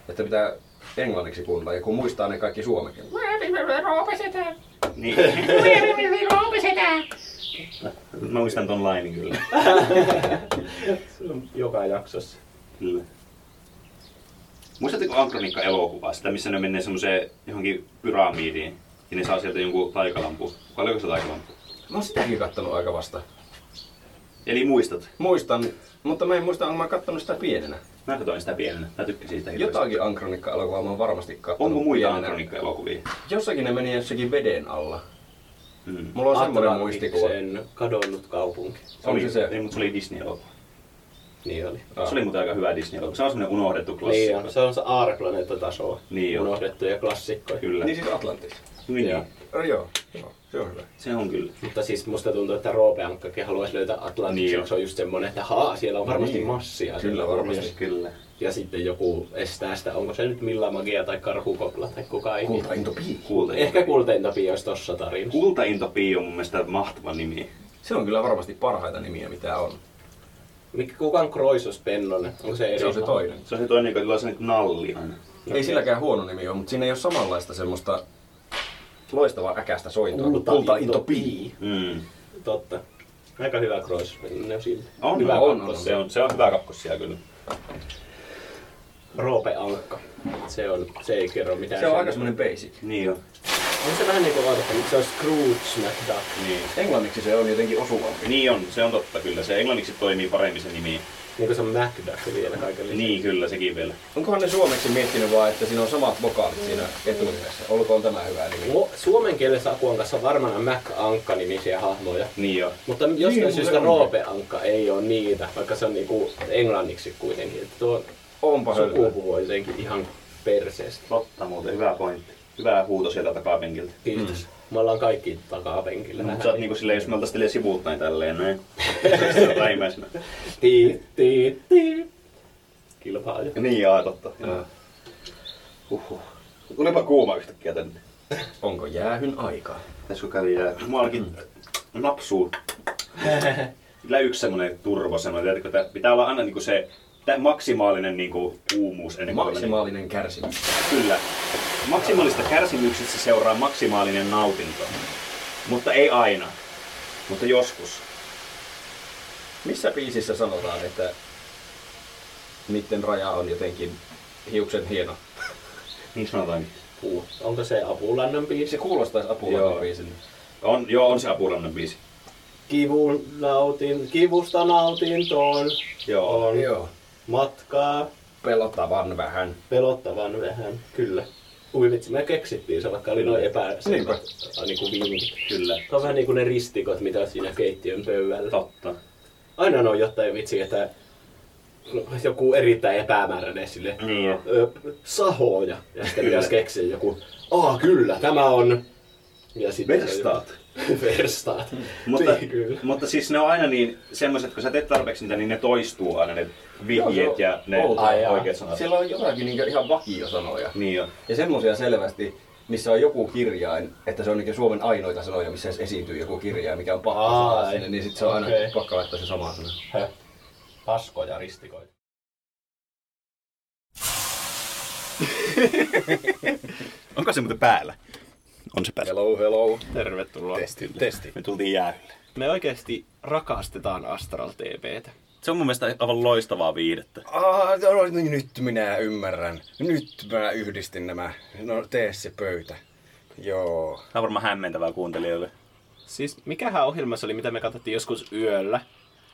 [SPEAKER 3] että pitää englanniksi kuunnella ja kun muistaa ne kaikki suomeksi.
[SPEAKER 1] Niin. Mä muistan ton lainin kyllä.
[SPEAKER 5] Joka jaksossa.
[SPEAKER 1] Kyllä. Muistatteko Ankronikka-elokuvaa, sitä missä ne menee semmoiseen johonkin pyramidiin ja ne saa sieltä jonkun taikalampu. Vai oliko se taikalampu?
[SPEAKER 3] Mä oon sitäkin kattonut aika vasta.
[SPEAKER 1] Eli muistat?
[SPEAKER 3] Muistan, mutta mä en muista, onko mä kattonut sitä pienenä.
[SPEAKER 1] Mä katsoin sitä pienenä. Mä tykkäsin sitä hirveästi.
[SPEAKER 3] Jotakin ankronikka-elokuvaa mä oon varmasti kattonut
[SPEAKER 1] Onko muita
[SPEAKER 3] pienenä.
[SPEAKER 1] Ankronikka-elokuvia?
[SPEAKER 3] Jossakin ne meni jossakin veden alla.
[SPEAKER 1] Mm.
[SPEAKER 3] Mulla on semmoinen muistikuva.
[SPEAKER 5] Atlantiksen kadonnut kaupunki.
[SPEAKER 3] Onko se se?
[SPEAKER 1] Ei, mutta se oli Disney-elokuva.
[SPEAKER 5] Niin oli.
[SPEAKER 1] Se oli muuten aika hyvä Disney-elokuva. Se on semmoinen unohdettu
[SPEAKER 5] Niin
[SPEAKER 1] Ah, klassikko.
[SPEAKER 5] on. Se on se aariplaneettatasoa.
[SPEAKER 1] Niin on.
[SPEAKER 5] Unohdettuja klassikkoja.
[SPEAKER 1] Kyllä.
[SPEAKER 3] Niin siis Atlantis.
[SPEAKER 1] Niin.
[SPEAKER 5] Joo.
[SPEAKER 3] Ö, Joo, joo, se on hyvä.
[SPEAKER 1] Se on kyllä.
[SPEAKER 5] Mutta siis musta tuntuu, että Roope Ankkakin haluaisi löytää Atlantiksen,
[SPEAKER 1] Niin
[SPEAKER 5] niin
[SPEAKER 1] on.
[SPEAKER 5] se on just semmonen, että haa, siellä on varmasti
[SPEAKER 3] Niin.
[SPEAKER 5] massia.
[SPEAKER 3] Kyllä
[SPEAKER 5] siellä
[SPEAKER 3] varmasti.
[SPEAKER 5] pohjassa.
[SPEAKER 1] Kyllä.
[SPEAKER 5] Ja sitten joku estää sitä, onko se nyt Milla Magia tai Karhukopla tai kuka ei.
[SPEAKER 3] Kultainto piikki.
[SPEAKER 1] Kulta.
[SPEAKER 5] Ehkä kulteintapia olisi tossa tarinassa.
[SPEAKER 1] Kultainto Pii on mun mielestä mahtava nimi.
[SPEAKER 3] Se on kyllä varmasti parhaita nimiä mitä on.
[SPEAKER 5] Mikä kuka on Kroisos Pennonen? Onko se eri?
[SPEAKER 3] Se on se toinen.
[SPEAKER 1] Se on se toinen, joka tulee sellainen nalli aina.
[SPEAKER 3] Ei silläkään huono nimi ole, mutta siinä ei ole samanlaista semmoista loistavaa äkästä sointua.
[SPEAKER 5] Kulta, into pii.
[SPEAKER 1] Mm.
[SPEAKER 5] Totta. Aika hyvä Kroisos Pennonen sille.
[SPEAKER 1] On,
[SPEAKER 5] hyvä
[SPEAKER 1] on,
[SPEAKER 5] kakkos.
[SPEAKER 1] on, se on, se on hyvä kakkos siellä kyllä.
[SPEAKER 5] Roope Ankka. Se on, se ei kerro mitään.
[SPEAKER 3] Se on aika semmoinen basic.
[SPEAKER 1] Niin on.
[SPEAKER 5] On se vähän niinku odotettu, mutta se on Scrooge McDuck.
[SPEAKER 1] Niin.
[SPEAKER 3] Englanniksi se on jotenkin osuvampi.
[SPEAKER 1] Niin on, se on totta kyllä. Se englanniksi toimii paremmin se nimi.
[SPEAKER 5] Niinku se on McDuck vielä kaiken lisäksi.
[SPEAKER 1] Niin kyllä, sekin vielä.
[SPEAKER 3] Onkohan ne suomeksi miettinyt vaan, että siinä on samat vokaalit siinä eturivessä? Olkoon tämä hyvä nimi.
[SPEAKER 5] Mu- Suomen kielessä Akuan kanssa on varmaan Mac Ankka-nimisiä hahmoja.
[SPEAKER 1] Niin on.
[SPEAKER 5] Mutta jostain
[SPEAKER 3] Niin,
[SPEAKER 5] syystä
[SPEAKER 3] se on.
[SPEAKER 5] Roope Ankka ei ole niitä, vaikka se on niinku englanniksi kuitenkin. Että tuo
[SPEAKER 3] Onpa hölmö.
[SPEAKER 5] sukupuhu on jotenkin ihan perseestä.
[SPEAKER 1] Totta muuten, hyvä pointti. Hyvä huuto sieltä takapenkiltä.
[SPEAKER 5] Kiitos.
[SPEAKER 3] Mm.
[SPEAKER 5] Me ollaan kaikki takapenkillä.
[SPEAKER 1] Mut sä oot niinku silleen, jos me oltais tälleen sivuuttaen tälleen näin. Se on lähimmäisenä.
[SPEAKER 5] Tii, tii, tii. Kilpaaja.
[SPEAKER 1] Niin jaa, totta. Joo. Huhhuh. Tulipa kuuma yhtäkkiä tänne.
[SPEAKER 3] Onko jäähyn aika?
[SPEAKER 1] Pitäisikö kävi jää? Mua alkin napsuu. Kyllä yksi semmonen turvo, semmonen, tiedätkö, että pitää olla aina niinku se tää maksimaalinen niinku kuumuus ennen kuin menee.
[SPEAKER 3] Maksimaalinen kärsimys.
[SPEAKER 1] Kyllä. Maksimaalista kärsimyksestä seuraa maksimaalinen nautinto. Mutta ei aina. Mutta joskus.
[SPEAKER 3] Missä biisissä sanotaan, että niiden raja on jotenkin hiuksen hieno?
[SPEAKER 1] Niin sanotaankin.
[SPEAKER 5] Puu. Onko se apulannan biisi?
[SPEAKER 3] Se kuulostaisi apulainen
[SPEAKER 1] Joo.
[SPEAKER 3] biisiltä.
[SPEAKER 1] On, joo, on se apurannan biisi.
[SPEAKER 5] Kivun nautin, kivusta nautintoon.
[SPEAKER 1] Joo.
[SPEAKER 5] On
[SPEAKER 3] Joo.
[SPEAKER 5] matkaa
[SPEAKER 6] pelottavan vähän.
[SPEAKER 5] pelottavan vähän, kyllä. Ui vitsi, me keksittiin se, vaikka oli noin
[SPEAKER 4] Niinpä.
[SPEAKER 5] epäselvät niin kuin vinkit.
[SPEAKER 1] Kyllä.
[SPEAKER 5] Se on vähän niin kuin ne ristikot, mitä siinä keittiön pöydällä.
[SPEAKER 1] Totta.
[SPEAKER 5] Aina ne on jotain vitsi, että joku erittäin epämääräinen sille
[SPEAKER 1] Niin.
[SPEAKER 5] ö, sahoja. Ja sitten pitäisi keksiä joku, aa kyllä, tämä on... Ja sitten
[SPEAKER 1] Verstaat.
[SPEAKER 5] Verstaat.
[SPEAKER 1] Mutta,
[SPEAKER 5] niin, kyllä.
[SPEAKER 1] mutta siis ne on aina niin semmoiset, kun sä teet tarpeeksi niitä, niin ne toistuu aina ne
[SPEAKER 6] Joo,
[SPEAKER 1] vihjeet
[SPEAKER 6] se on
[SPEAKER 1] ja ne
[SPEAKER 6] outoa.
[SPEAKER 1] oikeat sanat.
[SPEAKER 6] Siellä on jotakin niin ihan vakiosanoja.
[SPEAKER 1] Niin on.
[SPEAKER 6] Ja semmoisia selvästi, missä on joku kirjain, että se on niin Suomen ainoita sanoja, missä edes esiintyy joku kirjain, mikä on pakko saada
[SPEAKER 5] Ai.
[SPEAKER 6] sinne, niin sitten se on aina
[SPEAKER 5] Okei.
[SPEAKER 6] pakko laittaa se sama sana.
[SPEAKER 5] Häh. Paskoja ristikoita.
[SPEAKER 1] Onko se muuten päällä? On se päällä.
[SPEAKER 3] Hello, hello.
[SPEAKER 2] Tervetuloa.
[SPEAKER 3] Testi, testi.
[SPEAKER 1] Me tultiin jäähylle.
[SPEAKER 2] Me oikeasti rakastetaan Astral TVtä.
[SPEAKER 1] Se on mun mielestä aivan loistavaa viihdettä.
[SPEAKER 3] Aa, no, no, nyt minä ymmärrän. Nyt mä yhdistin nämä. No, tee se pöytä. Joo.
[SPEAKER 1] Tämä on varmaan hämmentävää kuuntelijoille.
[SPEAKER 2] Siis mikähän ohjelma se oli, mitä me katsottiin joskus yöllä.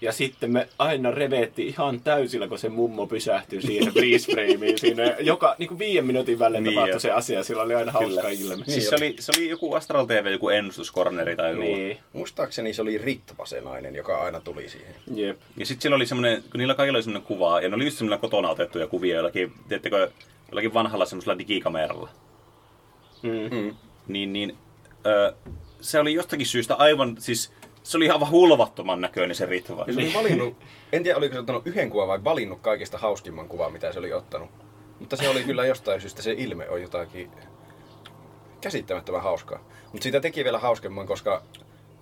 [SPEAKER 2] Ja sitten me aina revettiin ihan täysillä, kun se mummo pysähtyi siihen freeze frameen. Siinä joka niin kuin viiden minuutin välein
[SPEAKER 1] Niin
[SPEAKER 2] niin
[SPEAKER 1] jo.
[SPEAKER 2] tapahtui se asia. Sillä oli aina hauska ilme.
[SPEAKER 1] Siis se oli, se oli joku Astral TV, joku ennustuskorneri tai joku.
[SPEAKER 2] Niin.
[SPEAKER 3] Muistaakseni se oli Ritva se nainen, joka aina tuli siihen.
[SPEAKER 2] Jep.
[SPEAKER 1] Ja sitten sillä oli semmoinen, kun niillä kaikilla oli semmoinen kuva, ja ne oli just semmoinen kotona otettuja kuvia jollakin, tiedättekö, jollakin vanhalla semmoisella digikameralla.
[SPEAKER 2] Mm.
[SPEAKER 1] Niin, niin ö, se oli jostakin syystä aivan, siis se oli aivan hulvattoman näköinen se Ritva.
[SPEAKER 3] Ja se oli valinnut, en tiedä oliko se ottanut yhden kuvan vai valinnut kaikista hauskimman kuvan, mitä se oli ottanut. Mutta se oli kyllä jostain syystä, se ilme on jotakin käsittämättömän hauskaa. Mutta siitä teki vielä hauskemman, koska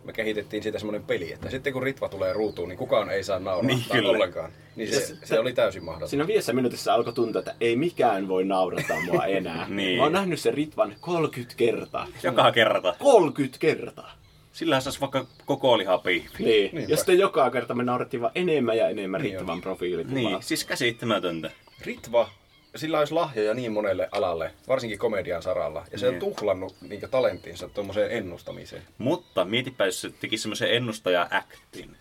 [SPEAKER 3] me kehitettiin siitä semmoinen peli, että sitten kun Ritva tulee ruutuun, niin kukaan ei saa nauraa
[SPEAKER 1] Niin,
[SPEAKER 3] niin,
[SPEAKER 1] kyllä.
[SPEAKER 3] ollenkaan. Niin se, se, oli täysin mahdollista.
[SPEAKER 2] Siinä viidessä minuutissa alkoi tuntua, että ei mikään voi naurata mua enää.
[SPEAKER 1] Niin.
[SPEAKER 2] Mä oon nähnyt sen Ritvan 30 kertaa.
[SPEAKER 1] Joka kerta.
[SPEAKER 2] 30 kertaa!
[SPEAKER 1] Sillähän saisi vaikka koko lihaa piipi.
[SPEAKER 2] Niin. Ja sitten joka kerta me naurettiin vaan enemmän ja enemmän
[SPEAKER 3] Niin
[SPEAKER 2] Ritvan profiilikuvaa.
[SPEAKER 1] Niin, siis käsittämätöntä.
[SPEAKER 3] Ritva, sillä olisi lahjoja niin monelle alalle, varsinkin komedian saralla. Ja se on
[SPEAKER 1] Niin.
[SPEAKER 3] tuhlannut niinkö talenttinsa tuommoiseen ennustamiseen.
[SPEAKER 1] Mutta mietipä, jos se teki semmoisen ennustaja-actin.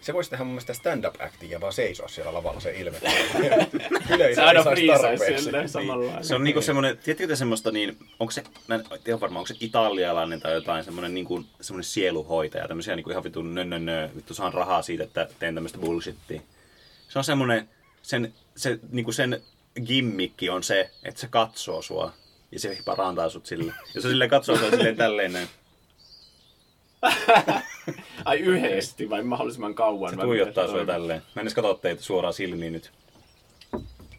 [SPEAKER 3] Se voisi tehdä mun mielestä stand-up-actia ja vaan seisoa siellä lavalla se ilme. Yleisö
[SPEAKER 2] Se aina
[SPEAKER 3] ei saisi
[SPEAKER 2] friisaisi
[SPEAKER 3] tarpeeksi. Niin.
[SPEAKER 2] silleen samalla
[SPEAKER 1] Niin. Se on niinku semmoinen, tiedätkö te semmoista niin, onko se, mä en tiedä varmaan, onko se italialainen tai jotain semmoinen niinku, semmoinen sieluhoitaja, tämmöisiä niinku ihan vittu nö, nö, nö, vittu saan rahaa siitä, että teen tämmöistä bullshittia. Se on semmoinen, sen, se, niinku sen gimmikki on se, että se katsoo sua ja se parantaa sut sille. Ja se silleen katsoo sua silleen tälleen näin.
[SPEAKER 2] Ai yhdesti vai mahdollisimman kauan?
[SPEAKER 1] Se
[SPEAKER 2] vai
[SPEAKER 1] tuijottaa
[SPEAKER 2] miten se
[SPEAKER 1] sua
[SPEAKER 2] toimii?
[SPEAKER 1] tälleen. Mä en edes katso teitä suoraan silmiin nyt.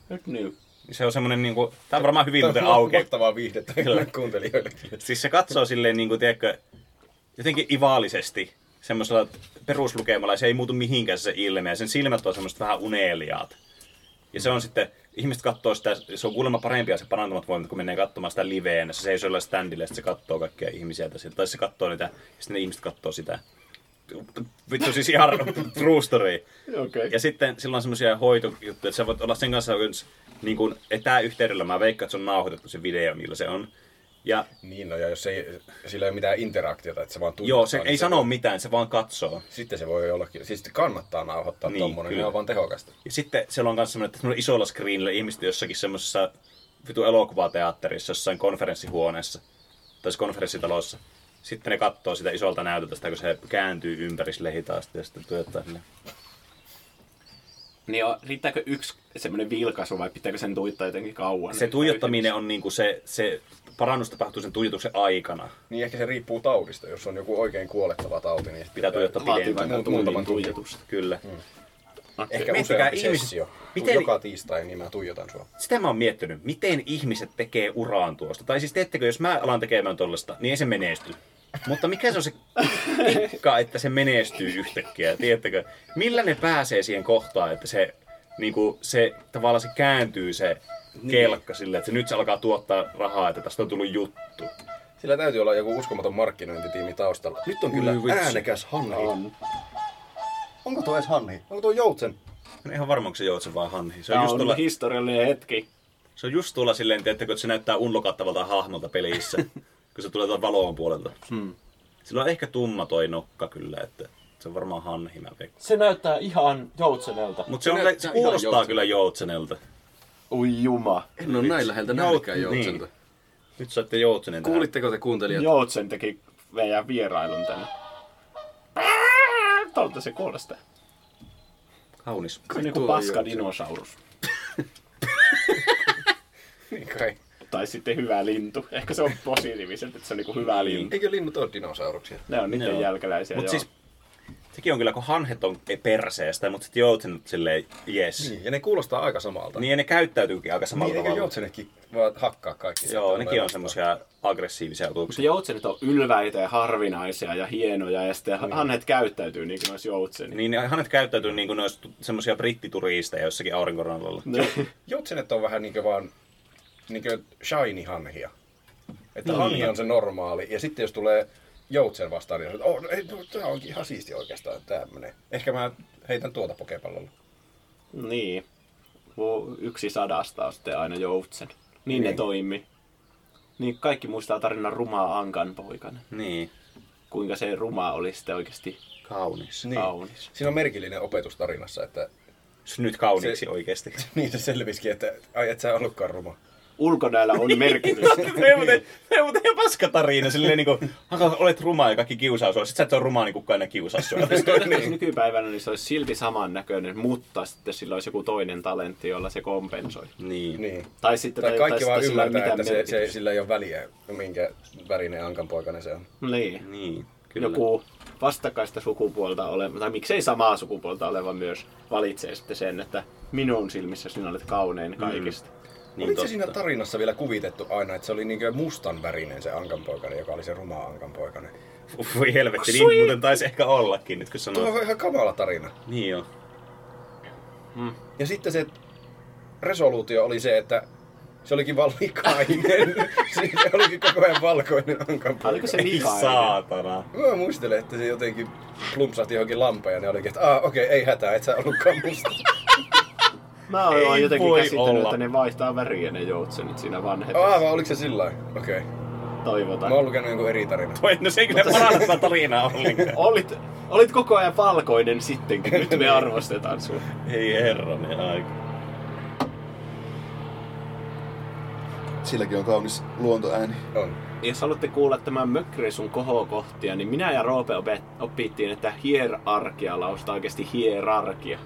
[SPEAKER 2] Nyt niin.
[SPEAKER 1] Se on semmoinen niinku, tää on varmaan hyvin
[SPEAKER 3] Tämä
[SPEAKER 1] muuten
[SPEAKER 3] on
[SPEAKER 1] aukeaa.
[SPEAKER 3] Mahtavaa Niin, viihdettä kyllä kuuntelijoillekin.
[SPEAKER 1] Siis se katsoo silleen, niin kuin, tiedätkö, jotenkin ivaalisesti semmoisella peruslukemalla. ja Se ei muutu mihinkään se ilme. Ja sen silmät on semmoiset vähän uneliaat. Ja se on sitten, ihmiset katsoo sitä, se on kuulemma parempia se parantamat voimat, kun menee katsomaan sitä liveenä. Se seisoo jollain standilla ja sitten se katsoo kaikkia ihmisiä. Tai, sieltä. tai se katsoo niitä, ja sitten ne ihmiset katsoo sitä. Vittu siis ihan true story.
[SPEAKER 2] Okei.
[SPEAKER 1] Ja sitten sillä on semmoisia hoitojuttuja, että sä voit olla sen kanssa myös niin kuin etäyhteydellä. Mä veikkaan, että se on nauhoitettu se video, millä se on. Ja
[SPEAKER 3] Niin no, ja jos ei, sillä ei ole mitään interaktiota, että se vaan tuntuu.
[SPEAKER 1] Joo, se ei sano mitään, se vaan katsoo.
[SPEAKER 3] Sitten se voi olla kyllä. Siis kannattaa nauhoittaa
[SPEAKER 1] Niin,
[SPEAKER 3] niin, tommonen,
[SPEAKER 1] kyllä.
[SPEAKER 3] ne on vaan tehokasta.
[SPEAKER 1] Ja sitten siellä on myös semmoinen, että semmoinen isolla screenillä ihmiset jossakin semmoisessa vitu elokuvateatterissa, jossain konferenssihuoneessa tai siis konferenssitalossa. Sitten ne katsoo sitä isolta näytöltä, sitä, kun se kääntyy ympäri sille hitaasti ja sitten tuijottaa sille.
[SPEAKER 2] Niin on, riittääkö yksi semmoinen vilkaisu vai pitääkö sen tuittaa jotenkin kauan?
[SPEAKER 1] Se tuijottaminen on niinku se, se parannus tapahtuu sen tuijotuksen aikana.
[SPEAKER 3] Niin ehkä se riippuu taudista. Jos on joku oikein kuolettava tauti, niin sit
[SPEAKER 1] Pitää tuijottaa
[SPEAKER 2] Vaatii
[SPEAKER 1] pidempään.
[SPEAKER 2] vaikka
[SPEAKER 3] muutaman
[SPEAKER 2] muutaman tuijotusta.
[SPEAKER 1] Kyllä.
[SPEAKER 3] Ehkä
[SPEAKER 1] Miettikää
[SPEAKER 3] useampi
[SPEAKER 1] ihmiset-
[SPEAKER 3] sessio.
[SPEAKER 1] miten-
[SPEAKER 3] Miten... Joka tiistai, niin mä tuijotan sua.
[SPEAKER 1] Sitä mä oon miettinyt, miten ihmiset tekee uraan tuosta. Tai siis teettekö, jos mä alan tekemään tollasta, niin ei se menesty. Mutta mikä se on se kikka, että se menestyy yhtäkkiä, tiedättekö? Millä ne pääsee siihen kohtaan, että se, niinku, se tavallaan se kääntyy se kelkka silleen, että se nyt se alkaa tuottaa rahaa, että tästä on tullut juttu.
[SPEAKER 3] Sillä täytyy olla joku uskomaton markkinointitiimi taustalla. Nyt on kyllä
[SPEAKER 1] Ui, vitsi.
[SPEAKER 3] äänekäs Hanhi. Onko tuo edes Hanhi? Onko tuo Joutsen?
[SPEAKER 1] Mä En ihan varma, onko se joutsen vai hanhi. Se on,
[SPEAKER 2] Tämä
[SPEAKER 1] just
[SPEAKER 2] on
[SPEAKER 1] tuolla,
[SPEAKER 2] historiallinen hetki.
[SPEAKER 1] se on just tuolla silleen, tiedättekö, että se näyttää unlokattavalta hahmolta
[SPEAKER 7] Hmm.
[SPEAKER 1] pelissä, kun se tulee tuolta valoon puolelta. Sillä on ehkä tumma toi nokka kyllä, että Se on varmaan Hanhi, mä veikkaan.
[SPEAKER 7] Se näyttää ihan joutsenelta.
[SPEAKER 1] Mutta se, on, se,
[SPEAKER 3] näyttää ihan
[SPEAKER 1] kuulostaa
[SPEAKER 3] joutsenelta.
[SPEAKER 1] kyllä joutsenelta.
[SPEAKER 2] Oi juma.
[SPEAKER 3] En ole näin läheltä nähnytkään
[SPEAKER 1] Jout- niin.
[SPEAKER 3] joutsenta.
[SPEAKER 1] Nyt saitte joutsenen tähän.
[SPEAKER 3] Kuulitteko te kuuntelijat?
[SPEAKER 2] Joutsen teki meidän vierailun tänne. Tolta se kuulostaa.
[SPEAKER 1] Kaunis.
[SPEAKER 2] Se on niinku
[SPEAKER 3] Tuo
[SPEAKER 2] paska
[SPEAKER 3] joutsen.
[SPEAKER 2] dinosaurus.
[SPEAKER 3] Niin kai.
[SPEAKER 2] Tai sitten hyvä lintu. Ehkä se on positiivisempi, että se on niinku hyvä lintu.
[SPEAKER 3] Eikö linnut ole dinosauruksia?
[SPEAKER 2] Ne on niiden
[SPEAKER 1] Niin. Joo.
[SPEAKER 2] jälkeläisiä.
[SPEAKER 1] Mutta
[SPEAKER 2] joo.
[SPEAKER 1] siis sekin on kyllä, kun hanhet on perseestä, mutta sitten joutsenet silleen, jes. Niin.
[SPEAKER 3] Niin, ja ne kuulostaa aika samalta.
[SPEAKER 1] niin ja ne käyttäytyykin aika samalla
[SPEAKER 3] niin eikö
[SPEAKER 1] tavalla.
[SPEAKER 3] joutsenetkin vaan hakkaa kaikki?
[SPEAKER 1] Joo, nekin on
[SPEAKER 3] Vastaan.
[SPEAKER 1] semmoisia aggressiivisia
[SPEAKER 2] Mutta
[SPEAKER 1] otuksia.
[SPEAKER 2] joutsenet on ylväitä ja harvinaisia ja hienoja ja sitten hanhet käyttäytyy niin kuin ne olisi joutseni.
[SPEAKER 1] Niin ne- hänet käyttäytyy niin kuin ne olisi semmoisia brittituristeja jossakin aurinkorannalla.
[SPEAKER 3] Niin. Joutsenet on vähän niinkö vaan niinkö shiny hanhia. Että hanhi on se normaali. Ja sitten jos tulee joutsen vastaan, niin on, oh, no, ei, no, tää onkin ihan siisti oikeastaan tämmönen. Ehkä mä heitän tuota pokepallolla.
[SPEAKER 2] Niin. Uu, Yksi sadasta on sitten aina joutsen. Niin, niin. ne toimi. Niin kaikki muistaa tarinan rumaa Ankan poikana.
[SPEAKER 1] Niin,
[SPEAKER 2] Kuinka se ruma oli sitten oikeasti
[SPEAKER 1] kaunis.
[SPEAKER 2] niin. kaunis.
[SPEAKER 3] Siinä on merkillinen opetus tarinassa, että
[SPEAKER 1] Nyt kauniiksi
[SPEAKER 3] Se-
[SPEAKER 1] oikeesti.
[SPEAKER 3] niin se selvisikin, että ai et sä ollutkaan ruma.
[SPEAKER 2] Ulkonäöllä on merkitystä. Niin.
[SPEAKER 1] Se on muuten, se on muuten ihan paska tarina. Silleen niinku, "Haka, olet rumaa ja kaikki kiusaa sua. Sit sä et ole rumaa, niin kukaan ei kiusaa sua.
[SPEAKER 2] Jos nykypäivänä niin se olisi silti samannäköinen, mutta sitten sillä olisi joku toinen talentti, jolla se kompensoi.
[SPEAKER 1] niin.
[SPEAKER 3] Niin.
[SPEAKER 2] Tai sitten
[SPEAKER 3] Tai kaikki
[SPEAKER 2] tai
[SPEAKER 3] vaan
[SPEAKER 2] sitten sillä ei
[SPEAKER 3] ymmärtää,
[SPEAKER 2] ole
[SPEAKER 3] että se, se,
[SPEAKER 2] merkitystä.
[SPEAKER 3] sillä ei ole väliä, minkä värinen ankanpoikainen se on.
[SPEAKER 2] Niin.
[SPEAKER 1] Niin,
[SPEAKER 2] Kyllä.
[SPEAKER 1] kyllä.
[SPEAKER 2] joku vastakkaista sukupuolta oleva, tai miksei samaa sukupuolta oleva myös, valitsee sitten sen, että minun silmissä sinä olet kaunein kaikista. Mm.
[SPEAKER 1] Niin
[SPEAKER 3] Oliko
[SPEAKER 1] totta.
[SPEAKER 3] se siinä tarinassa vielä kuvitettu aina, että se oli niinkö mustan värinen se ankanpoikainen, joka oli se ruma ankanpoikainen?
[SPEAKER 1] Uff, Voi helvetti, niin muuten taisi ehkä ollakin nyt kun
[SPEAKER 3] Tuo
[SPEAKER 1] sanoo.
[SPEAKER 3] on ihan kamala tarina.
[SPEAKER 1] Niin joo.
[SPEAKER 3] Ja sitten se resoluutio oli se, että se olikin vaan likainen. se olikin koko ajan valkoinen ankanpoika.
[SPEAKER 2] Oliko se
[SPEAKER 1] Ei
[SPEAKER 2] likainen?
[SPEAKER 1] saatana.
[SPEAKER 3] Mä muistelen, että se jotenkin plumpsahti johonkin lampaan ja ne olikin, että aah, okei, ei hätää, et sä ollutkaan musta.
[SPEAKER 2] Mä oon
[SPEAKER 1] Ei
[SPEAKER 2] ei jotenkin
[SPEAKER 1] voi
[SPEAKER 2] käsittänyt,
[SPEAKER 1] olla. Ah.
[SPEAKER 2] että ne vaihtaa väriä ne joutsenit siinä vanhet.
[SPEAKER 3] Aa, vai oliko se sillä lailla? Okei.
[SPEAKER 2] Toivotan.
[SPEAKER 3] Mä
[SPEAKER 1] No.
[SPEAKER 3] oon lukenut jonkun eri tarinan.
[SPEAKER 1] Voi, no se ei kyllä parasta tarinaa ollenkaan.
[SPEAKER 2] Olit, olit koko ajan valkoinen sittenkin, nyt me arvostetaan sua.
[SPEAKER 1] Ei herranen aika.
[SPEAKER 8] Silläkin on kaunis luontoääni.
[SPEAKER 3] On.
[SPEAKER 2] Jos haluatte kuulla tämän mökkreisun kohokohtia, niin minä ja Roope opet, opittiin, että hierarkia lausta oikeasti hierarkia.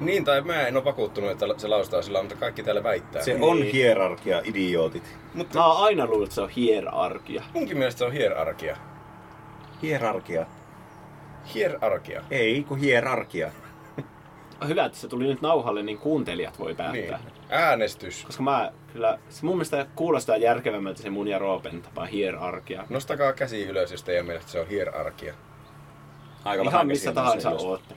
[SPEAKER 3] Niin, tai mä en ole vakuuttunut, että se laustaa sillä, mutta kaikki täällä väittää.
[SPEAKER 1] Se
[SPEAKER 3] Se.
[SPEAKER 1] on hierarkia, idiootit.
[SPEAKER 2] Mä oon aina luullut, että se on hierarkia.
[SPEAKER 3] Munkin mielestä se on hierarkia.
[SPEAKER 1] Hierarkia.
[SPEAKER 3] Hierarkia.
[SPEAKER 1] Ei, kun hierarkia.
[SPEAKER 2] On hyvä, että se tuli nyt nauhalle, niin kuuntelijat voi
[SPEAKER 3] Niin.
[SPEAKER 2] päättää. Niin.
[SPEAKER 3] Äänestys.
[SPEAKER 2] Koska mä kyllä, se mun mielestä kuulostaa järkevämmältä se mun ja Roopen tapa hierarkia.
[SPEAKER 3] Nostakaa käsi ylös, jos teidän mielestä se on hierarkia.
[SPEAKER 1] Aika vähän
[SPEAKER 2] Ihan missä
[SPEAKER 1] käsiä
[SPEAKER 2] tahansa
[SPEAKER 1] nousee ylös.
[SPEAKER 2] ootte.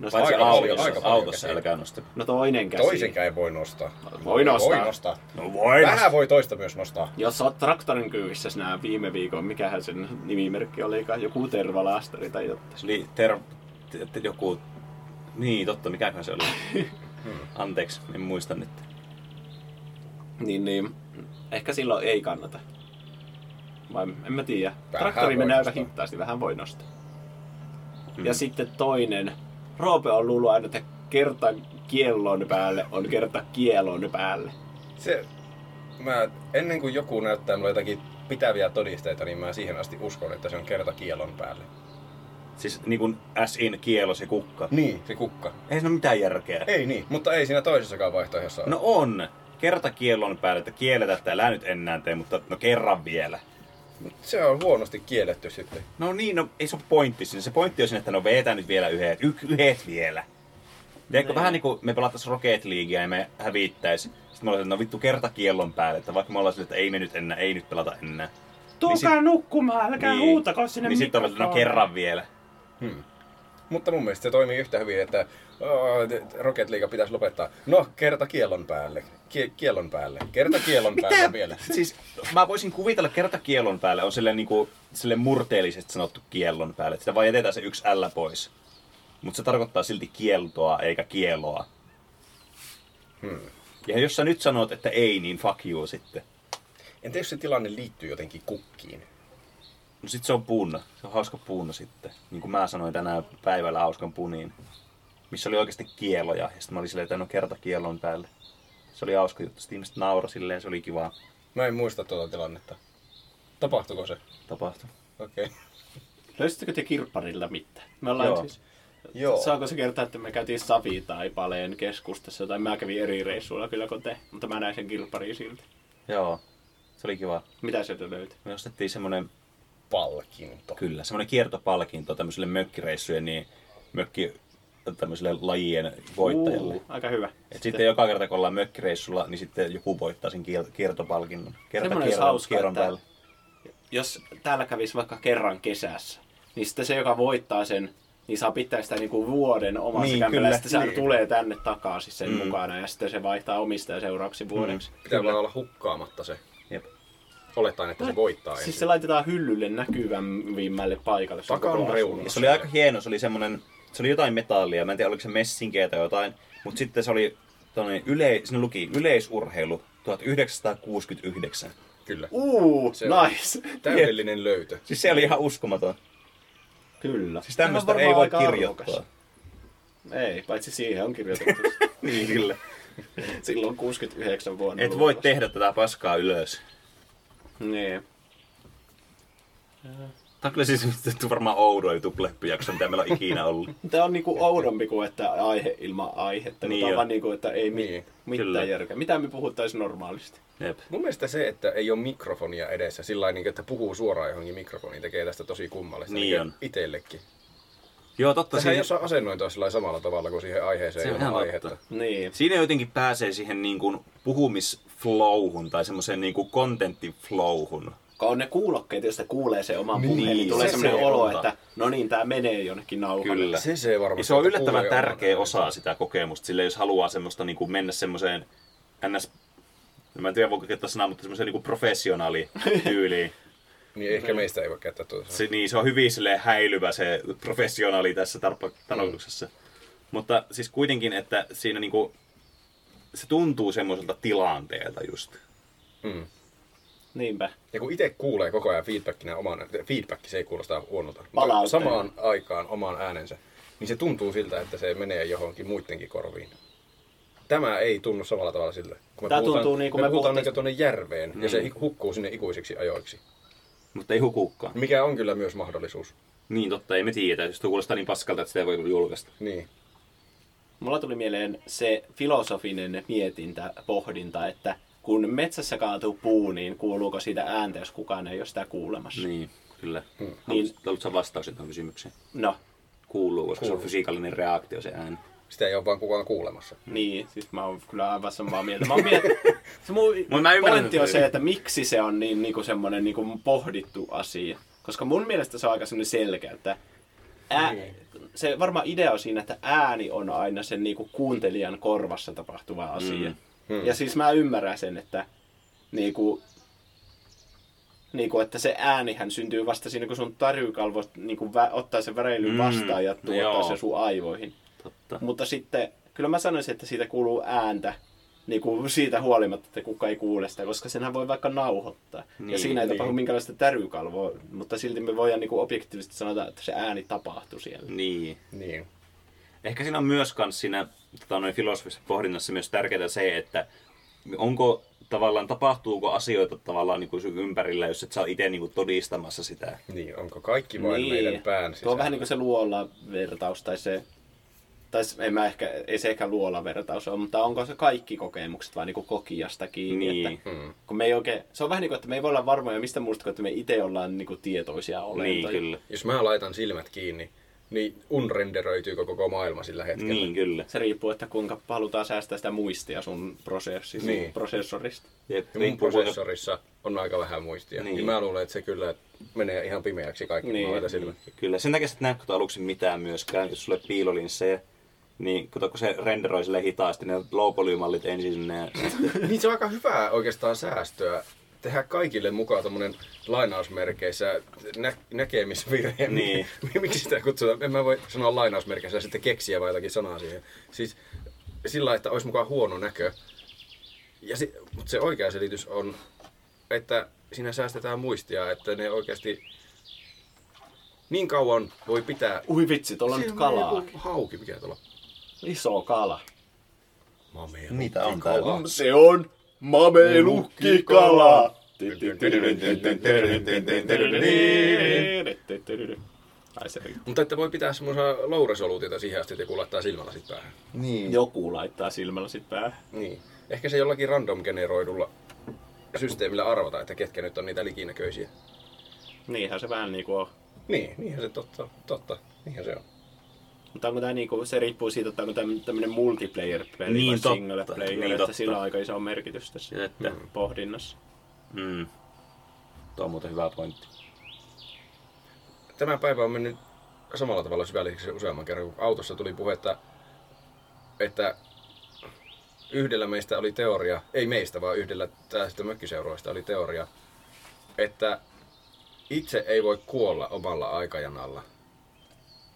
[SPEAKER 2] No, se-
[SPEAKER 1] Paitsi
[SPEAKER 3] Aika paljon,
[SPEAKER 1] autossa,
[SPEAKER 3] aika paljon
[SPEAKER 1] autossa
[SPEAKER 3] käsiä.
[SPEAKER 1] älkää nosta.
[SPEAKER 2] no toinen käsi.
[SPEAKER 3] Toisenkään ei voi nostaa.
[SPEAKER 2] Voi nostaa.
[SPEAKER 3] Voi nostaa.
[SPEAKER 1] No voi
[SPEAKER 3] Vähän voi toista myös nostaa.
[SPEAKER 2] Jos oot traktorin kyyvissä sinä viime viikon, mikähän sen nimimerkki olikaan, joku tervalaastari tai jotain.
[SPEAKER 1] Se oli ter... te- te- joku... Niin, totta, mikäköhän se oli. Anteeksi, en muista nyt.
[SPEAKER 2] Niin, niin. Ehkä silloin ei kannata. Vai en mä tiedä.
[SPEAKER 3] Vähän
[SPEAKER 2] Traktori
[SPEAKER 3] voi
[SPEAKER 2] menee aika
[SPEAKER 3] nostaa.
[SPEAKER 2] hitaasti, vähän voi nostaa. Ja sitten toinen. Roope on luullut aina, että kerta kiellon päälle on kerta kielon päälle.
[SPEAKER 3] Se, mä, ennen kuin joku näyttää mulle jotakin pitäviä todisteita, niin mä siihen asti uskon, että se on kerta kielon päälle.
[SPEAKER 1] Siis niin kuin as in kielo se kukka.
[SPEAKER 3] Niin. Se kukka.
[SPEAKER 1] Ei siinä ole mitään järkeä.
[SPEAKER 3] Ei niin, mutta ei siinä toisessakaan vaihtoehdossa ole.
[SPEAKER 1] No on. Kerta kiellon päälle, että kielletä, että älä nyt enää tee, mutta no kerran vielä.
[SPEAKER 3] Se on huonosti kielletty sitten.
[SPEAKER 1] No niin, no ei se ole pointti siinä. Se pointti on siinä, että no vetää nyt vielä yhdet, y- yhdet vielä. Tiedätkö, vähän niin kuin me pelattaisiin Rocket Leaguea ja me hävittäis. Sitten me ollaan, no vittu kerta kiellon päälle, että vaikka me ollaan sille, että ei me nyt enää, ei nyt pelata enää. Tulkaa Niin sit-
[SPEAKER 2] nukkumaan,
[SPEAKER 1] Niin sitten on, että no kerran vielä.
[SPEAKER 3] Mutta mun mielestä se toimii yhtä hyvin, että oh, te- Rocket League pitäisi lopettaa. No, kerta kielon päälle. Kie- kielon päälle. Kerta kielon päälle vielä.
[SPEAKER 1] Siis mä voisin kuvitella kerta kiellon päälle on silleen, niinku, silleen murteellisesti sanottu kiellon päälle. Sitä vaan jätetään se yksi L pois. Mutta se tarkoittaa silti kieltoa eikä kieloa. Hmm. Ja jos sä nyt sanot, että ei, niin fuck you sitten.
[SPEAKER 3] Entä jos se tilanne liittyy jotenkin kukkiin?
[SPEAKER 1] No sit se on punna. Se on hauska punna sitten. Niin kuin mä sanoin tänään päivällä hauskan puniin, missä oli oikeasti kieloja. Ja sitten mä olin silleen, että no kerta kielon päälle. Se oli hauska juttu. Sitten ihmiset naura silleen, se oli kiva
[SPEAKER 3] Mä en muista tuota tilannetta. Tapahtuko se?
[SPEAKER 1] tapahtuma.
[SPEAKER 3] Okei.
[SPEAKER 2] Löysittekö te kirpparilla mitään? Me ollaan
[SPEAKER 1] Joo.
[SPEAKER 2] Joo. siis... Joo. Saako se kertoa, että me käytiin Savitaipaleen keskustassa, tai mä kävin eri reissuilla kyllä kuin te, mutta mä näin sen kilpari silti.
[SPEAKER 1] Joo. Se oli kiva.
[SPEAKER 2] Mitä sieltä löytyi?
[SPEAKER 1] Me ostettiin semmonen
[SPEAKER 3] Palkinto.
[SPEAKER 1] Kyllä, semmoinen kiertopalkinto tämmöiselle mökkireissujen, niin mökki tämmöiselle lajien voittajalle.
[SPEAKER 2] Uu, aika hyvä.
[SPEAKER 1] Et sitten joka kerta kun ollaan mökkireissulla, niin sitten joku voittaa sen kiel- kiertopalkinnon. Kerta
[SPEAKER 2] Semmoinen olisi
[SPEAKER 1] kierron,
[SPEAKER 2] hauska,
[SPEAKER 1] kierron
[SPEAKER 2] että-
[SPEAKER 1] päälle.
[SPEAKER 2] jos täällä kävisi vaikka kerran kesässä, niin sitten se, joka voittaa sen, niin saa pitää sitä niinku vuoden omassa
[SPEAKER 1] Niin,
[SPEAKER 2] niin, kämpillä.
[SPEAKER 1] kyllä,
[SPEAKER 2] Sitten sehän
[SPEAKER 1] niin.
[SPEAKER 2] tulee tänne takaisin sen
[SPEAKER 1] Mm.
[SPEAKER 2] mm. mukana ja sitten se vaihtaa omistaja seuraavaksi vuodeksi.
[SPEAKER 3] Pitää vaan olla hukkaamatta se.
[SPEAKER 1] Jep.
[SPEAKER 3] Olettaen, että se voittaa
[SPEAKER 2] Siis
[SPEAKER 3] ensin.
[SPEAKER 2] se laitetaan hyllylle näkyvämmälle paikalle. Se on
[SPEAKER 3] Takan
[SPEAKER 2] koko
[SPEAKER 3] reunassa.
[SPEAKER 1] Ja se oli aika hieno, se oli semmoinen, se oli jotain metallia, mä en tiedä oliko se messinkeä tai jotain, mutta sitten se oli tuonne yle, sinne luki yleisurheilu 1969.
[SPEAKER 3] Kyllä.
[SPEAKER 2] Uu,
[SPEAKER 3] Se on-
[SPEAKER 2] nice!
[SPEAKER 3] Täydellinen löytö.
[SPEAKER 1] Siis se oli ihan uskomaton.
[SPEAKER 2] Kyllä.
[SPEAKER 1] Siis tämmöistä
[SPEAKER 2] Tämä on
[SPEAKER 1] ei voi
[SPEAKER 2] varmaan aika
[SPEAKER 1] kirjoittaa.
[SPEAKER 2] arvokas. Ei, paitsi siihen on kirjoitettu.
[SPEAKER 1] Niin kyllä.
[SPEAKER 2] Silloin 69 vuonna.
[SPEAKER 1] Et voi
[SPEAKER 2] luultavasti.
[SPEAKER 1] tehdä tätä paskaa ylös.
[SPEAKER 2] Niin.
[SPEAKER 1] Tämä on kyllä siis nyt varmaan oudoin tupleppijakso, mitä meillä on ikinä ollut.
[SPEAKER 2] Tämä on niinku oudompi kuin että aihe ilman aihetta.
[SPEAKER 1] Niin
[SPEAKER 2] Niin Tämä
[SPEAKER 1] on.
[SPEAKER 2] on vaan niinku, että ei mi-
[SPEAKER 3] Niin,
[SPEAKER 2] mitään
[SPEAKER 1] kyllä.
[SPEAKER 2] järkeä. Mitä me puhuttaisiin normaalisti?
[SPEAKER 1] Jep.
[SPEAKER 3] Mun mielestä se, että ei ole mikrofonia edessä, sillä lailla, niin kuin, että puhuu suoraan johonkin mikrofoniin, tekee tästä tosi kummallista.
[SPEAKER 1] Niin
[SPEAKER 3] niin kuin
[SPEAKER 1] on.
[SPEAKER 3] Itellekin.
[SPEAKER 1] Joo, totta.
[SPEAKER 3] Tähän ei
[SPEAKER 1] Siinä,
[SPEAKER 3] osaa asennoitua sillä lailla samalla tavalla kuin siihen aiheeseen,
[SPEAKER 1] Se on
[SPEAKER 3] ei
[SPEAKER 1] ihan
[SPEAKER 3] ole
[SPEAKER 1] totta.
[SPEAKER 3] aihetta.
[SPEAKER 2] Niin.
[SPEAKER 1] siinä jotenkin pääsee siihen niin kuin puhumisflowhun tai semmoiseen niin kuin kontenttiflowhun.
[SPEAKER 2] Kun on ne kuulokkeet, joista kuulee se oma puheen, niin,
[SPEAKER 1] Niin,
[SPEAKER 2] niin tulee
[SPEAKER 1] se
[SPEAKER 2] sellainen
[SPEAKER 1] se
[SPEAKER 2] olo,
[SPEAKER 1] on.
[SPEAKER 2] että no niin, tämä menee jonnekin nauhalle.
[SPEAKER 1] Kyllä.
[SPEAKER 3] Se se varmasti.
[SPEAKER 1] Ja se on
[SPEAKER 3] että
[SPEAKER 1] yllättävän
[SPEAKER 3] tuota kuulee oman
[SPEAKER 1] tärkeä
[SPEAKER 3] äänen.
[SPEAKER 1] osa sitä kokemusta, sille jos haluaa semmoista niin kuin mennä semmoiseen ns... Mä en tiedä, voiko käyttää sanaa, mutta semmoiseen niin kuin professionaalityyliin.
[SPEAKER 3] Niin ehkä meistä ei voi käyttää tuota.
[SPEAKER 1] se, niin, se on hyvin silleen häilyvä se professionaali tässä tarpo- tarkoituksessa. Mutta siis kuitenkin, että siinä niinku, se tuntuu semmoiselta tilanteelta just.
[SPEAKER 3] Mm.
[SPEAKER 2] Niinpä.
[SPEAKER 3] Ja kun itse kuulee koko ajan feedbackinä oman, feedback, se ei kuulostaa huonolta, mutta
[SPEAKER 2] Palautteena.
[SPEAKER 3] samaan aikaan oman äänensä, niin se tuntuu siltä, että se menee johonkin muidenkin korviin. Tämä ei tunnu samalla tavalla siltä. Kun me
[SPEAKER 2] Tää tuntuu niin kuin
[SPEAKER 3] me
[SPEAKER 2] me
[SPEAKER 3] puhutaan
[SPEAKER 2] puhuttais-
[SPEAKER 3] niin tuonne järveen, ja se hukkuu sinne ikuisiksi ajoiksi.
[SPEAKER 1] Mutta ei hukukaan.
[SPEAKER 3] Mikä on kyllä myös mahdollisuus.
[SPEAKER 1] Niin totta, ei me tiedä. Jos tuo kuulostaa niin paskalta, että sitä ei voi julkaista.
[SPEAKER 3] Niin.
[SPEAKER 2] Mulla tuli mieleen se filosofinen mietintä, pohdinta, että kun metsässä kaatuu puu, niin kuuluuko siitä ääntä, jos kukaan ei ole sitä kuulemassa? Niin.
[SPEAKER 1] Niin, kyllä. Hmm.
[SPEAKER 2] Niin.
[SPEAKER 1] Haluatko sä vastauksen tuohon kysymykseen?
[SPEAKER 2] No,
[SPEAKER 1] Kuuluu, koska se on fysiikallinen reaktio se ääni.
[SPEAKER 3] Sitä ei ole vaan kukaan kuulemassa.
[SPEAKER 2] Niin, siis mä oon kyllä aivan samaa mieltä. Mä oon miet... se mun
[SPEAKER 1] Mut mä ymmärrän,
[SPEAKER 2] pointti on
[SPEAKER 1] että-
[SPEAKER 2] se, että miksi se on niin niinku semmoinen niinku pohdittu asia. Koska mun mielestä se on aika semmoinen selkeä, että ää...
[SPEAKER 1] Niin.
[SPEAKER 2] se varmaan idea on siinä, että ääni on aina sen niinku kuuntelijan korvassa tapahtuva asia. Mm. Mm. Ja siis mä ymmärrän sen, että niinku, niinku, että se äänihän syntyy vasta siinä, kun sun tarykalvo niinku, vä- ottaa sen väreilyn
[SPEAKER 1] Mm,
[SPEAKER 2] vastaan ja tuottaa
[SPEAKER 1] joo.
[SPEAKER 2] sen sun aivoihin.
[SPEAKER 1] Totta.
[SPEAKER 2] Mutta sitten, kyllä mä sanoisin, että siitä kuuluu ääntä. Niin kuin siitä huolimatta, että kuka ei kuule sitä, koska senhän voi vaikka nauhoittaa. Niin,
[SPEAKER 1] Niin,
[SPEAKER 2] ja siinä ei
[SPEAKER 1] niin.
[SPEAKER 2] tapahdu minkäänlaista tärykalvoa, mutta silti me voidaan niin kuin objektiivisesti sanoa, että se ääni tapahtui siellä.
[SPEAKER 1] Niin.
[SPEAKER 3] Niin.
[SPEAKER 1] Ehkä siinä on myös kans siinä tota, noin filosofisessa pohdinnassa myös tärkeää se, että onko tavallaan, tapahtuuko asioita tavallaan niin kuin sun ympärillä, jos et sä itse niin kuin todistamassa sitä.
[SPEAKER 3] Niin, onko kaikki vain
[SPEAKER 2] niin.
[SPEAKER 3] meidän pään
[SPEAKER 2] Tuo
[SPEAKER 3] sisällä?
[SPEAKER 2] on vähän niin kuin se luola-vertaus tai se... Tai se- en mä ehkä, ei se ehkä luola-vertaus ole, mutta onko se kaikki kokemukset vaan niin kuin kokijasta kiinni?
[SPEAKER 1] Niin.
[SPEAKER 2] Että,
[SPEAKER 3] Mm.
[SPEAKER 2] kun me ei oikein, se on vähän niin kuin, että me ei voi olla varmoja mistä muusta kuin, että me itse ollaan niin kuin tietoisia
[SPEAKER 1] Niin,
[SPEAKER 2] olentoja.
[SPEAKER 1] kyllä.
[SPEAKER 3] Jos mä laitan silmät kiinni, niin unrenderöityykö koko maailma sillä hetkellä?
[SPEAKER 1] Niin, kyllä.
[SPEAKER 2] Se riippuu, että kuinka halutaan säästää sitä muistia sun prosessista,
[SPEAKER 3] Niin.
[SPEAKER 2] niin. prosessorista.
[SPEAKER 1] Jep, niin,
[SPEAKER 3] Ja mun
[SPEAKER 1] riippuu kuinka-
[SPEAKER 3] prosessorissa on aika vähän muistia.
[SPEAKER 1] Niin.
[SPEAKER 3] Niin. Mä luulen, että se kyllä menee ihan pimeäksi kaikki niin.
[SPEAKER 2] Niin.
[SPEAKER 3] noita silmät.
[SPEAKER 1] Kyllä, sen takia sä et näe kato aluksi mitään myöskään, jos sulle piilolinssejä. Niin, kato, kun se renderoi sille hitaasti ne low polymallit ensin sinne. ja sitten-
[SPEAKER 3] niin se on aika hyvää oikeastaan säästöä tehdä kaikille mukaan tämmönen lainausmerkeissä nä- näkemisvirhe.
[SPEAKER 1] Niin.
[SPEAKER 3] Miksi sitä kutsutaan? En mä voi sanoa lainausmerkeissä ja sitten keksiä vai jotakin sanaa siihen. Siis sillä lailla, että olisi mukaan huono näkö. Ja se, mutta se oikea selitys on, että siinä säästetään muistia, että ne oikeasti Niin kauan voi pitää...
[SPEAKER 2] Ui vitsi, tuolla on nyt
[SPEAKER 3] Siellä
[SPEAKER 2] kalaa.
[SPEAKER 3] joku Hauki, mikä tuolla...
[SPEAKER 2] Iso kala.
[SPEAKER 1] Niitä on
[SPEAKER 3] Ah.
[SPEAKER 1] täällä.
[SPEAKER 2] Se on mamelukkikala. Ai se
[SPEAKER 3] Mutta että voi pitää semmoisia louresoluutioita siihen asti, että joku laittaa silmälasit päähän.
[SPEAKER 9] Niin.
[SPEAKER 2] Joku laittaa silmällä sit päähän.
[SPEAKER 3] Niin. Ehkä se jollakin random generoidulla systeemillä arvata, että ketkä nyt on niitä likinäköisiä.
[SPEAKER 2] Niinhän se vähän niinku on.
[SPEAKER 3] Niin, niinhän se totta, totta. Niinhän se on.
[SPEAKER 2] Mutta onko tää niinku, se riippuu siitä, että onko tämä tämmönen multiplayer-peli
[SPEAKER 1] Niin
[SPEAKER 2] vai
[SPEAKER 1] totta,
[SPEAKER 2] single player,
[SPEAKER 1] niin
[SPEAKER 2] että
[SPEAKER 1] totta.
[SPEAKER 2] sillä on aika iso merkitys tässä
[SPEAKER 1] Ja että-
[SPEAKER 2] pohdinnassa.
[SPEAKER 1] Mm. Tuo on muuten hyvä pointti.
[SPEAKER 3] Tämä päivä on mennyt samalla tavalla syvälliseksi useamman kerran, kun autossa tuli puhetta, että yhdellä meistä oli teoria, ei meistä, vaan yhdellä tästä mökkiseuroista oli teoria, että itse ei voi kuolla omalla aikajanalla.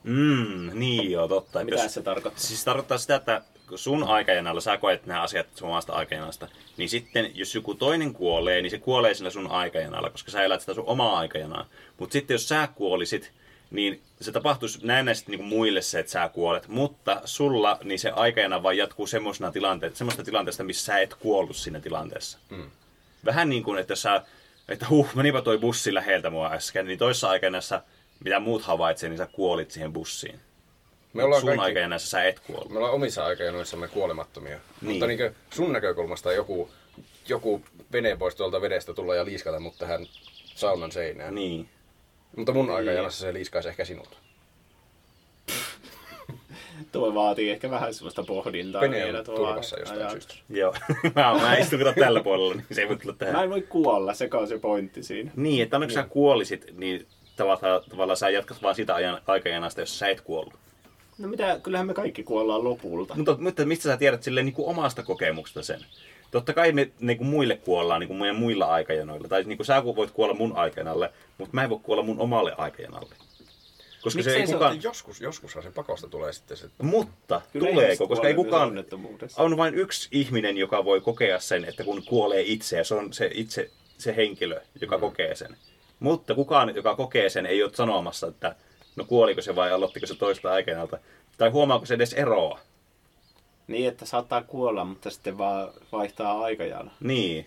[SPEAKER 1] Mm, niin joo, totta.
[SPEAKER 2] Mitä se tarkoittaa?
[SPEAKER 1] Siis tarkoittaa sitä, että kun sun aikajanalla sä koet nämä asiat sun omasta aikajanasta, niin sitten jos joku toinen kuolee, niin se kuolee sillä sun aikajanalla, koska sä elät sitä sun omaa aikajanaa. Mutta sitten jos sä kuolisit, niin se tapahtuisi näennäisesti niin muille se, että sä kuolet, mutta sulla niin se aikajana vaan jatkuu semmoisena tilanteesta, semmoista tilanteesta, missä sä et kuollut siinä tilanteessa. Mm. Vähän niin kuin, että jos sä, että huh, menipä toi bussi läheltä mua äsken, niin toissa aikana sä, mitä muut havaitsee, niin sä kuolit siihen bussiin.
[SPEAKER 3] Me ollaan,
[SPEAKER 1] Sun
[SPEAKER 3] kaikki,
[SPEAKER 1] aikajana sä et kuollut.
[SPEAKER 3] me ollaan omissa aikajanoissamme kuolemattomia. Niin. Mutta niin sun näkökulmasta joku, joku vene voisi tuolta vedestä tulla ja liiskata mut tähän saunan seinään. Niin.
[SPEAKER 1] Niin.
[SPEAKER 3] Mutta mun aikajanassa se liiskaisi ehkä sinut.
[SPEAKER 2] Tuo vaatii ehkä vähän semmoista pohdintaa
[SPEAKER 3] Pene on
[SPEAKER 2] vielä tuo
[SPEAKER 3] turvassa
[SPEAKER 2] aj-
[SPEAKER 3] jostain
[SPEAKER 2] ajatus.
[SPEAKER 3] syystä.
[SPEAKER 1] Joo. mä, mä istun kato tällä puolella, niin se ei voi tulla
[SPEAKER 2] Mä
[SPEAKER 1] tähän.
[SPEAKER 2] en voi kuolla, se on se pointti siinä.
[SPEAKER 1] Niin, että onneksi sä kuolisit, niin tavallaan, tavallaan sä jatkat vaan sitä ajan, aikajanasta, jos sä et kuollut.
[SPEAKER 2] No mitä, kyllähän me kaikki kuollaan lopulta.
[SPEAKER 1] Mutta, mutta mistä sä tiedät silleen niin kuin omasta kokemuksesta sen? Totta kai me niin kuin muille kuollaan niin kuin meidän muilla aikajanoilla. Tai niin kuin sä voit kuolla mun aikajanalle, mutta mä en voi kuolla mun omalle aikajanalle. Koska se ei
[SPEAKER 3] Ei,
[SPEAKER 1] kukaan...
[SPEAKER 3] Niin Joskus, joskushan se pakosta tulee sitten se
[SPEAKER 1] Mutta
[SPEAKER 2] Kyllä
[SPEAKER 1] tuleeko,
[SPEAKER 2] ihmiset
[SPEAKER 1] koska
[SPEAKER 2] kuolee
[SPEAKER 1] ei kukaan...
[SPEAKER 2] myös onnettomuudessa.
[SPEAKER 1] On vain yksi ihminen, joka voi kokea sen, että kun kuolee itse, ja se on se itse se henkilö, joka kokee sen. Mutta kukaan, joka kokee sen, ei ole sanomassa, että no kuoliko se vai aloittiko se toista aikanalta. Tai huomaako se edes eroa.
[SPEAKER 2] Niin, että saattaa kuolla, mutta sitten vaan vaihtaa aikajana.
[SPEAKER 1] Niin.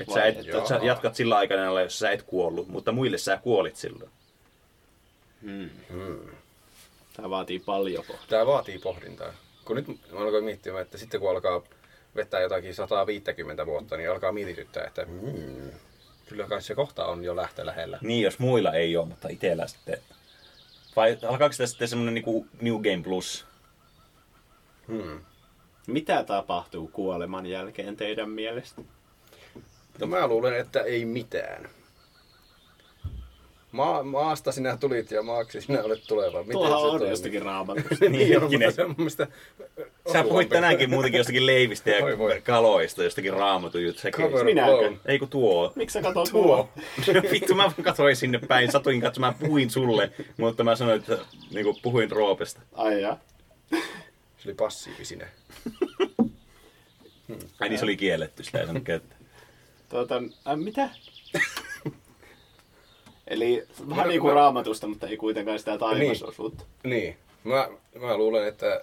[SPEAKER 1] Että sä,
[SPEAKER 2] Vai-
[SPEAKER 1] et, että sä
[SPEAKER 3] joo.
[SPEAKER 1] jatkat sillä aikana, jos sä et kuollut, mutta muille sä kuolit silloin.
[SPEAKER 2] Tämä vaatii paljon pohtia.
[SPEAKER 3] Tämä vaatii pohdintaa. Kun nyt mä alkoin miettimään, että sitten kun alkaa vetää jotakin 150 vuotta, niin alkaa mietityttää, että mm, kyllä kai se kohta on jo lähtö lähellä.
[SPEAKER 1] Niin, jos muilla ei ole, mutta itellä sitten... Vai alkaako sitä sitten semmoinen niinku New Game Plus?
[SPEAKER 2] Mitä tapahtuu kuoleman jälkeen teidän mielestä?
[SPEAKER 3] No mä luulen, että ei mitään. Maa, maasta sinä tulit ja maaksi sinä olet tuleva. Miten
[SPEAKER 2] Tuohan
[SPEAKER 3] se
[SPEAKER 2] on
[SPEAKER 3] toimii?
[SPEAKER 2] jostakin raamatusta.
[SPEAKER 3] niin, on,
[SPEAKER 1] Hetkinen.
[SPEAKER 3] mutta se on mun mielestä...
[SPEAKER 1] Sä puhuit tänäänkin muutenkin jostakin leivistä ja
[SPEAKER 3] Voi voi.
[SPEAKER 1] kaloista, jostakin raamatun juttu.
[SPEAKER 3] Cover
[SPEAKER 2] Minäkö?
[SPEAKER 3] blown.
[SPEAKER 1] Ei kun tuo.
[SPEAKER 2] Miksi sä katot
[SPEAKER 3] Tuo.
[SPEAKER 2] mua?
[SPEAKER 1] Vittu, mä vaan katsoin sinne päin, satuin katsomaan, mä puhuin sulle, mutta mä sanoin, että niin kuin puhuin Roopesta.
[SPEAKER 2] Ai ja.
[SPEAKER 3] Se oli passiivisinen.
[SPEAKER 1] Ai niin, se oli kielletty, sitä ei saanut käyttää.
[SPEAKER 2] Tuota, äh, mitä? Eli vähän
[SPEAKER 3] Mä-
[SPEAKER 2] niin kuin
[SPEAKER 3] mä-
[SPEAKER 2] raamatusta, mutta ei kuitenkaan sitä taivasosuutta.
[SPEAKER 3] Niin. Mä, mä luulen, että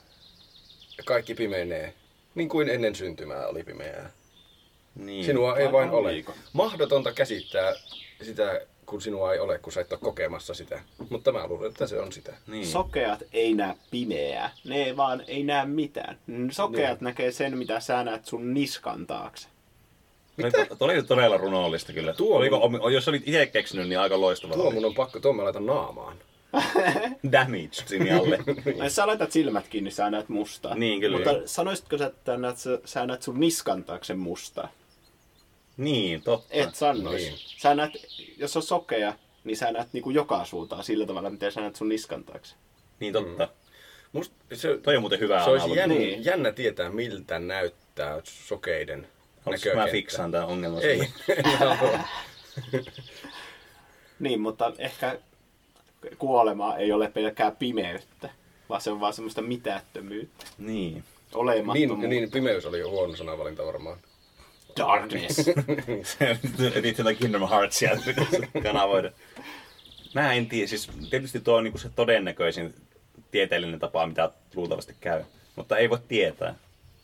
[SPEAKER 3] kaikki pimenee. Niin kuin ennen syntymää oli pimeää.
[SPEAKER 1] Niin.
[SPEAKER 3] Sinua ei
[SPEAKER 2] Aika
[SPEAKER 3] vain ole.
[SPEAKER 2] viikon.
[SPEAKER 3] Mahdotonta käsittää sitä, kun sinua ei ole, kun sä et ole kokemassa sitä. Mutta mä luulen, että se on sitä.
[SPEAKER 1] Niin.
[SPEAKER 2] Sokeat ei näe pimeää. Ne ei vaan ei näe mitään. N-
[SPEAKER 1] Niin.
[SPEAKER 2] Sokeat näkee sen, mitä sä näet sun niskan taakse.
[SPEAKER 1] Mitä? Tuo oli todella runollista kyllä. Tuo Oliko, om- jos olit itse keksinyt, niin aika loistava.
[SPEAKER 3] Tuo
[SPEAKER 1] oli.
[SPEAKER 3] mun on pakko, tuo mä laitan naamaan.
[SPEAKER 1] Damage sinne alle.
[SPEAKER 2] Jos sä laitat silmät kiinni, sä näet mustaa.
[SPEAKER 1] Niin, kyllä.
[SPEAKER 2] Mutta sanoisitko sä, että näet, sä- sä näet sun niskan taakse mustaa?
[SPEAKER 1] niin, totta.
[SPEAKER 2] Et sanois.
[SPEAKER 3] Niin.
[SPEAKER 2] Sä näet, jos on sokea, niin sä näet niinku joka suuntaan sillä tavalla, miten sä näet sun niskan taakse.
[SPEAKER 1] Niin totta.
[SPEAKER 3] Must, se,
[SPEAKER 1] Toi on muuten hyvä
[SPEAKER 3] Mm. se olisi
[SPEAKER 1] analogia.
[SPEAKER 3] jännä,
[SPEAKER 2] Niin.
[SPEAKER 3] jännä tietää, miltä näyttää sokeiden
[SPEAKER 1] Haluatko,
[SPEAKER 3] näkökenttä.
[SPEAKER 1] mä fiksaan tämän ongelman
[SPEAKER 3] Ei,
[SPEAKER 1] sulle?
[SPEAKER 3] en halua.
[SPEAKER 2] Niin, mutta ehkä kuolema ei ole pelkkää pimeyttä, vaan se on vaan semmoista mitättömyyttä,
[SPEAKER 1] Niin.
[SPEAKER 2] olemattomuutta.
[SPEAKER 3] niin, niin, pimeys oli jo huono sanavalinta varmaan.
[SPEAKER 2] darkness.
[SPEAKER 1] Niitä jotain Kingdom Heartsia kanavoida. Mä en tiedä, siis tietysti tuo on niinku se todennäköisin tieteellinen tapa, mitä luultavasti käy. Mutta ei voi tietää.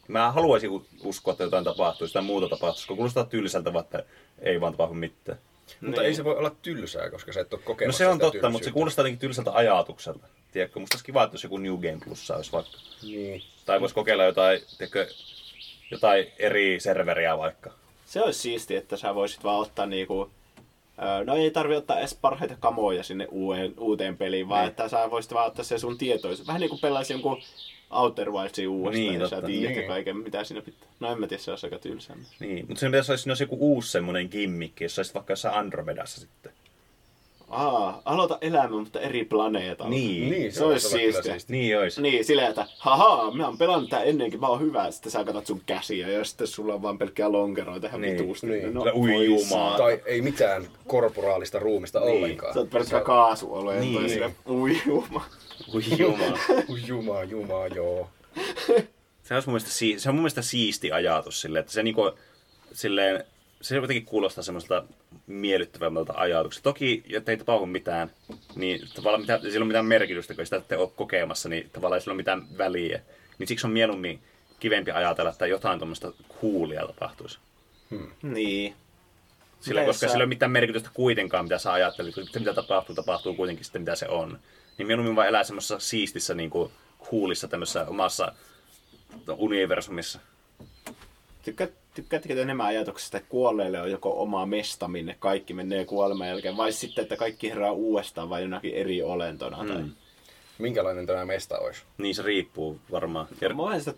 [SPEAKER 1] Mä haluaisin u- uskoa, että jotain tapahtuisi tai muuta tapahtuisi, kun kuulostaa tylsältä, vaikka ei vaan tapahdu mitään.
[SPEAKER 3] Mutta
[SPEAKER 2] Niin.
[SPEAKER 3] ei se voi olla tylsää, koska sä et ole
[SPEAKER 1] No
[SPEAKER 3] kokemassa
[SPEAKER 1] se on
[SPEAKER 3] sitä
[SPEAKER 1] totta, mutta se
[SPEAKER 3] tylsyyttä.
[SPEAKER 1] kuulostaa jotenkin tylsältä ajatukselta. Tiedätkö, musta olisi kiva, että jos joku New Game Plussa olisi vaikka.
[SPEAKER 3] Niin.
[SPEAKER 1] Tai voisi kokeilla jotain, tiedätkö, jotain eri serveriä vaikka.
[SPEAKER 2] Se olisi siisti, että sä voisit vaan ottaa niinku... ö, No ei tarvi ottaa edes parhaita kamoja sinne uuteen, uuteen peliin, vaan että sä voisit vaan ottaa se sun tietoisuus. Vähän niinku pelaisi jonkun Outer Wildsin uudestaan,
[SPEAKER 1] Niin,
[SPEAKER 2] niin, ja sä
[SPEAKER 1] totta.
[SPEAKER 2] tiedät
[SPEAKER 3] Niin.
[SPEAKER 2] niin. kaiken, mitä siinä pitää. No en mä tiedä, se olisi aika tylsää.
[SPEAKER 1] Niin, mutta sen pitäisi olla, siinä olisi joku uusi semmoinen gimmikki, jos saisit vaikka jossain Andromedassa sitten.
[SPEAKER 2] Aa, aloita elämä, mutta eri planeetalla.
[SPEAKER 1] Niin.
[SPEAKER 3] Niin,
[SPEAKER 2] Se olisi
[SPEAKER 3] voisi olla kyllä
[SPEAKER 2] siistiä.
[SPEAKER 1] Niin olisi.
[SPEAKER 2] Niin, silleen, että haha, mä oon pelannut tää ennenkin, mä oon hyvä. Sitten sä katsot sun käsiä ja sitten sulla on vaan pelkkää lonkeroita ihan
[SPEAKER 1] Niin,
[SPEAKER 2] vituusti. No,
[SPEAKER 3] niin.
[SPEAKER 1] Kyllä, ui
[SPEAKER 2] voi
[SPEAKER 1] jumaa.
[SPEAKER 2] saa.
[SPEAKER 3] Tai ei mitään korporaalista ruumista
[SPEAKER 1] Niin.
[SPEAKER 3] ollenkaan.
[SPEAKER 2] Sä oot pelkkää kaasuoleen
[SPEAKER 1] Niin.
[SPEAKER 2] niin. tai sille, ui juma.
[SPEAKER 3] Niin.
[SPEAKER 1] Voi jumala.
[SPEAKER 3] Ui Jumaa, jumaa, joo.
[SPEAKER 1] Se, olisi mun mielestä, sii- se on mun mielestä siisti ajatus silleen, että se niinku, silleen, se jotenkin kuulostaa semmoiselta miellyttävämmältä ajatukselta. Toki, jotta ei tapahdu mitään, niin tavallaan mitä, sillä on mitään merkitystä, kun sitä ette ole kokemassa, niin tavallaan ei sillä ole mitään väliä. Niin siksi on mieluummin kivempi ajatella, että jotain tuommoista kuulia tapahtuisi.
[SPEAKER 2] Niin.
[SPEAKER 1] Sillä,
[SPEAKER 2] Yleensä-
[SPEAKER 1] koska sillä ei ole mitään merkitystä kuitenkaan, mitä sä ajattelet, kun se mitä tapahtuu, tapahtuu kuitenkin sitten mitä se on. Niin mieluummin vaan elää semmoisessa siistissä, niin kuin kuulissa tämmöisessä omassa universumissa.
[SPEAKER 2] Tykkä, tykkäättekö te nämä ajatuksista, että kuolleille on joko oma mesta, minne kaikki menee kuoleman jälkeen, vai sitten, että kaikki herää uudestaan vai jonakin eri olentona? Mm. Tai...
[SPEAKER 3] Minkälainen tämä mesta olisi?
[SPEAKER 1] Niin se riippuu varmaan. Ja
[SPEAKER 2] Mä oon sitä,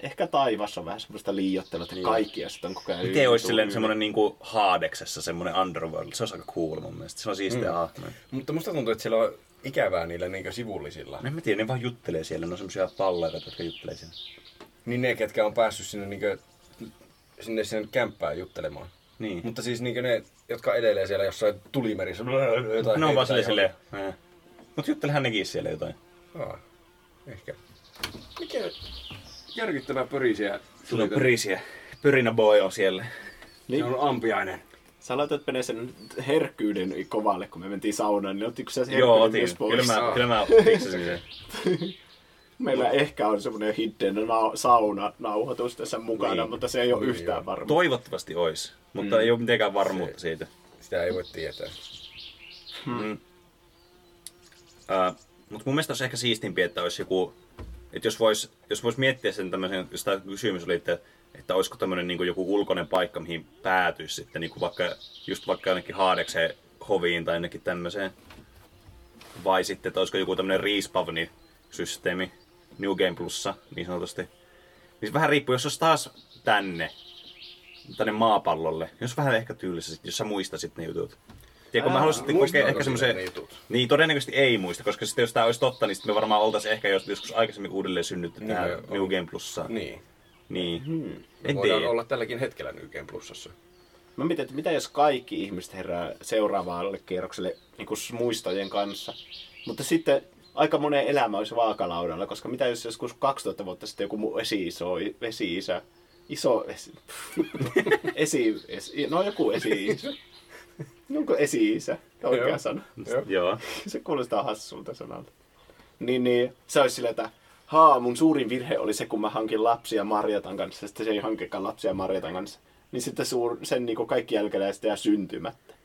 [SPEAKER 2] ehkä taivassa on vähän semmoista liiottelua, että niin. kaikki ja sitten on koko ajan...
[SPEAKER 1] miten olisi
[SPEAKER 2] yli-
[SPEAKER 1] silleen
[SPEAKER 2] yli-
[SPEAKER 1] semmoinen niinku haadeksessa semmoinen underworld? Se olisi aika cool mun mielestä. Se on siistiä mm. hahmo.
[SPEAKER 3] Mutta musta tuntuu, että siellä on ikävää niillä niin sivullisilla.
[SPEAKER 1] No En mä tiedä, ne vaan juttelee siellä. Ne on semmoisia palleita, jotka juttelee siellä.
[SPEAKER 3] Niin ne, ketkä on päässyt sinne, niin kuin, sinne, sinne kämppään juttelemaan.
[SPEAKER 1] Niin.
[SPEAKER 3] Mutta siis niin ne, jotka edelleen siellä jossain tulimerissä. Jotain
[SPEAKER 1] ne on vaan
[SPEAKER 3] heitetään
[SPEAKER 1] silleen silleen. eh. Mut juttelehän nekin siellä jotain.
[SPEAKER 3] ihan- Aa, ehkä. Mikä järkyttävä pörisiä.
[SPEAKER 1] Sulla on pyrisiä. Pyrinä boy on siellä.
[SPEAKER 3] Se on ampiainen.
[SPEAKER 2] Sä laitat menee sen herkkyyden kovalle, kun me mentiin saunaan, niin ottiko sä sen
[SPEAKER 1] Joo,
[SPEAKER 2] herkkyyden
[SPEAKER 1] otin.
[SPEAKER 2] myös pois?
[SPEAKER 1] Kyllä mä,
[SPEAKER 3] Saa.
[SPEAKER 1] kyllä mä fiksasin sen.
[SPEAKER 2] Meillä ehkä on semmoinen hidden nau- saunanauhoitus tässä mukana,
[SPEAKER 1] Niin.
[SPEAKER 2] niin. mutta se ei ole
[SPEAKER 3] Niin,
[SPEAKER 2] yhtään
[SPEAKER 3] joo.
[SPEAKER 2] varma.
[SPEAKER 1] Toivottavasti olisi, mutta mm. ei ole mitenkään varmuutta siitä.
[SPEAKER 3] Sitä ei voi tietää.
[SPEAKER 1] Uh, mutta mun mielestä olisi ehkä siistimpi, että olisi joku, että jos voisi jos vois miettiä sen tämmöisen, jos tämä kysymys oli, että, että olisiko tämmöinen niin joku ulkoinen paikka, mihin päätyisi sitten, niin vaikka, just vaikka jonnekin haadekseen hoviin tai jonnekin tämmöiseen. Vai sitten, että olisiko joku tämmöinen respawni-systeemi New Game Plussa niin sanotusti. Niin se vähän riippuu, jos olisi taas tänne, tänne maapallolle, jos vähän ehkä tylsä, sit, jos sä muistasit ne jutut. Tiedätkö, mä haluaisin sitten kokea
[SPEAKER 3] muistaako sinä
[SPEAKER 1] ehkä semmoisen...
[SPEAKER 3] ne jutut?
[SPEAKER 1] Niin, todennäköisesti ei muista, koska sitten jos tämä olisi totta, niin sitten me varmaan oltaisiin ehkä jos- joskus aikaisemmin uudelleen synnytty
[SPEAKER 3] Niin,
[SPEAKER 1] tähän
[SPEAKER 3] joo.
[SPEAKER 1] New Game Plussaan.
[SPEAKER 3] Niin.
[SPEAKER 1] Niin. Hmm. En
[SPEAKER 3] Voidaan
[SPEAKER 1] tiedä.
[SPEAKER 3] olla tälläkin hetkellä New Game Plusassa.
[SPEAKER 2] Mä mietin, että mitä jos kaikki ihmiset herää seuraavalle kierrokselle niin kuin muistojen kanssa. Mutta sitten aika monen elämä olisi vaakalaudalla, koska mitä jos joskus 2000 vuotta sitten joku mun esi-iso, esi-isä, iso esi, esi, esi no joku esi-isä. Onko esi-isä oikea
[SPEAKER 3] Joo.
[SPEAKER 2] sana?
[SPEAKER 1] Joo.
[SPEAKER 2] Se kuulostaa hassulta sanalta. Niin, niin. Se olisi sillä, että haa, mun suurin virhe oli se, kun mä hankin lapsia Marjatan kanssa. Sitten se ei hankikaan lapsia Marjatan kanssa. Niin sitten suur, sen niinku kaikki jälkeläiset jää syntymättä.
[SPEAKER 1] Niin,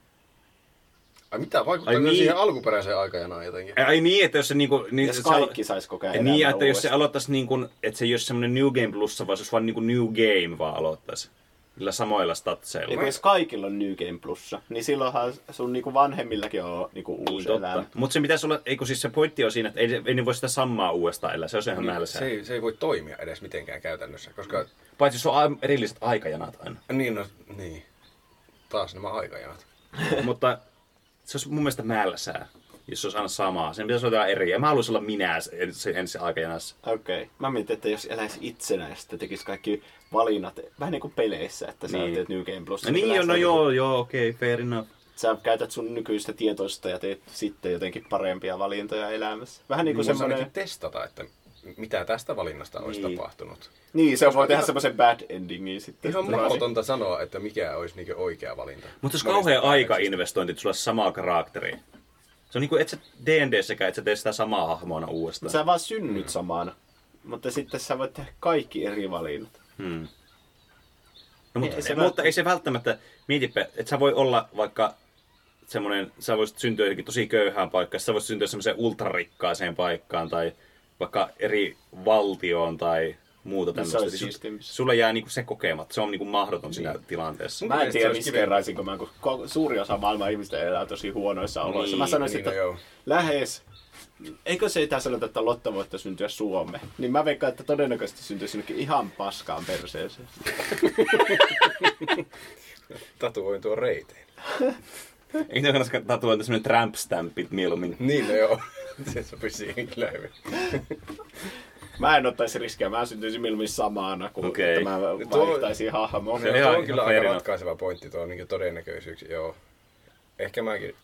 [SPEAKER 3] Ai mitä,
[SPEAKER 1] Ai
[SPEAKER 3] vaikuttaa
[SPEAKER 1] niin.
[SPEAKER 3] niin. siihen alkuperäiseen aikajanaan jotenkin?
[SPEAKER 1] Ai niin, että jos se niinku... Niin,
[SPEAKER 2] Jos
[SPEAKER 1] se al-
[SPEAKER 2] kaikki sais kokea
[SPEAKER 1] Niin,
[SPEAKER 2] elämää
[SPEAKER 1] että jos se
[SPEAKER 2] uudestaan.
[SPEAKER 1] aloittaisi niin kuin, että se ei olisi semmoinen New Game Plussa, vaan se olisi vaan niin kuin New Game vaan aloittaisi. Niillä samoilla statseilla.
[SPEAKER 2] Eli jos kaikilla on New Game Plussa, niin silloinhan sun niinku vanhemmillakin on niinku uusi elämä.
[SPEAKER 1] Mutta Niin, se pitäisi olla, eikö siis se pointti on siinä, että ei, se- ei ne voi sitä samaa uudestaan elää, se on ihan niin,
[SPEAKER 3] Se ei, se ei voi toimia edes mitenkään käytännössä, koska...
[SPEAKER 1] Paitsi jos on a- erilliset aikajanat aina.
[SPEAKER 3] Niin, no, niin. Taas nämä
[SPEAKER 1] Niin
[SPEAKER 3] aikajanat.
[SPEAKER 1] Mutta se olisi mun mielestä määläsää, jos se olisi aina samaa. Sen pitäisi olla jotain eri. Ja mä haluaisin olla minä se, se ensi aikajanassa.
[SPEAKER 2] Okei. Okay. Mä mietin, että jos eläisi itsenä ja sitten tekisi kaikki valinnat, vähän niin kuin peleissä, että sä
[SPEAKER 1] Niin.
[SPEAKER 2] teet New Game Plus.
[SPEAKER 1] No niin, joo, no joo, joo, okei, okay, fair enough.
[SPEAKER 2] sä käytät sun nykyistä tietoista ja teet sitten jotenkin parempia valintoja elämässä. Vähän niin kuin
[SPEAKER 3] Voisi
[SPEAKER 2] semmoinen...
[SPEAKER 3] ainakin testata, että mitä tästä valinnasta olisi
[SPEAKER 1] Niin.
[SPEAKER 3] tapahtunut.
[SPEAKER 2] Niin, se voi tehdä semmoisen bad endingin sitten.
[SPEAKER 3] Ihan
[SPEAKER 2] Niin.
[SPEAKER 3] mahdotonta sanoa, että mikä olisi niinku oikea valinta. siis-
[SPEAKER 1] Mutta jos
[SPEAKER 3] Monista
[SPEAKER 1] kauhean
[SPEAKER 3] päätöksistä.
[SPEAKER 1] aikainvestointi, että sulla olisi samaa karakteria. Se on niinku, et sä D&D-säkään, et sä tee sitä samaa hahmoa uudestaan.
[SPEAKER 2] Sä vaan synnyt samana. Mutta sitten sä voit tehdä kaikki eri valinnat.
[SPEAKER 1] Hmm. No, mutta,
[SPEAKER 2] Ei
[SPEAKER 1] ei
[SPEAKER 2] Niin, se
[SPEAKER 1] se mutta ei se välttämättä, mietipä, että sä voi olla vaikka semmoinen, sä voisit syntyä johonkin tosi köyhään paikkaan, sä voisit syntyä semmoiseen ultrarikkaaseen paikkaan tai vaikka eri valtioon tai
[SPEAKER 2] No,
[SPEAKER 1] muuta
[SPEAKER 2] se
[SPEAKER 1] tämmöistä.
[SPEAKER 2] olisi Niin.
[SPEAKER 1] Siis
[SPEAKER 2] siistimpää.
[SPEAKER 1] sulla jää niinku se kokemat, se on niinku mahdoton siinä tilanteessa.
[SPEAKER 2] Mä en
[SPEAKER 3] mielestä se
[SPEAKER 2] tiedä,
[SPEAKER 3] olisi
[SPEAKER 2] missä
[SPEAKER 3] kivempi.
[SPEAKER 2] kerraisinko mä, kun ko- suuri osa maailman ihmistä elää tosi huonoissa oloissa. mä
[SPEAKER 1] Niin,
[SPEAKER 2] sanoisin,
[SPEAKER 3] niin,
[SPEAKER 2] että
[SPEAKER 3] no joo.
[SPEAKER 2] lähes, eikö se itse sanota, että Lotta voitte syntyä Suomeen? Niin mä veikkaan, että todennäköisesti syntyisi jonnekin ihan paskaan perseeseen.
[SPEAKER 3] Tatuoin tuon reiteen.
[SPEAKER 1] Eikö se kannata tatuoida semmoinen tramp stampit mieluummin?
[SPEAKER 3] Niin, no joo. Se sopii siihen kyllä hyvin.
[SPEAKER 2] Mä en ottaisi riskiä, mä syntyisin mieluummin samana kuin
[SPEAKER 1] Okei.
[SPEAKER 2] että mä
[SPEAKER 3] Tuo-
[SPEAKER 2] vaihtaisin hahmoa.
[SPEAKER 1] Se on
[SPEAKER 3] Tuo
[SPEAKER 1] ihan-
[SPEAKER 3] on
[SPEAKER 1] ihan
[SPEAKER 3] kyllä
[SPEAKER 1] fair
[SPEAKER 3] aika
[SPEAKER 1] enough.
[SPEAKER 3] ratkaiseva pointti tuo niin todennäköisyyksi, joo. Ehkä mäkin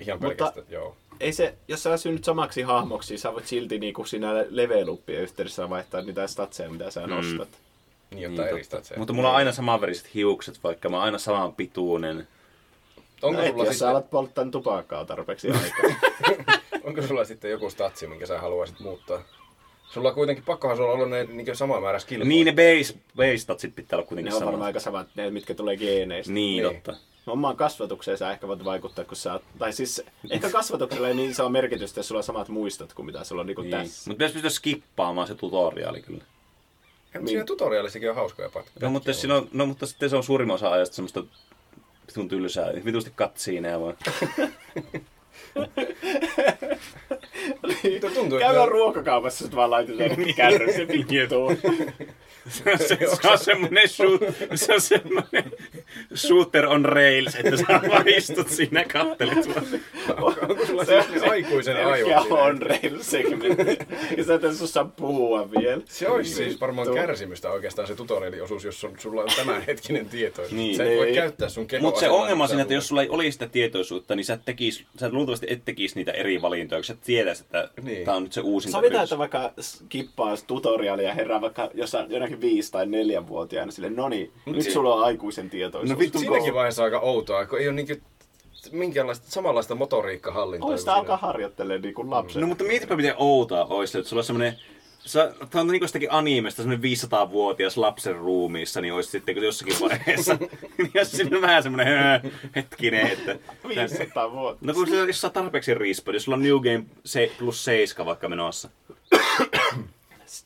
[SPEAKER 3] ihan
[SPEAKER 2] Mutta-
[SPEAKER 3] pelkästään, joo.
[SPEAKER 2] Ei se, jos sä synnyt samaksi hahmoksi, sä voit silti niinku siinä leveluppien yhteydessä vaihtaa niitä statseja, mitä
[SPEAKER 1] Mm.
[SPEAKER 2] sä nostat.
[SPEAKER 3] Niin, jotta
[SPEAKER 1] totta.
[SPEAKER 3] eristät sen.
[SPEAKER 1] Mutta mulla on aina samanväriset hiukset, vaikka mä oon aina saman pituinen.
[SPEAKER 3] onko,
[SPEAKER 2] Et,
[SPEAKER 3] sulla
[SPEAKER 2] jos sä
[SPEAKER 3] sitten,
[SPEAKER 2] alat polttaa tupakkaa tarpeeksi aikaa. niin
[SPEAKER 3] onko sulla sitten joku statsi, minkä sä haluaisit muuttaa? Sulla kuitenkin pakkohan sulla olla ne niin sama määrä skillpointia.
[SPEAKER 1] Niin ne base, base tatsit pitää olla kuitenkin
[SPEAKER 2] Ne on
[SPEAKER 1] samat.
[SPEAKER 2] varmaan aika samat, ne, mitkä tulee geeneistä.
[SPEAKER 1] Niin,
[SPEAKER 3] Niin.
[SPEAKER 1] totta.
[SPEAKER 2] Omaan kasvatukseen sä ehkä voit vaikuttaa, kun sä oot, tai siis ehkä kasvatuksella ei niin saa merkitystä, jos sulla on samat muistot kuin mitä sulla on niinku niin.
[SPEAKER 1] Niin.
[SPEAKER 2] tässä.
[SPEAKER 1] Mutta pitäisi pystyä skippaamaan se tutoriaali kyllä.
[SPEAKER 3] Ja, mutta siinä tutoriaalissakin on hauskoja patkoja.
[SPEAKER 1] Niin. No mutta, jos siinä on, no, mutta sitten se on suurimman osa ajasta semmoista vitun tylsää, vitusti katsiineja vaan.
[SPEAKER 3] Mutta tuntuu, että
[SPEAKER 2] Käydään
[SPEAKER 3] ne-
[SPEAKER 2] ruokakaupassa, sit vaan laitetaan kärry, se vittuu.
[SPEAKER 1] se, se, se on semmoinen shoot, se on semmoinen shooter on rails, että sä vaan istut siinä ja kattelet vaan.
[SPEAKER 3] onko sulla siis ne aikuisen
[SPEAKER 2] Ja
[SPEAKER 3] aivot? siinä?
[SPEAKER 2] on reilu segmentti. Ja sä et edes osaa puhua vielä.
[SPEAKER 3] Se olisi siis varmaan
[SPEAKER 2] Niin, Vittu.
[SPEAKER 3] kärsimystä oikeastaan se tutorialiosuus, jos sun, sulla on tämänhetkinen tietoisuus.
[SPEAKER 1] Niin.
[SPEAKER 3] sä et voi
[SPEAKER 2] Ei.
[SPEAKER 3] käyttää sun kehoa.
[SPEAKER 1] Mutta se
[SPEAKER 3] sellainen,
[SPEAKER 1] ongelma
[SPEAKER 3] mitä
[SPEAKER 1] on siinä, että
[SPEAKER 3] sä
[SPEAKER 1] jos sulla ei olisi sitä tietoisuutta, niin sä, et tekis, sä luultavasti et tekisi niitä eri valintoja, kun sä tiedät, että
[SPEAKER 3] Niin.
[SPEAKER 1] niin. tää on nyt se uusinta.
[SPEAKER 2] Sovitaan,
[SPEAKER 1] nyt.
[SPEAKER 2] että vaikka skippaa tutoriaalia ja herää vaikka jossain jonakin viisi tai neljä vuotiaana sille, no niin, nyt sulla on aikuisen tietoisuus.
[SPEAKER 3] No vittu, siinäkin vaiheessa aika outoa, kun ei ole niinku minkäänlaista samanlaista motoriikkahallintaa.
[SPEAKER 2] Oista
[SPEAKER 3] kuin
[SPEAKER 2] alkaa harjoittelee niin kuin lapset.
[SPEAKER 1] No mutta mietipä miten outoa olisi, että sulla on semmoinen Sä, tää on niinku sitäkin animesta, semmoinen 500-vuotias lapsen ruumiissa, niin olisi sitten kun jossakin vaiheessa, niin jos siinä on vähän semmoinen "Hö, hetkinen, että...
[SPEAKER 2] 500 no, vuotta.
[SPEAKER 1] No kun sä, jos sä oot tarpeeksi rispa, jos sulla on New Game se, plus 7 vaikka menossa.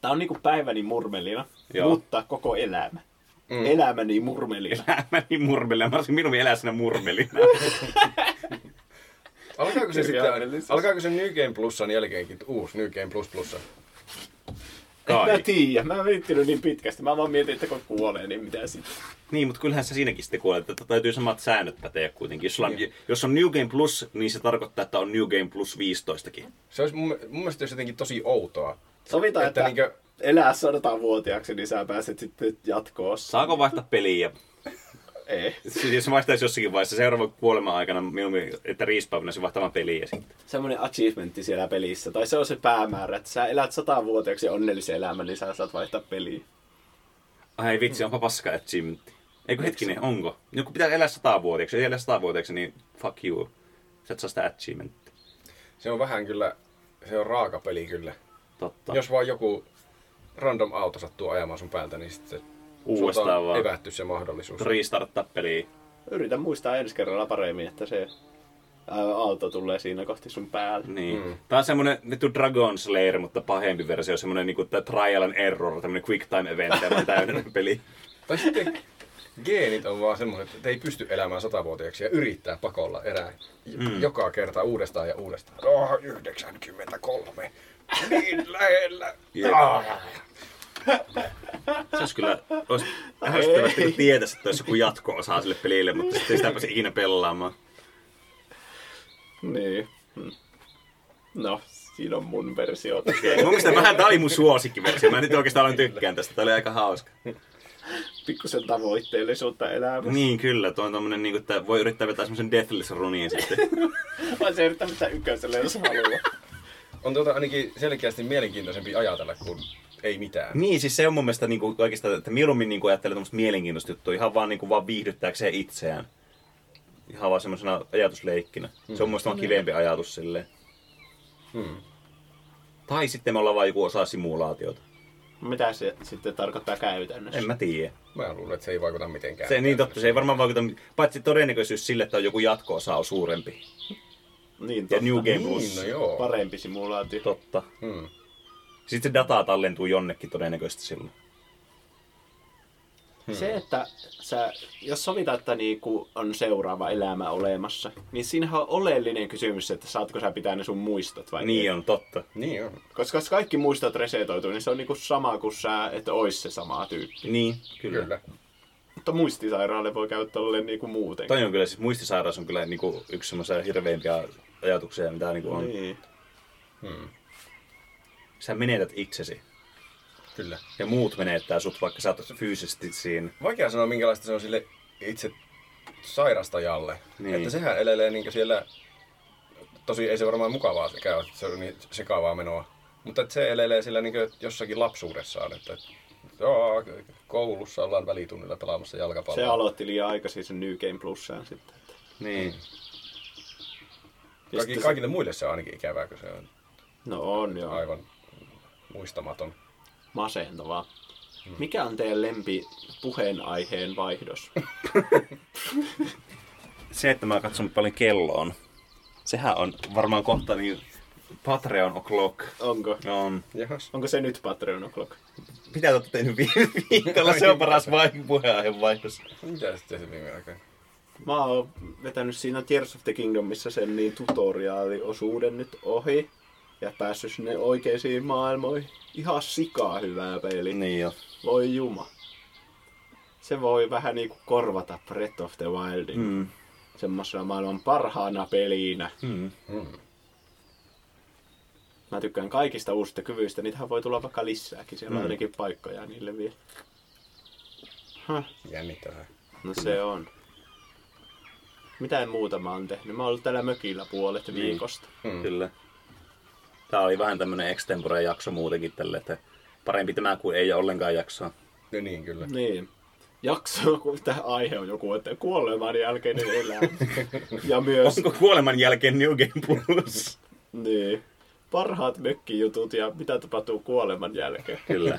[SPEAKER 2] Tämä on niinku päiväni murmelina, Joo.
[SPEAKER 1] Joo.
[SPEAKER 2] mutta koko elämä. Mm. Elämäni murmelina.
[SPEAKER 1] Mä niin murmelina, mä olisin minun elää siinä murmelina.
[SPEAKER 3] siinä. Alkaako se, sitten,
[SPEAKER 2] Kirjaimellisuus.
[SPEAKER 3] alkaako se New Game Plusan jälkeenkin uusi New Game Plus Plussa?
[SPEAKER 2] Kai. Mä
[SPEAKER 1] Kai.
[SPEAKER 2] tiedä, mä en viittinyt niin pitkästi. Mä vaan mietin, että kun kuolee, niin mitä sitten.
[SPEAKER 1] Niin, mutta kyllähän se siinäkin sitten kuulet, että täytyy samat säännöt päteä kuitenkin. Jos, sulla on, jos on New Game Plus, niin se tarkoittaa, että on New Game Plus 15kin.
[SPEAKER 3] Se olisi mun, mun mielestä olisi jotenkin tosi outoa.
[SPEAKER 2] Sovitaan, että,
[SPEAKER 3] Että
[SPEAKER 2] että
[SPEAKER 3] niinkö-
[SPEAKER 2] elää 100 vuotiaaksi, niin sä pääset sitten jatkoon.
[SPEAKER 1] Saako vaihtaa peliä?
[SPEAKER 2] Ei.
[SPEAKER 1] Siis jos se vaihtaisi jossakin vaiheessa seuraavan kuoleman aikana, mieluummin, että riispäivänä se vaihtamaan peliä sitten.
[SPEAKER 2] Semmoinen achievementti siellä pelissä. Tai se on se päämäärä, että sä elät 100 vuotiaaksi onnellisen elämän, niin sä saat vaihtaa peliä.
[SPEAKER 1] Ai vitsi, onpa paska achievementti. Eikö hetkinen, onko? Joku pitää elää satavuotiaaksi. Jos ei elä satavuotiaaksi, niin fuck you. Sä et saa sitä achievementtia.
[SPEAKER 3] Se on vähän kyllä, se on raaka peli kyllä.
[SPEAKER 1] Totta.
[SPEAKER 3] Jos vaan joku random auto sattuu ajamaan sun päältä, niin sitten
[SPEAKER 1] Uudestaan
[SPEAKER 3] sulta on tota
[SPEAKER 1] vaan.
[SPEAKER 3] evätty se mahdollisuus.
[SPEAKER 1] Restarttaa peliä.
[SPEAKER 2] Yritän muistaa ensi kerralla paremmin, että se ää, aalto tulee siinä kohti sun päälle.
[SPEAKER 1] Niin. Mm. Tämä on semmoinen vittu Dragon Slayer, mutta pahempi versio. Semmoinen niinku tää trial and error, tämmöinen quick time event, ja vaan täydellinen peli.
[SPEAKER 3] Tai sitten geenit on vaan semmoiset, että ei pysty elämään satavuotiaaksi ja yrittää pakolla erää mm. joka kerta uudestaan ja uudestaan. Oh, 93. Niin lähellä.
[SPEAKER 1] Jep.
[SPEAKER 3] Ah.
[SPEAKER 1] Se olisi kyllä, olisi ärsyttävästi, kun tietäisi, että olisi joku jatko-osa sille pelille, mutta sitten ei sitä pääse ikinä pelaamaan.
[SPEAKER 2] Niin. Hmm. No, siinä on mun versio.
[SPEAKER 1] Mun mielestä vähän tää oli mun suosikkiversio. Mä nyt oikeastaan aloin tykkään tästä. Tää oli aika hauska.
[SPEAKER 2] Pikkusen tavoitteellisuutta elämässä.
[SPEAKER 1] Niin kyllä, tuo on tommonen niinku, että voi yrittää vetää semmosen Deathless runin sitten.
[SPEAKER 2] Vai se yrittää mitään yköiselle, jos haluaa.
[SPEAKER 3] On tuota ainakin selkeästi mielenkiintoisempi ajatella kuin ei mitään.
[SPEAKER 1] niin, siis se on mun mielestä niinku kaikista, että mieluummin niinku ajattelee tommosta mielenkiintoista juttua ihan vaan niinku vaan viihdyttääkseen itseään. ihan vaan semmoisena ajatusleikkinä. Se on mun mielestä vaan kivempi ajatus silleen. Tai sitten me ollaan vaan joku osa simulaatiota.
[SPEAKER 2] Mitä se sitten tarkoittaa käytännössä?
[SPEAKER 1] En mä tiedä.
[SPEAKER 3] Mä luulen, että se ei vaikuta mitenkään.
[SPEAKER 1] Se niin totta, se ei varmaan vaikuta, mit- paitsi todennäköisyys sille, että on joku jatko-osa on suurempi.
[SPEAKER 2] Niin,
[SPEAKER 1] Ja
[SPEAKER 2] totta.
[SPEAKER 1] New Game
[SPEAKER 3] niin,
[SPEAKER 1] Plus.
[SPEAKER 3] no joo.
[SPEAKER 2] Parempi simulaatio.
[SPEAKER 1] Totta.
[SPEAKER 3] Hmm.
[SPEAKER 1] Sitten se data tallentuu jonnekin todennäköisesti silloin. Hmm.
[SPEAKER 2] Se, että sä, jos sovitaan, että niinku on seuraava elämä olemassa, niin siinähän on oleellinen kysymys, että saatko sä pitää ne sun muistot vai
[SPEAKER 1] Niin
[SPEAKER 2] et.
[SPEAKER 1] on, totta.
[SPEAKER 3] Niin on.
[SPEAKER 2] Koska jos kaikki muistot resetoituu, niin se on niinku sama kuin sä, että ois se sama tyyppi.
[SPEAKER 1] Niin, kyllä.
[SPEAKER 3] Kyllä.
[SPEAKER 2] Mutta muistisairaalle voi käyttää olle niinku muuten.
[SPEAKER 1] Toi on kyllä, siis muistisairaus on kyllä niinku yksi semmoisia hirveimpiä ajatuksia, mitä niinku on. Niin.
[SPEAKER 2] Niin.
[SPEAKER 1] Sä menetät itsesi.
[SPEAKER 3] Kyllä.
[SPEAKER 1] Ja muut menettää sut, vaikka sä oot fyysisesti siinä.
[SPEAKER 3] Vaikea sanoa, minkälaista se on sille itse sairastajalle.
[SPEAKER 1] Niin.
[SPEAKER 3] Niin. Että sehän elelee niin siellä... Tosi ei se varmaan mukavaa se käy, se on niin sekaavaa menoa. Mutta että se elelee sillä niin jossakin lapsuudessaan, että joo, koulussa ollaan välitunnilla pelaamassa
[SPEAKER 2] Se
[SPEAKER 3] jalkapalloa.
[SPEAKER 2] aloitti liian aikaisin sen New Game Plussaan sitten. että-
[SPEAKER 1] Niin.
[SPEAKER 2] Ja
[SPEAKER 3] Kaikki,
[SPEAKER 2] sitten se-
[SPEAKER 3] kaikille muille se on ainakin ikävää, kun se on
[SPEAKER 2] No on joo.
[SPEAKER 3] aivan muistamaton.
[SPEAKER 2] Masentavaa.
[SPEAKER 1] Hmm.
[SPEAKER 2] Mikä on teidän lempi puheenaiheen vaihdos?
[SPEAKER 1] Se, että mä katson paljon kelloon, sehän on varmaan kohta niin Patreon o'clock.
[SPEAKER 2] Onko?
[SPEAKER 1] On.
[SPEAKER 3] Jahas.
[SPEAKER 2] Onko se nyt Patreon O'Clock?
[SPEAKER 1] Mitä te olette tehnyt viime viikolla? Se on paras vai- puheenaihe vaihdos.
[SPEAKER 3] Mitä sitten se viime aikoina?
[SPEAKER 2] Mä oon vetänyt siinä Tears of the Kingdomissa sen niin tutoriaaliosuuden nyt ohi. Ja päässyt sinne oikeisiin maailmoihin. Ihan sikaa hyvää peli.
[SPEAKER 1] Niin jo.
[SPEAKER 2] Voi juma. Se voi vähän niinku korvata Breath of the Wildin. Mm.
[SPEAKER 1] Mm.
[SPEAKER 2] Semmoisena maailman parhaana pelinä.
[SPEAKER 1] Mm.
[SPEAKER 2] Mä tykkään kaikista uusista kyvyistä. Niitähän voi tulla vaikka lisääkin. Siellä mm. on ainakin paikkoja niille vielä.
[SPEAKER 3] Jännittävää.
[SPEAKER 2] No se on. Mitään muuta mä oon tehnyt. Mä oon ollut täällä mökillä puolet viikosta.
[SPEAKER 1] Mm. Kyllä. Tää oli vähän tämmönen extempore jakso muutenkin tälle, että parempi tämä kuin ei ollenkaan jaksoa.
[SPEAKER 3] No niin, kyllä.
[SPEAKER 2] Niin. Jakso, kun tämä aihe on joku, että kuoleman jälkeinen elämä. ja myös,
[SPEAKER 1] Onko kuoleman jälkeen New Game Plus?
[SPEAKER 2] niin, parhaat mökkijutut ja mitä tapahtuu kuoleman jälkeen.
[SPEAKER 1] Kyllä.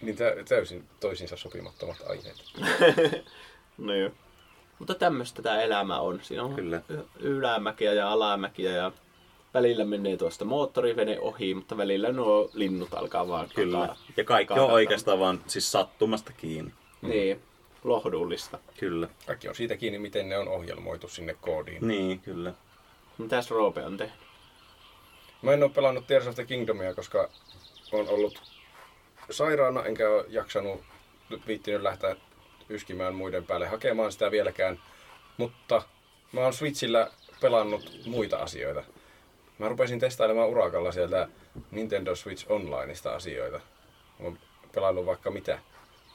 [SPEAKER 3] Niin tä- täysin toisiinsa sopimattomat aiheet.
[SPEAKER 2] Niin. Mutta tämmöistä tämä elämä on. Siinä on
[SPEAKER 1] Kyllä.
[SPEAKER 2] y- ylämäkiä ja alamäkiä ja välillä menee tuosta moottorivene ohi, mutta välillä nuo linnut alkaa vaan
[SPEAKER 1] Kyllä.
[SPEAKER 2] kakaa.
[SPEAKER 1] Ja kaikki on
[SPEAKER 2] Kaadataan.
[SPEAKER 1] oikeastaan vaan siis sattumasta kiinni.
[SPEAKER 2] Niin, lohdullista.
[SPEAKER 1] Kyllä.
[SPEAKER 3] Kaikki on siitä kiinni, miten ne on ohjelmoitu sinne koodiin.
[SPEAKER 1] Niin, kyllä.
[SPEAKER 2] Mitäs Roope on tehnyt?
[SPEAKER 3] Mä en oo pelannut Tears of the Kingdomia, koska on ollut sairaana, enkä oo jaksanut, viittinyt lähteä yskimään muiden päälle hakemaan sitä vieläkään. Mutta mä oon Switchillä pelannut muita asioita. Mä rupesin testailemaan urakalla sieltä Nintendo Switch Onlineista asioita. Mä oon pelannut vaikka mitä.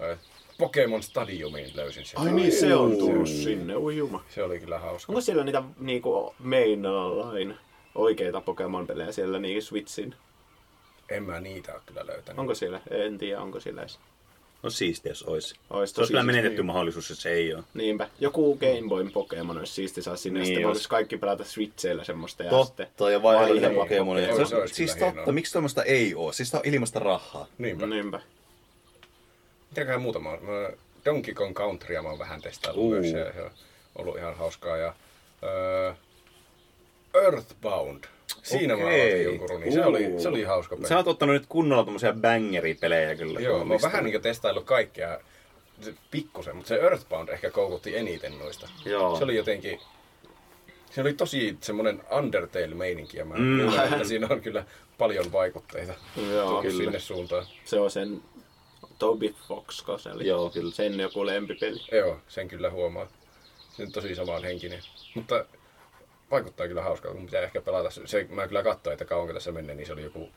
[SPEAKER 3] Ö, Pokemon Stadiumiin löysin sieltä.
[SPEAKER 2] Ai niin, se on tullut sinne, ui juma.
[SPEAKER 3] Se oli kyllä hauska.
[SPEAKER 2] Onko siellä niitä niinku main line oikeita Pokemon-pelejä siellä niin Switchin?
[SPEAKER 3] En mä niitä oo kyllä löytänyt.
[SPEAKER 2] Onko siellä? En tiedä, onko siellä edes.
[SPEAKER 1] No siistiä, jos olisi.
[SPEAKER 2] Ois
[SPEAKER 1] Se olisi kyllä
[SPEAKER 2] siisti.
[SPEAKER 1] menetetty mahdollisuus, jos se ei ole.
[SPEAKER 2] Niinpä. Joku Game Boy Pokemon olisi siisti saa sinne,
[SPEAKER 1] Niin
[SPEAKER 2] niin sitten
[SPEAKER 1] olisi.
[SPEAKER 2] voisi kaikki pelata Switcheillä semmoista ja sitten...
[SPEAKER 1] ja
[SPEAKER 2] vaihdollisia Vaihdon Pokemonia.
[SPEAKER 3] Joo, se olisi
[SPEAKER 1] Siis
[SPEAKER 3] kyllä
[SPEAKER 1] totta,
[SPEAKER 3] hienoa.
[SPEAKER 1] miksi tuommoista ei oo? Siis tää on ilmasta rahaa.
[SPEAKER 3] Niinpä.
[SPEAKER 2] No Niinpä.
[SPEAKER 3] Mitäköhän muuta mä oon? Mä- Donkey Kong Countrya mä oon vähän testaillut
[SPEAKER 1] Uu.
[SPEAKER 3] uh. myös. ja Se on ollut ihan hauskaa. Ja, öö, Earthbound. Siinä okay. mä
[SPEAKER 1] Okei.
[SPEAKER 3] aloitin jonkun runin. Se
[SPEAKER 1] Uu.
[SPEAKER 3] oli, se oli hauska peli.
[SPEAKER 1] Sä oot ottanut nyt kunnolla tommosia bangeripelejä kyllä.
[SPEAKER 3] Joo, mä oon
[SPEAKER 1] Mistä-
[SPEAKER 3] vähän niin testaillut kaikkea se- pikkusen, mutta se Earthbound ehkä koukutti eniten noista.
[SPEAKER 1] Joo.
[SPEAKER 3] Se oli jotenkin... Se oli tosi semmoinen Undertale-meininki ja mä
[SPEAKER 1] Mm.
[SPEAKER 3] mm. että siinä on kyllä paljon vaikutteita
[SPEAKER 2] Joo,
[SPEAKER 3] kyllä.
[SPEAKER 2] kyllä.
[SPEAKER 3] sinne suuntaan.
[SPEAKER 2] Se on sen Toby Fox, kun se oli.
[SPEAKER 1] Joo, kyllä.
[SPEAKER 2] Sen joku lempipeli.
[SPEAKER 3] Joo, sen kyllä huomaa. Se on tosi samanhenkinen. Mutta vaikuttaa kyllä hauskalta, mun pitää ehkä pelata. Se, mä kyllä katsoin, että kauanko tässä menee, niin se oli joku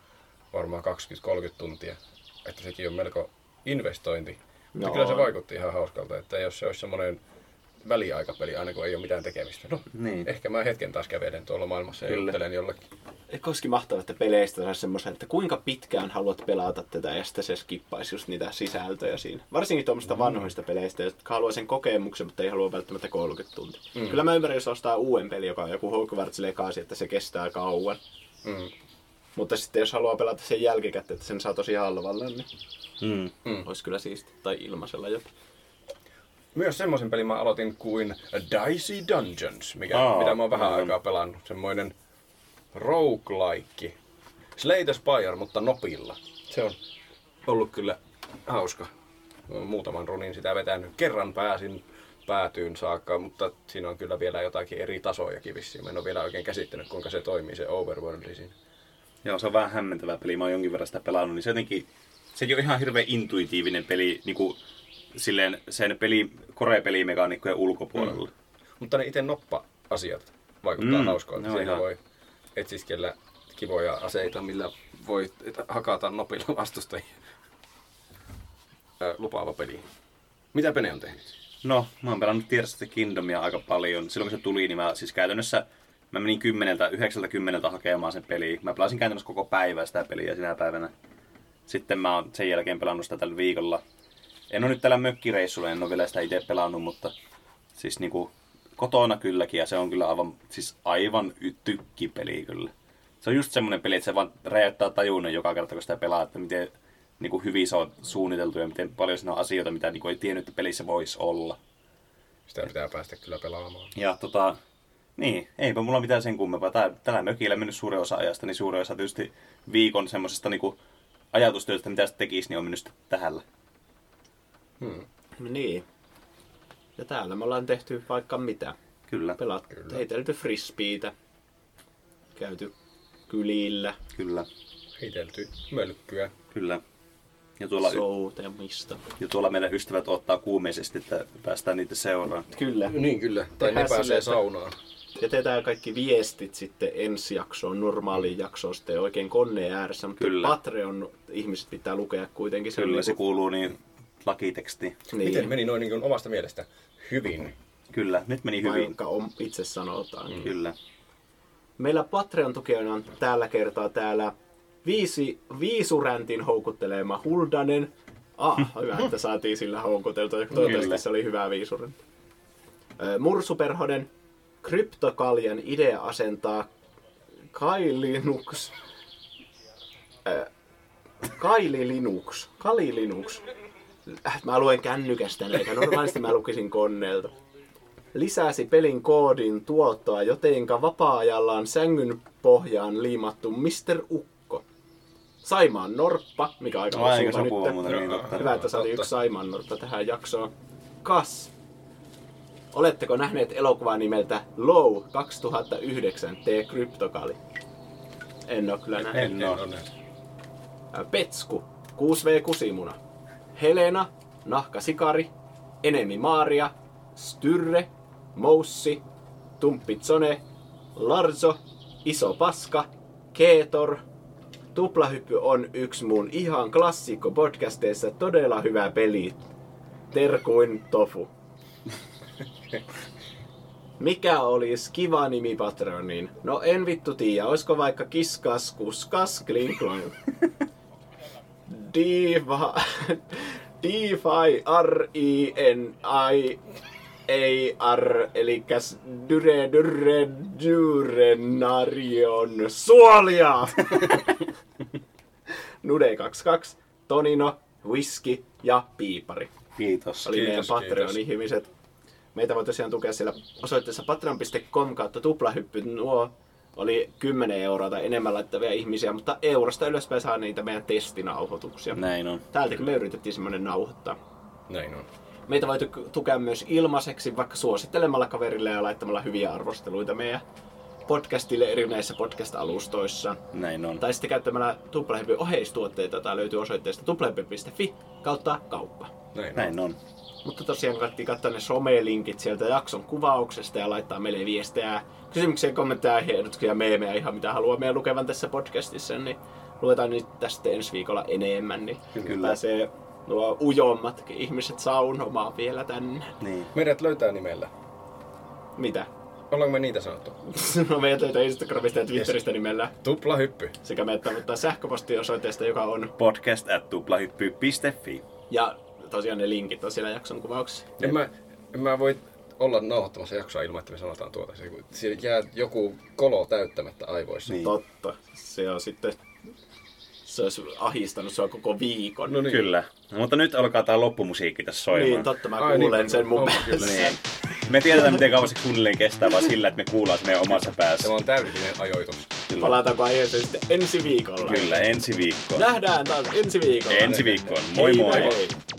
[SPEAKER 3] varmaan 20-30 tuntia. Että sekin on melko investointi. Mutta
[SPEAKER 2] Joo.
[SPEAKER 3] kyllä se vaikutti ihan hauskalta, että jos se olisi semmoinen väliaikapeli aina, kun ei ole mitään tekemistä. No,
[SPEAKER 1] Niin.
[SPEAKER 3] ehkä mä hetken taas kävelen tuolla maailmassa ja
[SPEAKER 1] Kyllä.
[SPEAKER 3] juttelen jollekin.
[SPEAKER 2] Koski mahtavaa, että peleistä saa semmoisen, että kuinka pitkään haluat pelata tätä ja sitten se skippaisi just niitä sisältöjä siinä. Varsinkin tuommoista vanhoista peleistä, jotka haluaa sen kokemuksen, mutta ei halua välttämättä 30 tuntia. Mm. Kyllä mä ymmärrän, jos ostaa uuden peli, joka on joku Hogwarts Legacy, että se kestää kauan.
[SPEAKER 3] Mm.
[SPEAKER 2] Mutta sitten jos haluaa pelata sen jälkikäteen, että sen saa tosi halvalla, niin
[SPEAKER 1] Mm.
[SPEAKER 2] olisi kyllä siisti. Tai ilmaisella jopa.
[SPEAKER 3] Myös semmoisen pelin mä aloitin kuin Dicey Dungeons, mikä,
[SPEAKER 1] Aa,
[SPEAKER 3] mitä mä oon vähän
[SPEAKER 1] aivan.
[SPEAKER 3] aikaa pelannut. Semmoinen roguelike. Slay the Spire, mutta nopilla. Se on ollut kyllä hauska. Mä oon muutaman runin sitä vetänyt. Kerran pääsin päätyyn saakka, mutta siinä on kyllä vielä jotakin eri tasojakin vissiin. Mä en ole vielä oikein käsittänyt, kuinka se toimii se overworldi siinä.
[SPEAKER 1] Joo, se on vähän hämmentävä peli. Mä oon jonkin verran sitä pelannut, niin se jotenkin... Se ei ole ihan hirveän intuitiivinen peli, niin kuin, silleen sen peli, korepelimekaanikkojen ulkopuolella.
[SPEAKER 3] Mutta ne itse noppa-asiat vaikuttaa
[SPEAKER 1] Mm,
[SPEAKER 3] mm, hauskoilta.
[SPEAKER 1] ne on
[SPEAKER 3] Siinä
[SPEAKER 1] ihan-
[SPEAKER 3] voi etsiskellä kivoja aseita, millä voi et- hakata nopilla vastustajia. Ö, Lupaava peli. Mitä Pene on tehnyt?
[SPEAKER 1] No, mä oon pelannut Tears of the Kingdomia aika paljon. Silloin kun se tuli, niin mä siis käytännössä mä menin kymmeneltä, yhdeksältä kymmeneltä hakemaan sen peliä. Mä pelasin käytännössä koko päivää sitä peliä sinä päivänä. Sitten mä oon sen jälkeen pelannut sitä tällä viikolla. En ole nyt tällä mökkireissulla, en ole vielä sitä itse pelannut, mutta siis niinku kotona kylläkin ja se on kyllä aivan, siis aivan y- tykkipeli kyllä. Se on just semmoinen peli, että se vaan räjäyttää tajunnan joka kerta, kun sitä pelaa, että miten niinku hyvin se on suunniteltu ja miten paljon siinä on asioita, mitä niinku ei tiennyt, että pelissä voisi olla.
[SPEAKER 3] Sitä pitää päästä kyllä pelaamaan.
[SPEAKER 1] Ja tota, niin, eipä mulla mitään sen kummempaa. Tää, tällä mökillä mennyt suurin osa ajasta, niin suurin osa tietysti viikon semmoisesta niinku ajatustyöstä, mitä sitten tekisi, niin on mennyt sitten tähällä.
[SPEAKER 2] No niin. Ja täällä me ollaan tehty vaikka mitä.
[SPEAKER 1] Kyllä,
[SPEAKER 2] Pelat, heitelty frisbeitä. Käyty kylillä.
[SPEAKER 1] kyllä,
[SPEAKER 3] Heitelty mölkkyä.
[SPEAKER 1] kyllä. Ja tuolla, so.
[SPEAKER 2] Soutemista.
[SPEAKER 1] ja tuolla meidän ystävät ottaa kuumeisesti, että päästään niitä seuraan.
[SPEAKER 2] Kyllä.
[SPEAKER 3] Niin kyllä. Tai
[SPEAKER 2] Tehdään
[SPEAKER 3] ne
[SPEAKER 2] silleen,
[SPEAKER 3] pääsee
[SPEAKER 2] että-
[SPEAKER 3] saunaan.
[SPEAKER 1] Niin.
[SPEAKER 2] Jätetään kaikki viestit sitten ensi jaksoon, normaaliin jaksoon sitten oikein koneen ääressä. Mutta
[SPEAKER 1] Kyllä.
[SPEAKER 2] Kyllä. Patreon ihmiset pitää lukea kuitenkin. on
[SPEAKER 1] Kyllä, se
[SPEAKER 2] niinku-
[SPEAKER 1] kuuluu niin lakiteksti.
[SPEAKER 2] niin,
[SPEAKER 3] Miten meni noin niin kuin omasta mielestä? Hyvin.
[SPEAKER 1] Kyllä, nyt meni hyvin.
[SPEAKER 2] Vaikka on, itse sanotaan. Mm.
[SPEAKER 1] Kyllä.
[SPEAKER 2] Meillä Patreon-tukijoina on tällä kertaa täällä viisi, viisuräntin houkuttelema Huldanen. Ah, hyvä, että saatiin sillä houkuteltua. Toivottavasti
[SPEAKER 1] Kyllä.
[SPEAKER 2] se oli hyvä viisurantti. Ö, Mursuperhonen, Kryptokaljan idea asentaa Kailinux. Ö, Kaili Linux. Kali Linux. Äh, Mä luen kännykästä näitä. Normaalisti mä lukisin koneelta lisäsi pelin koodin tuottoa, jotenka vapaa-ajallaan sängyn pohjaan liimattu Mr. Ukko. Saimaan Norppa, mikä aika
[SPEAKER 1] Aika
[SPEAKER 2] osuva
[SPEAKER 1] sopiva
[SPEAKER 2] nyt.
[SPEAKER 1] muuten, niin totta.
[SPEAKER 2] Hyvä, että saatiin
[SPEAKER 3] Totta.
[SPEAKER 2] yksi Saimaan Norppa tähän jaksoon. Kas. Oletteko nähneet elokuvaa nimeltä Low 2009 T. Kryptokali? En ole kyllä nähnyt.
[SPEAKER 1] En oo.
[SPEAKER 3] ole.
[SPEAKER 2] Äh, Petsku, 6V Kusimuna, Helena, Nahkasikari, Enemi Maaria, Styrre, Moussi, Tumppitsone, Larzo, Iso Paska, Keetor. Tuplahyppy on yksi mun ihan klassikko podcasteissa todella hyvä peli. Terkuin Tofu. Mikä olisi kiva nimi Patroniin? No en vittu tiedä, oisko vaikka Kiskas Kuskas Klinkloin. Diva... DeFi R-I-N-I ei R, elikäs dyre dyre dyrenarion suolia! Nude 22, Tonino, No, Whisky ja Piipari
[SPEAKER 1] Kiitos.
[SPEAKER 2] oli
[SPEAKER 3] Kiitos,
[SPEAKER 2] meidän
[SPEAKER 3] kiitos.
[SPEAKER 2] Patreon-ihmiset. Meitä voi tosiaan tukea siellä osoitteessa patreon.com kautta tuplahyppy. Nuo oli 10 euroa tai enemmän laittavia ihmisiä, mutta eurosta ylöspäin saa niitä meidän testinauhoituksia.
[SPEAKER 1] Näin on.
[SPEAKER 2] Täältäkin me yritettiin semmoinen nauhoittaa.
[SPEAKER 3] Näin on.
[SPEAKER 2] Meitä voi tu- tukea myös ilmaiseksi, vaikka suosittelemalla kaverille ja laittamalla hyviä arvosteluita meidän podcastille erinäisissä podcast-alustoissa.
[SPEAKER 1] Näin on.
[SPEAKER 2] Tai sitten käyttämällä tuplahyppyn oheistuotteita, tai löytyy osoitteesta tuplahyppy.fi kautta kauppa.
[SPEAKER 3] Näin, Näin.
[SPEAKER 1] Näin on.
[SPEAKER 2] Mutta tosiaan kannattaa katsoa ne somelinkit sieltä jakson kuvauksesta ja laittaa meille viestejä, kysymyksiä, kommentteja, ehdotuksia, meemejä, ihan mitä haluaa meidän lukevan tässä podcastissa, niin luetaan niitä tästä ensi viikolla enemmän, niin
[SPEAKER 1] Kyllä.
[SPEAKER 2] Kyllä. pääsee nuo ujommatkin ihmiset saunomaan vielä tänne.
[SPEAKER 1] Niin.
[SPEAKER 3] Meidät löytää nimellä.
[SPEAKER 2] Mitä?
[SPEAKER 3] Ollaanko me niitä sanottu?
[SPEAKER 2] no meidät löytää Instagramista ja Twitteristä nimellä.
[SPEAKER 3] Tupla hyppy.
[SPEAKER 2] Sekä meidät tavoittaa sähköpostiosoitteesta, joka on.
[SPEAKER 1] Podcast at tuplahyppy.fi.
[SPEAKER 2] Ja tosiaan ne linkit on siellä jakson kuvauksessa.
[SPEAKER 3] En mä, en mä voi olla nauhoittamassa jaksoa ilman, että me sanotaan tuota. Se- kun Siellä jää joku kolo täyttämättä aivoissa.
[SPEAKER 1] Niin.
[SPEAKER 2] Totta. Se on sitten... Se olisi ahistanut sua koko viikon.
[SPEAKER 3] No niin.
[SPEAKER 1] Kyllä. No, mutta nyt alkaa tää loppumusiikki tässä soimaan.
[SPEAKER 2] niin, totta. Mä
[SPEAKER 3] Ai
[SPEAKER 2] kuulen
[SPEAKER 3] niin,
[SPEAKER 2] sen mun
[SPEAKER 3] onpa
[SPEAKER 2] päässä.
[SPEAKER 1] Niin. Me tiedetään, miten kauan se kuunnelleen kestää, vaan sillä, että me kuullaan se meidän omassa päässä.
[SPEAKER 3] Tämä on täydellinen ajoitus.
[SPEAKER 1] Kyllä,
[SPEAKER 2] Palataanko aiheeseen sitten ensi viikolla.
[SPEAKER 1] Kyllä ensi viikkoon.
[SPEAKER 2] Nähdään taas ensi viikolla.
[SPEAKER 1] Ensi viikkoon. Moi moi.
[SPEAKER 2] moi.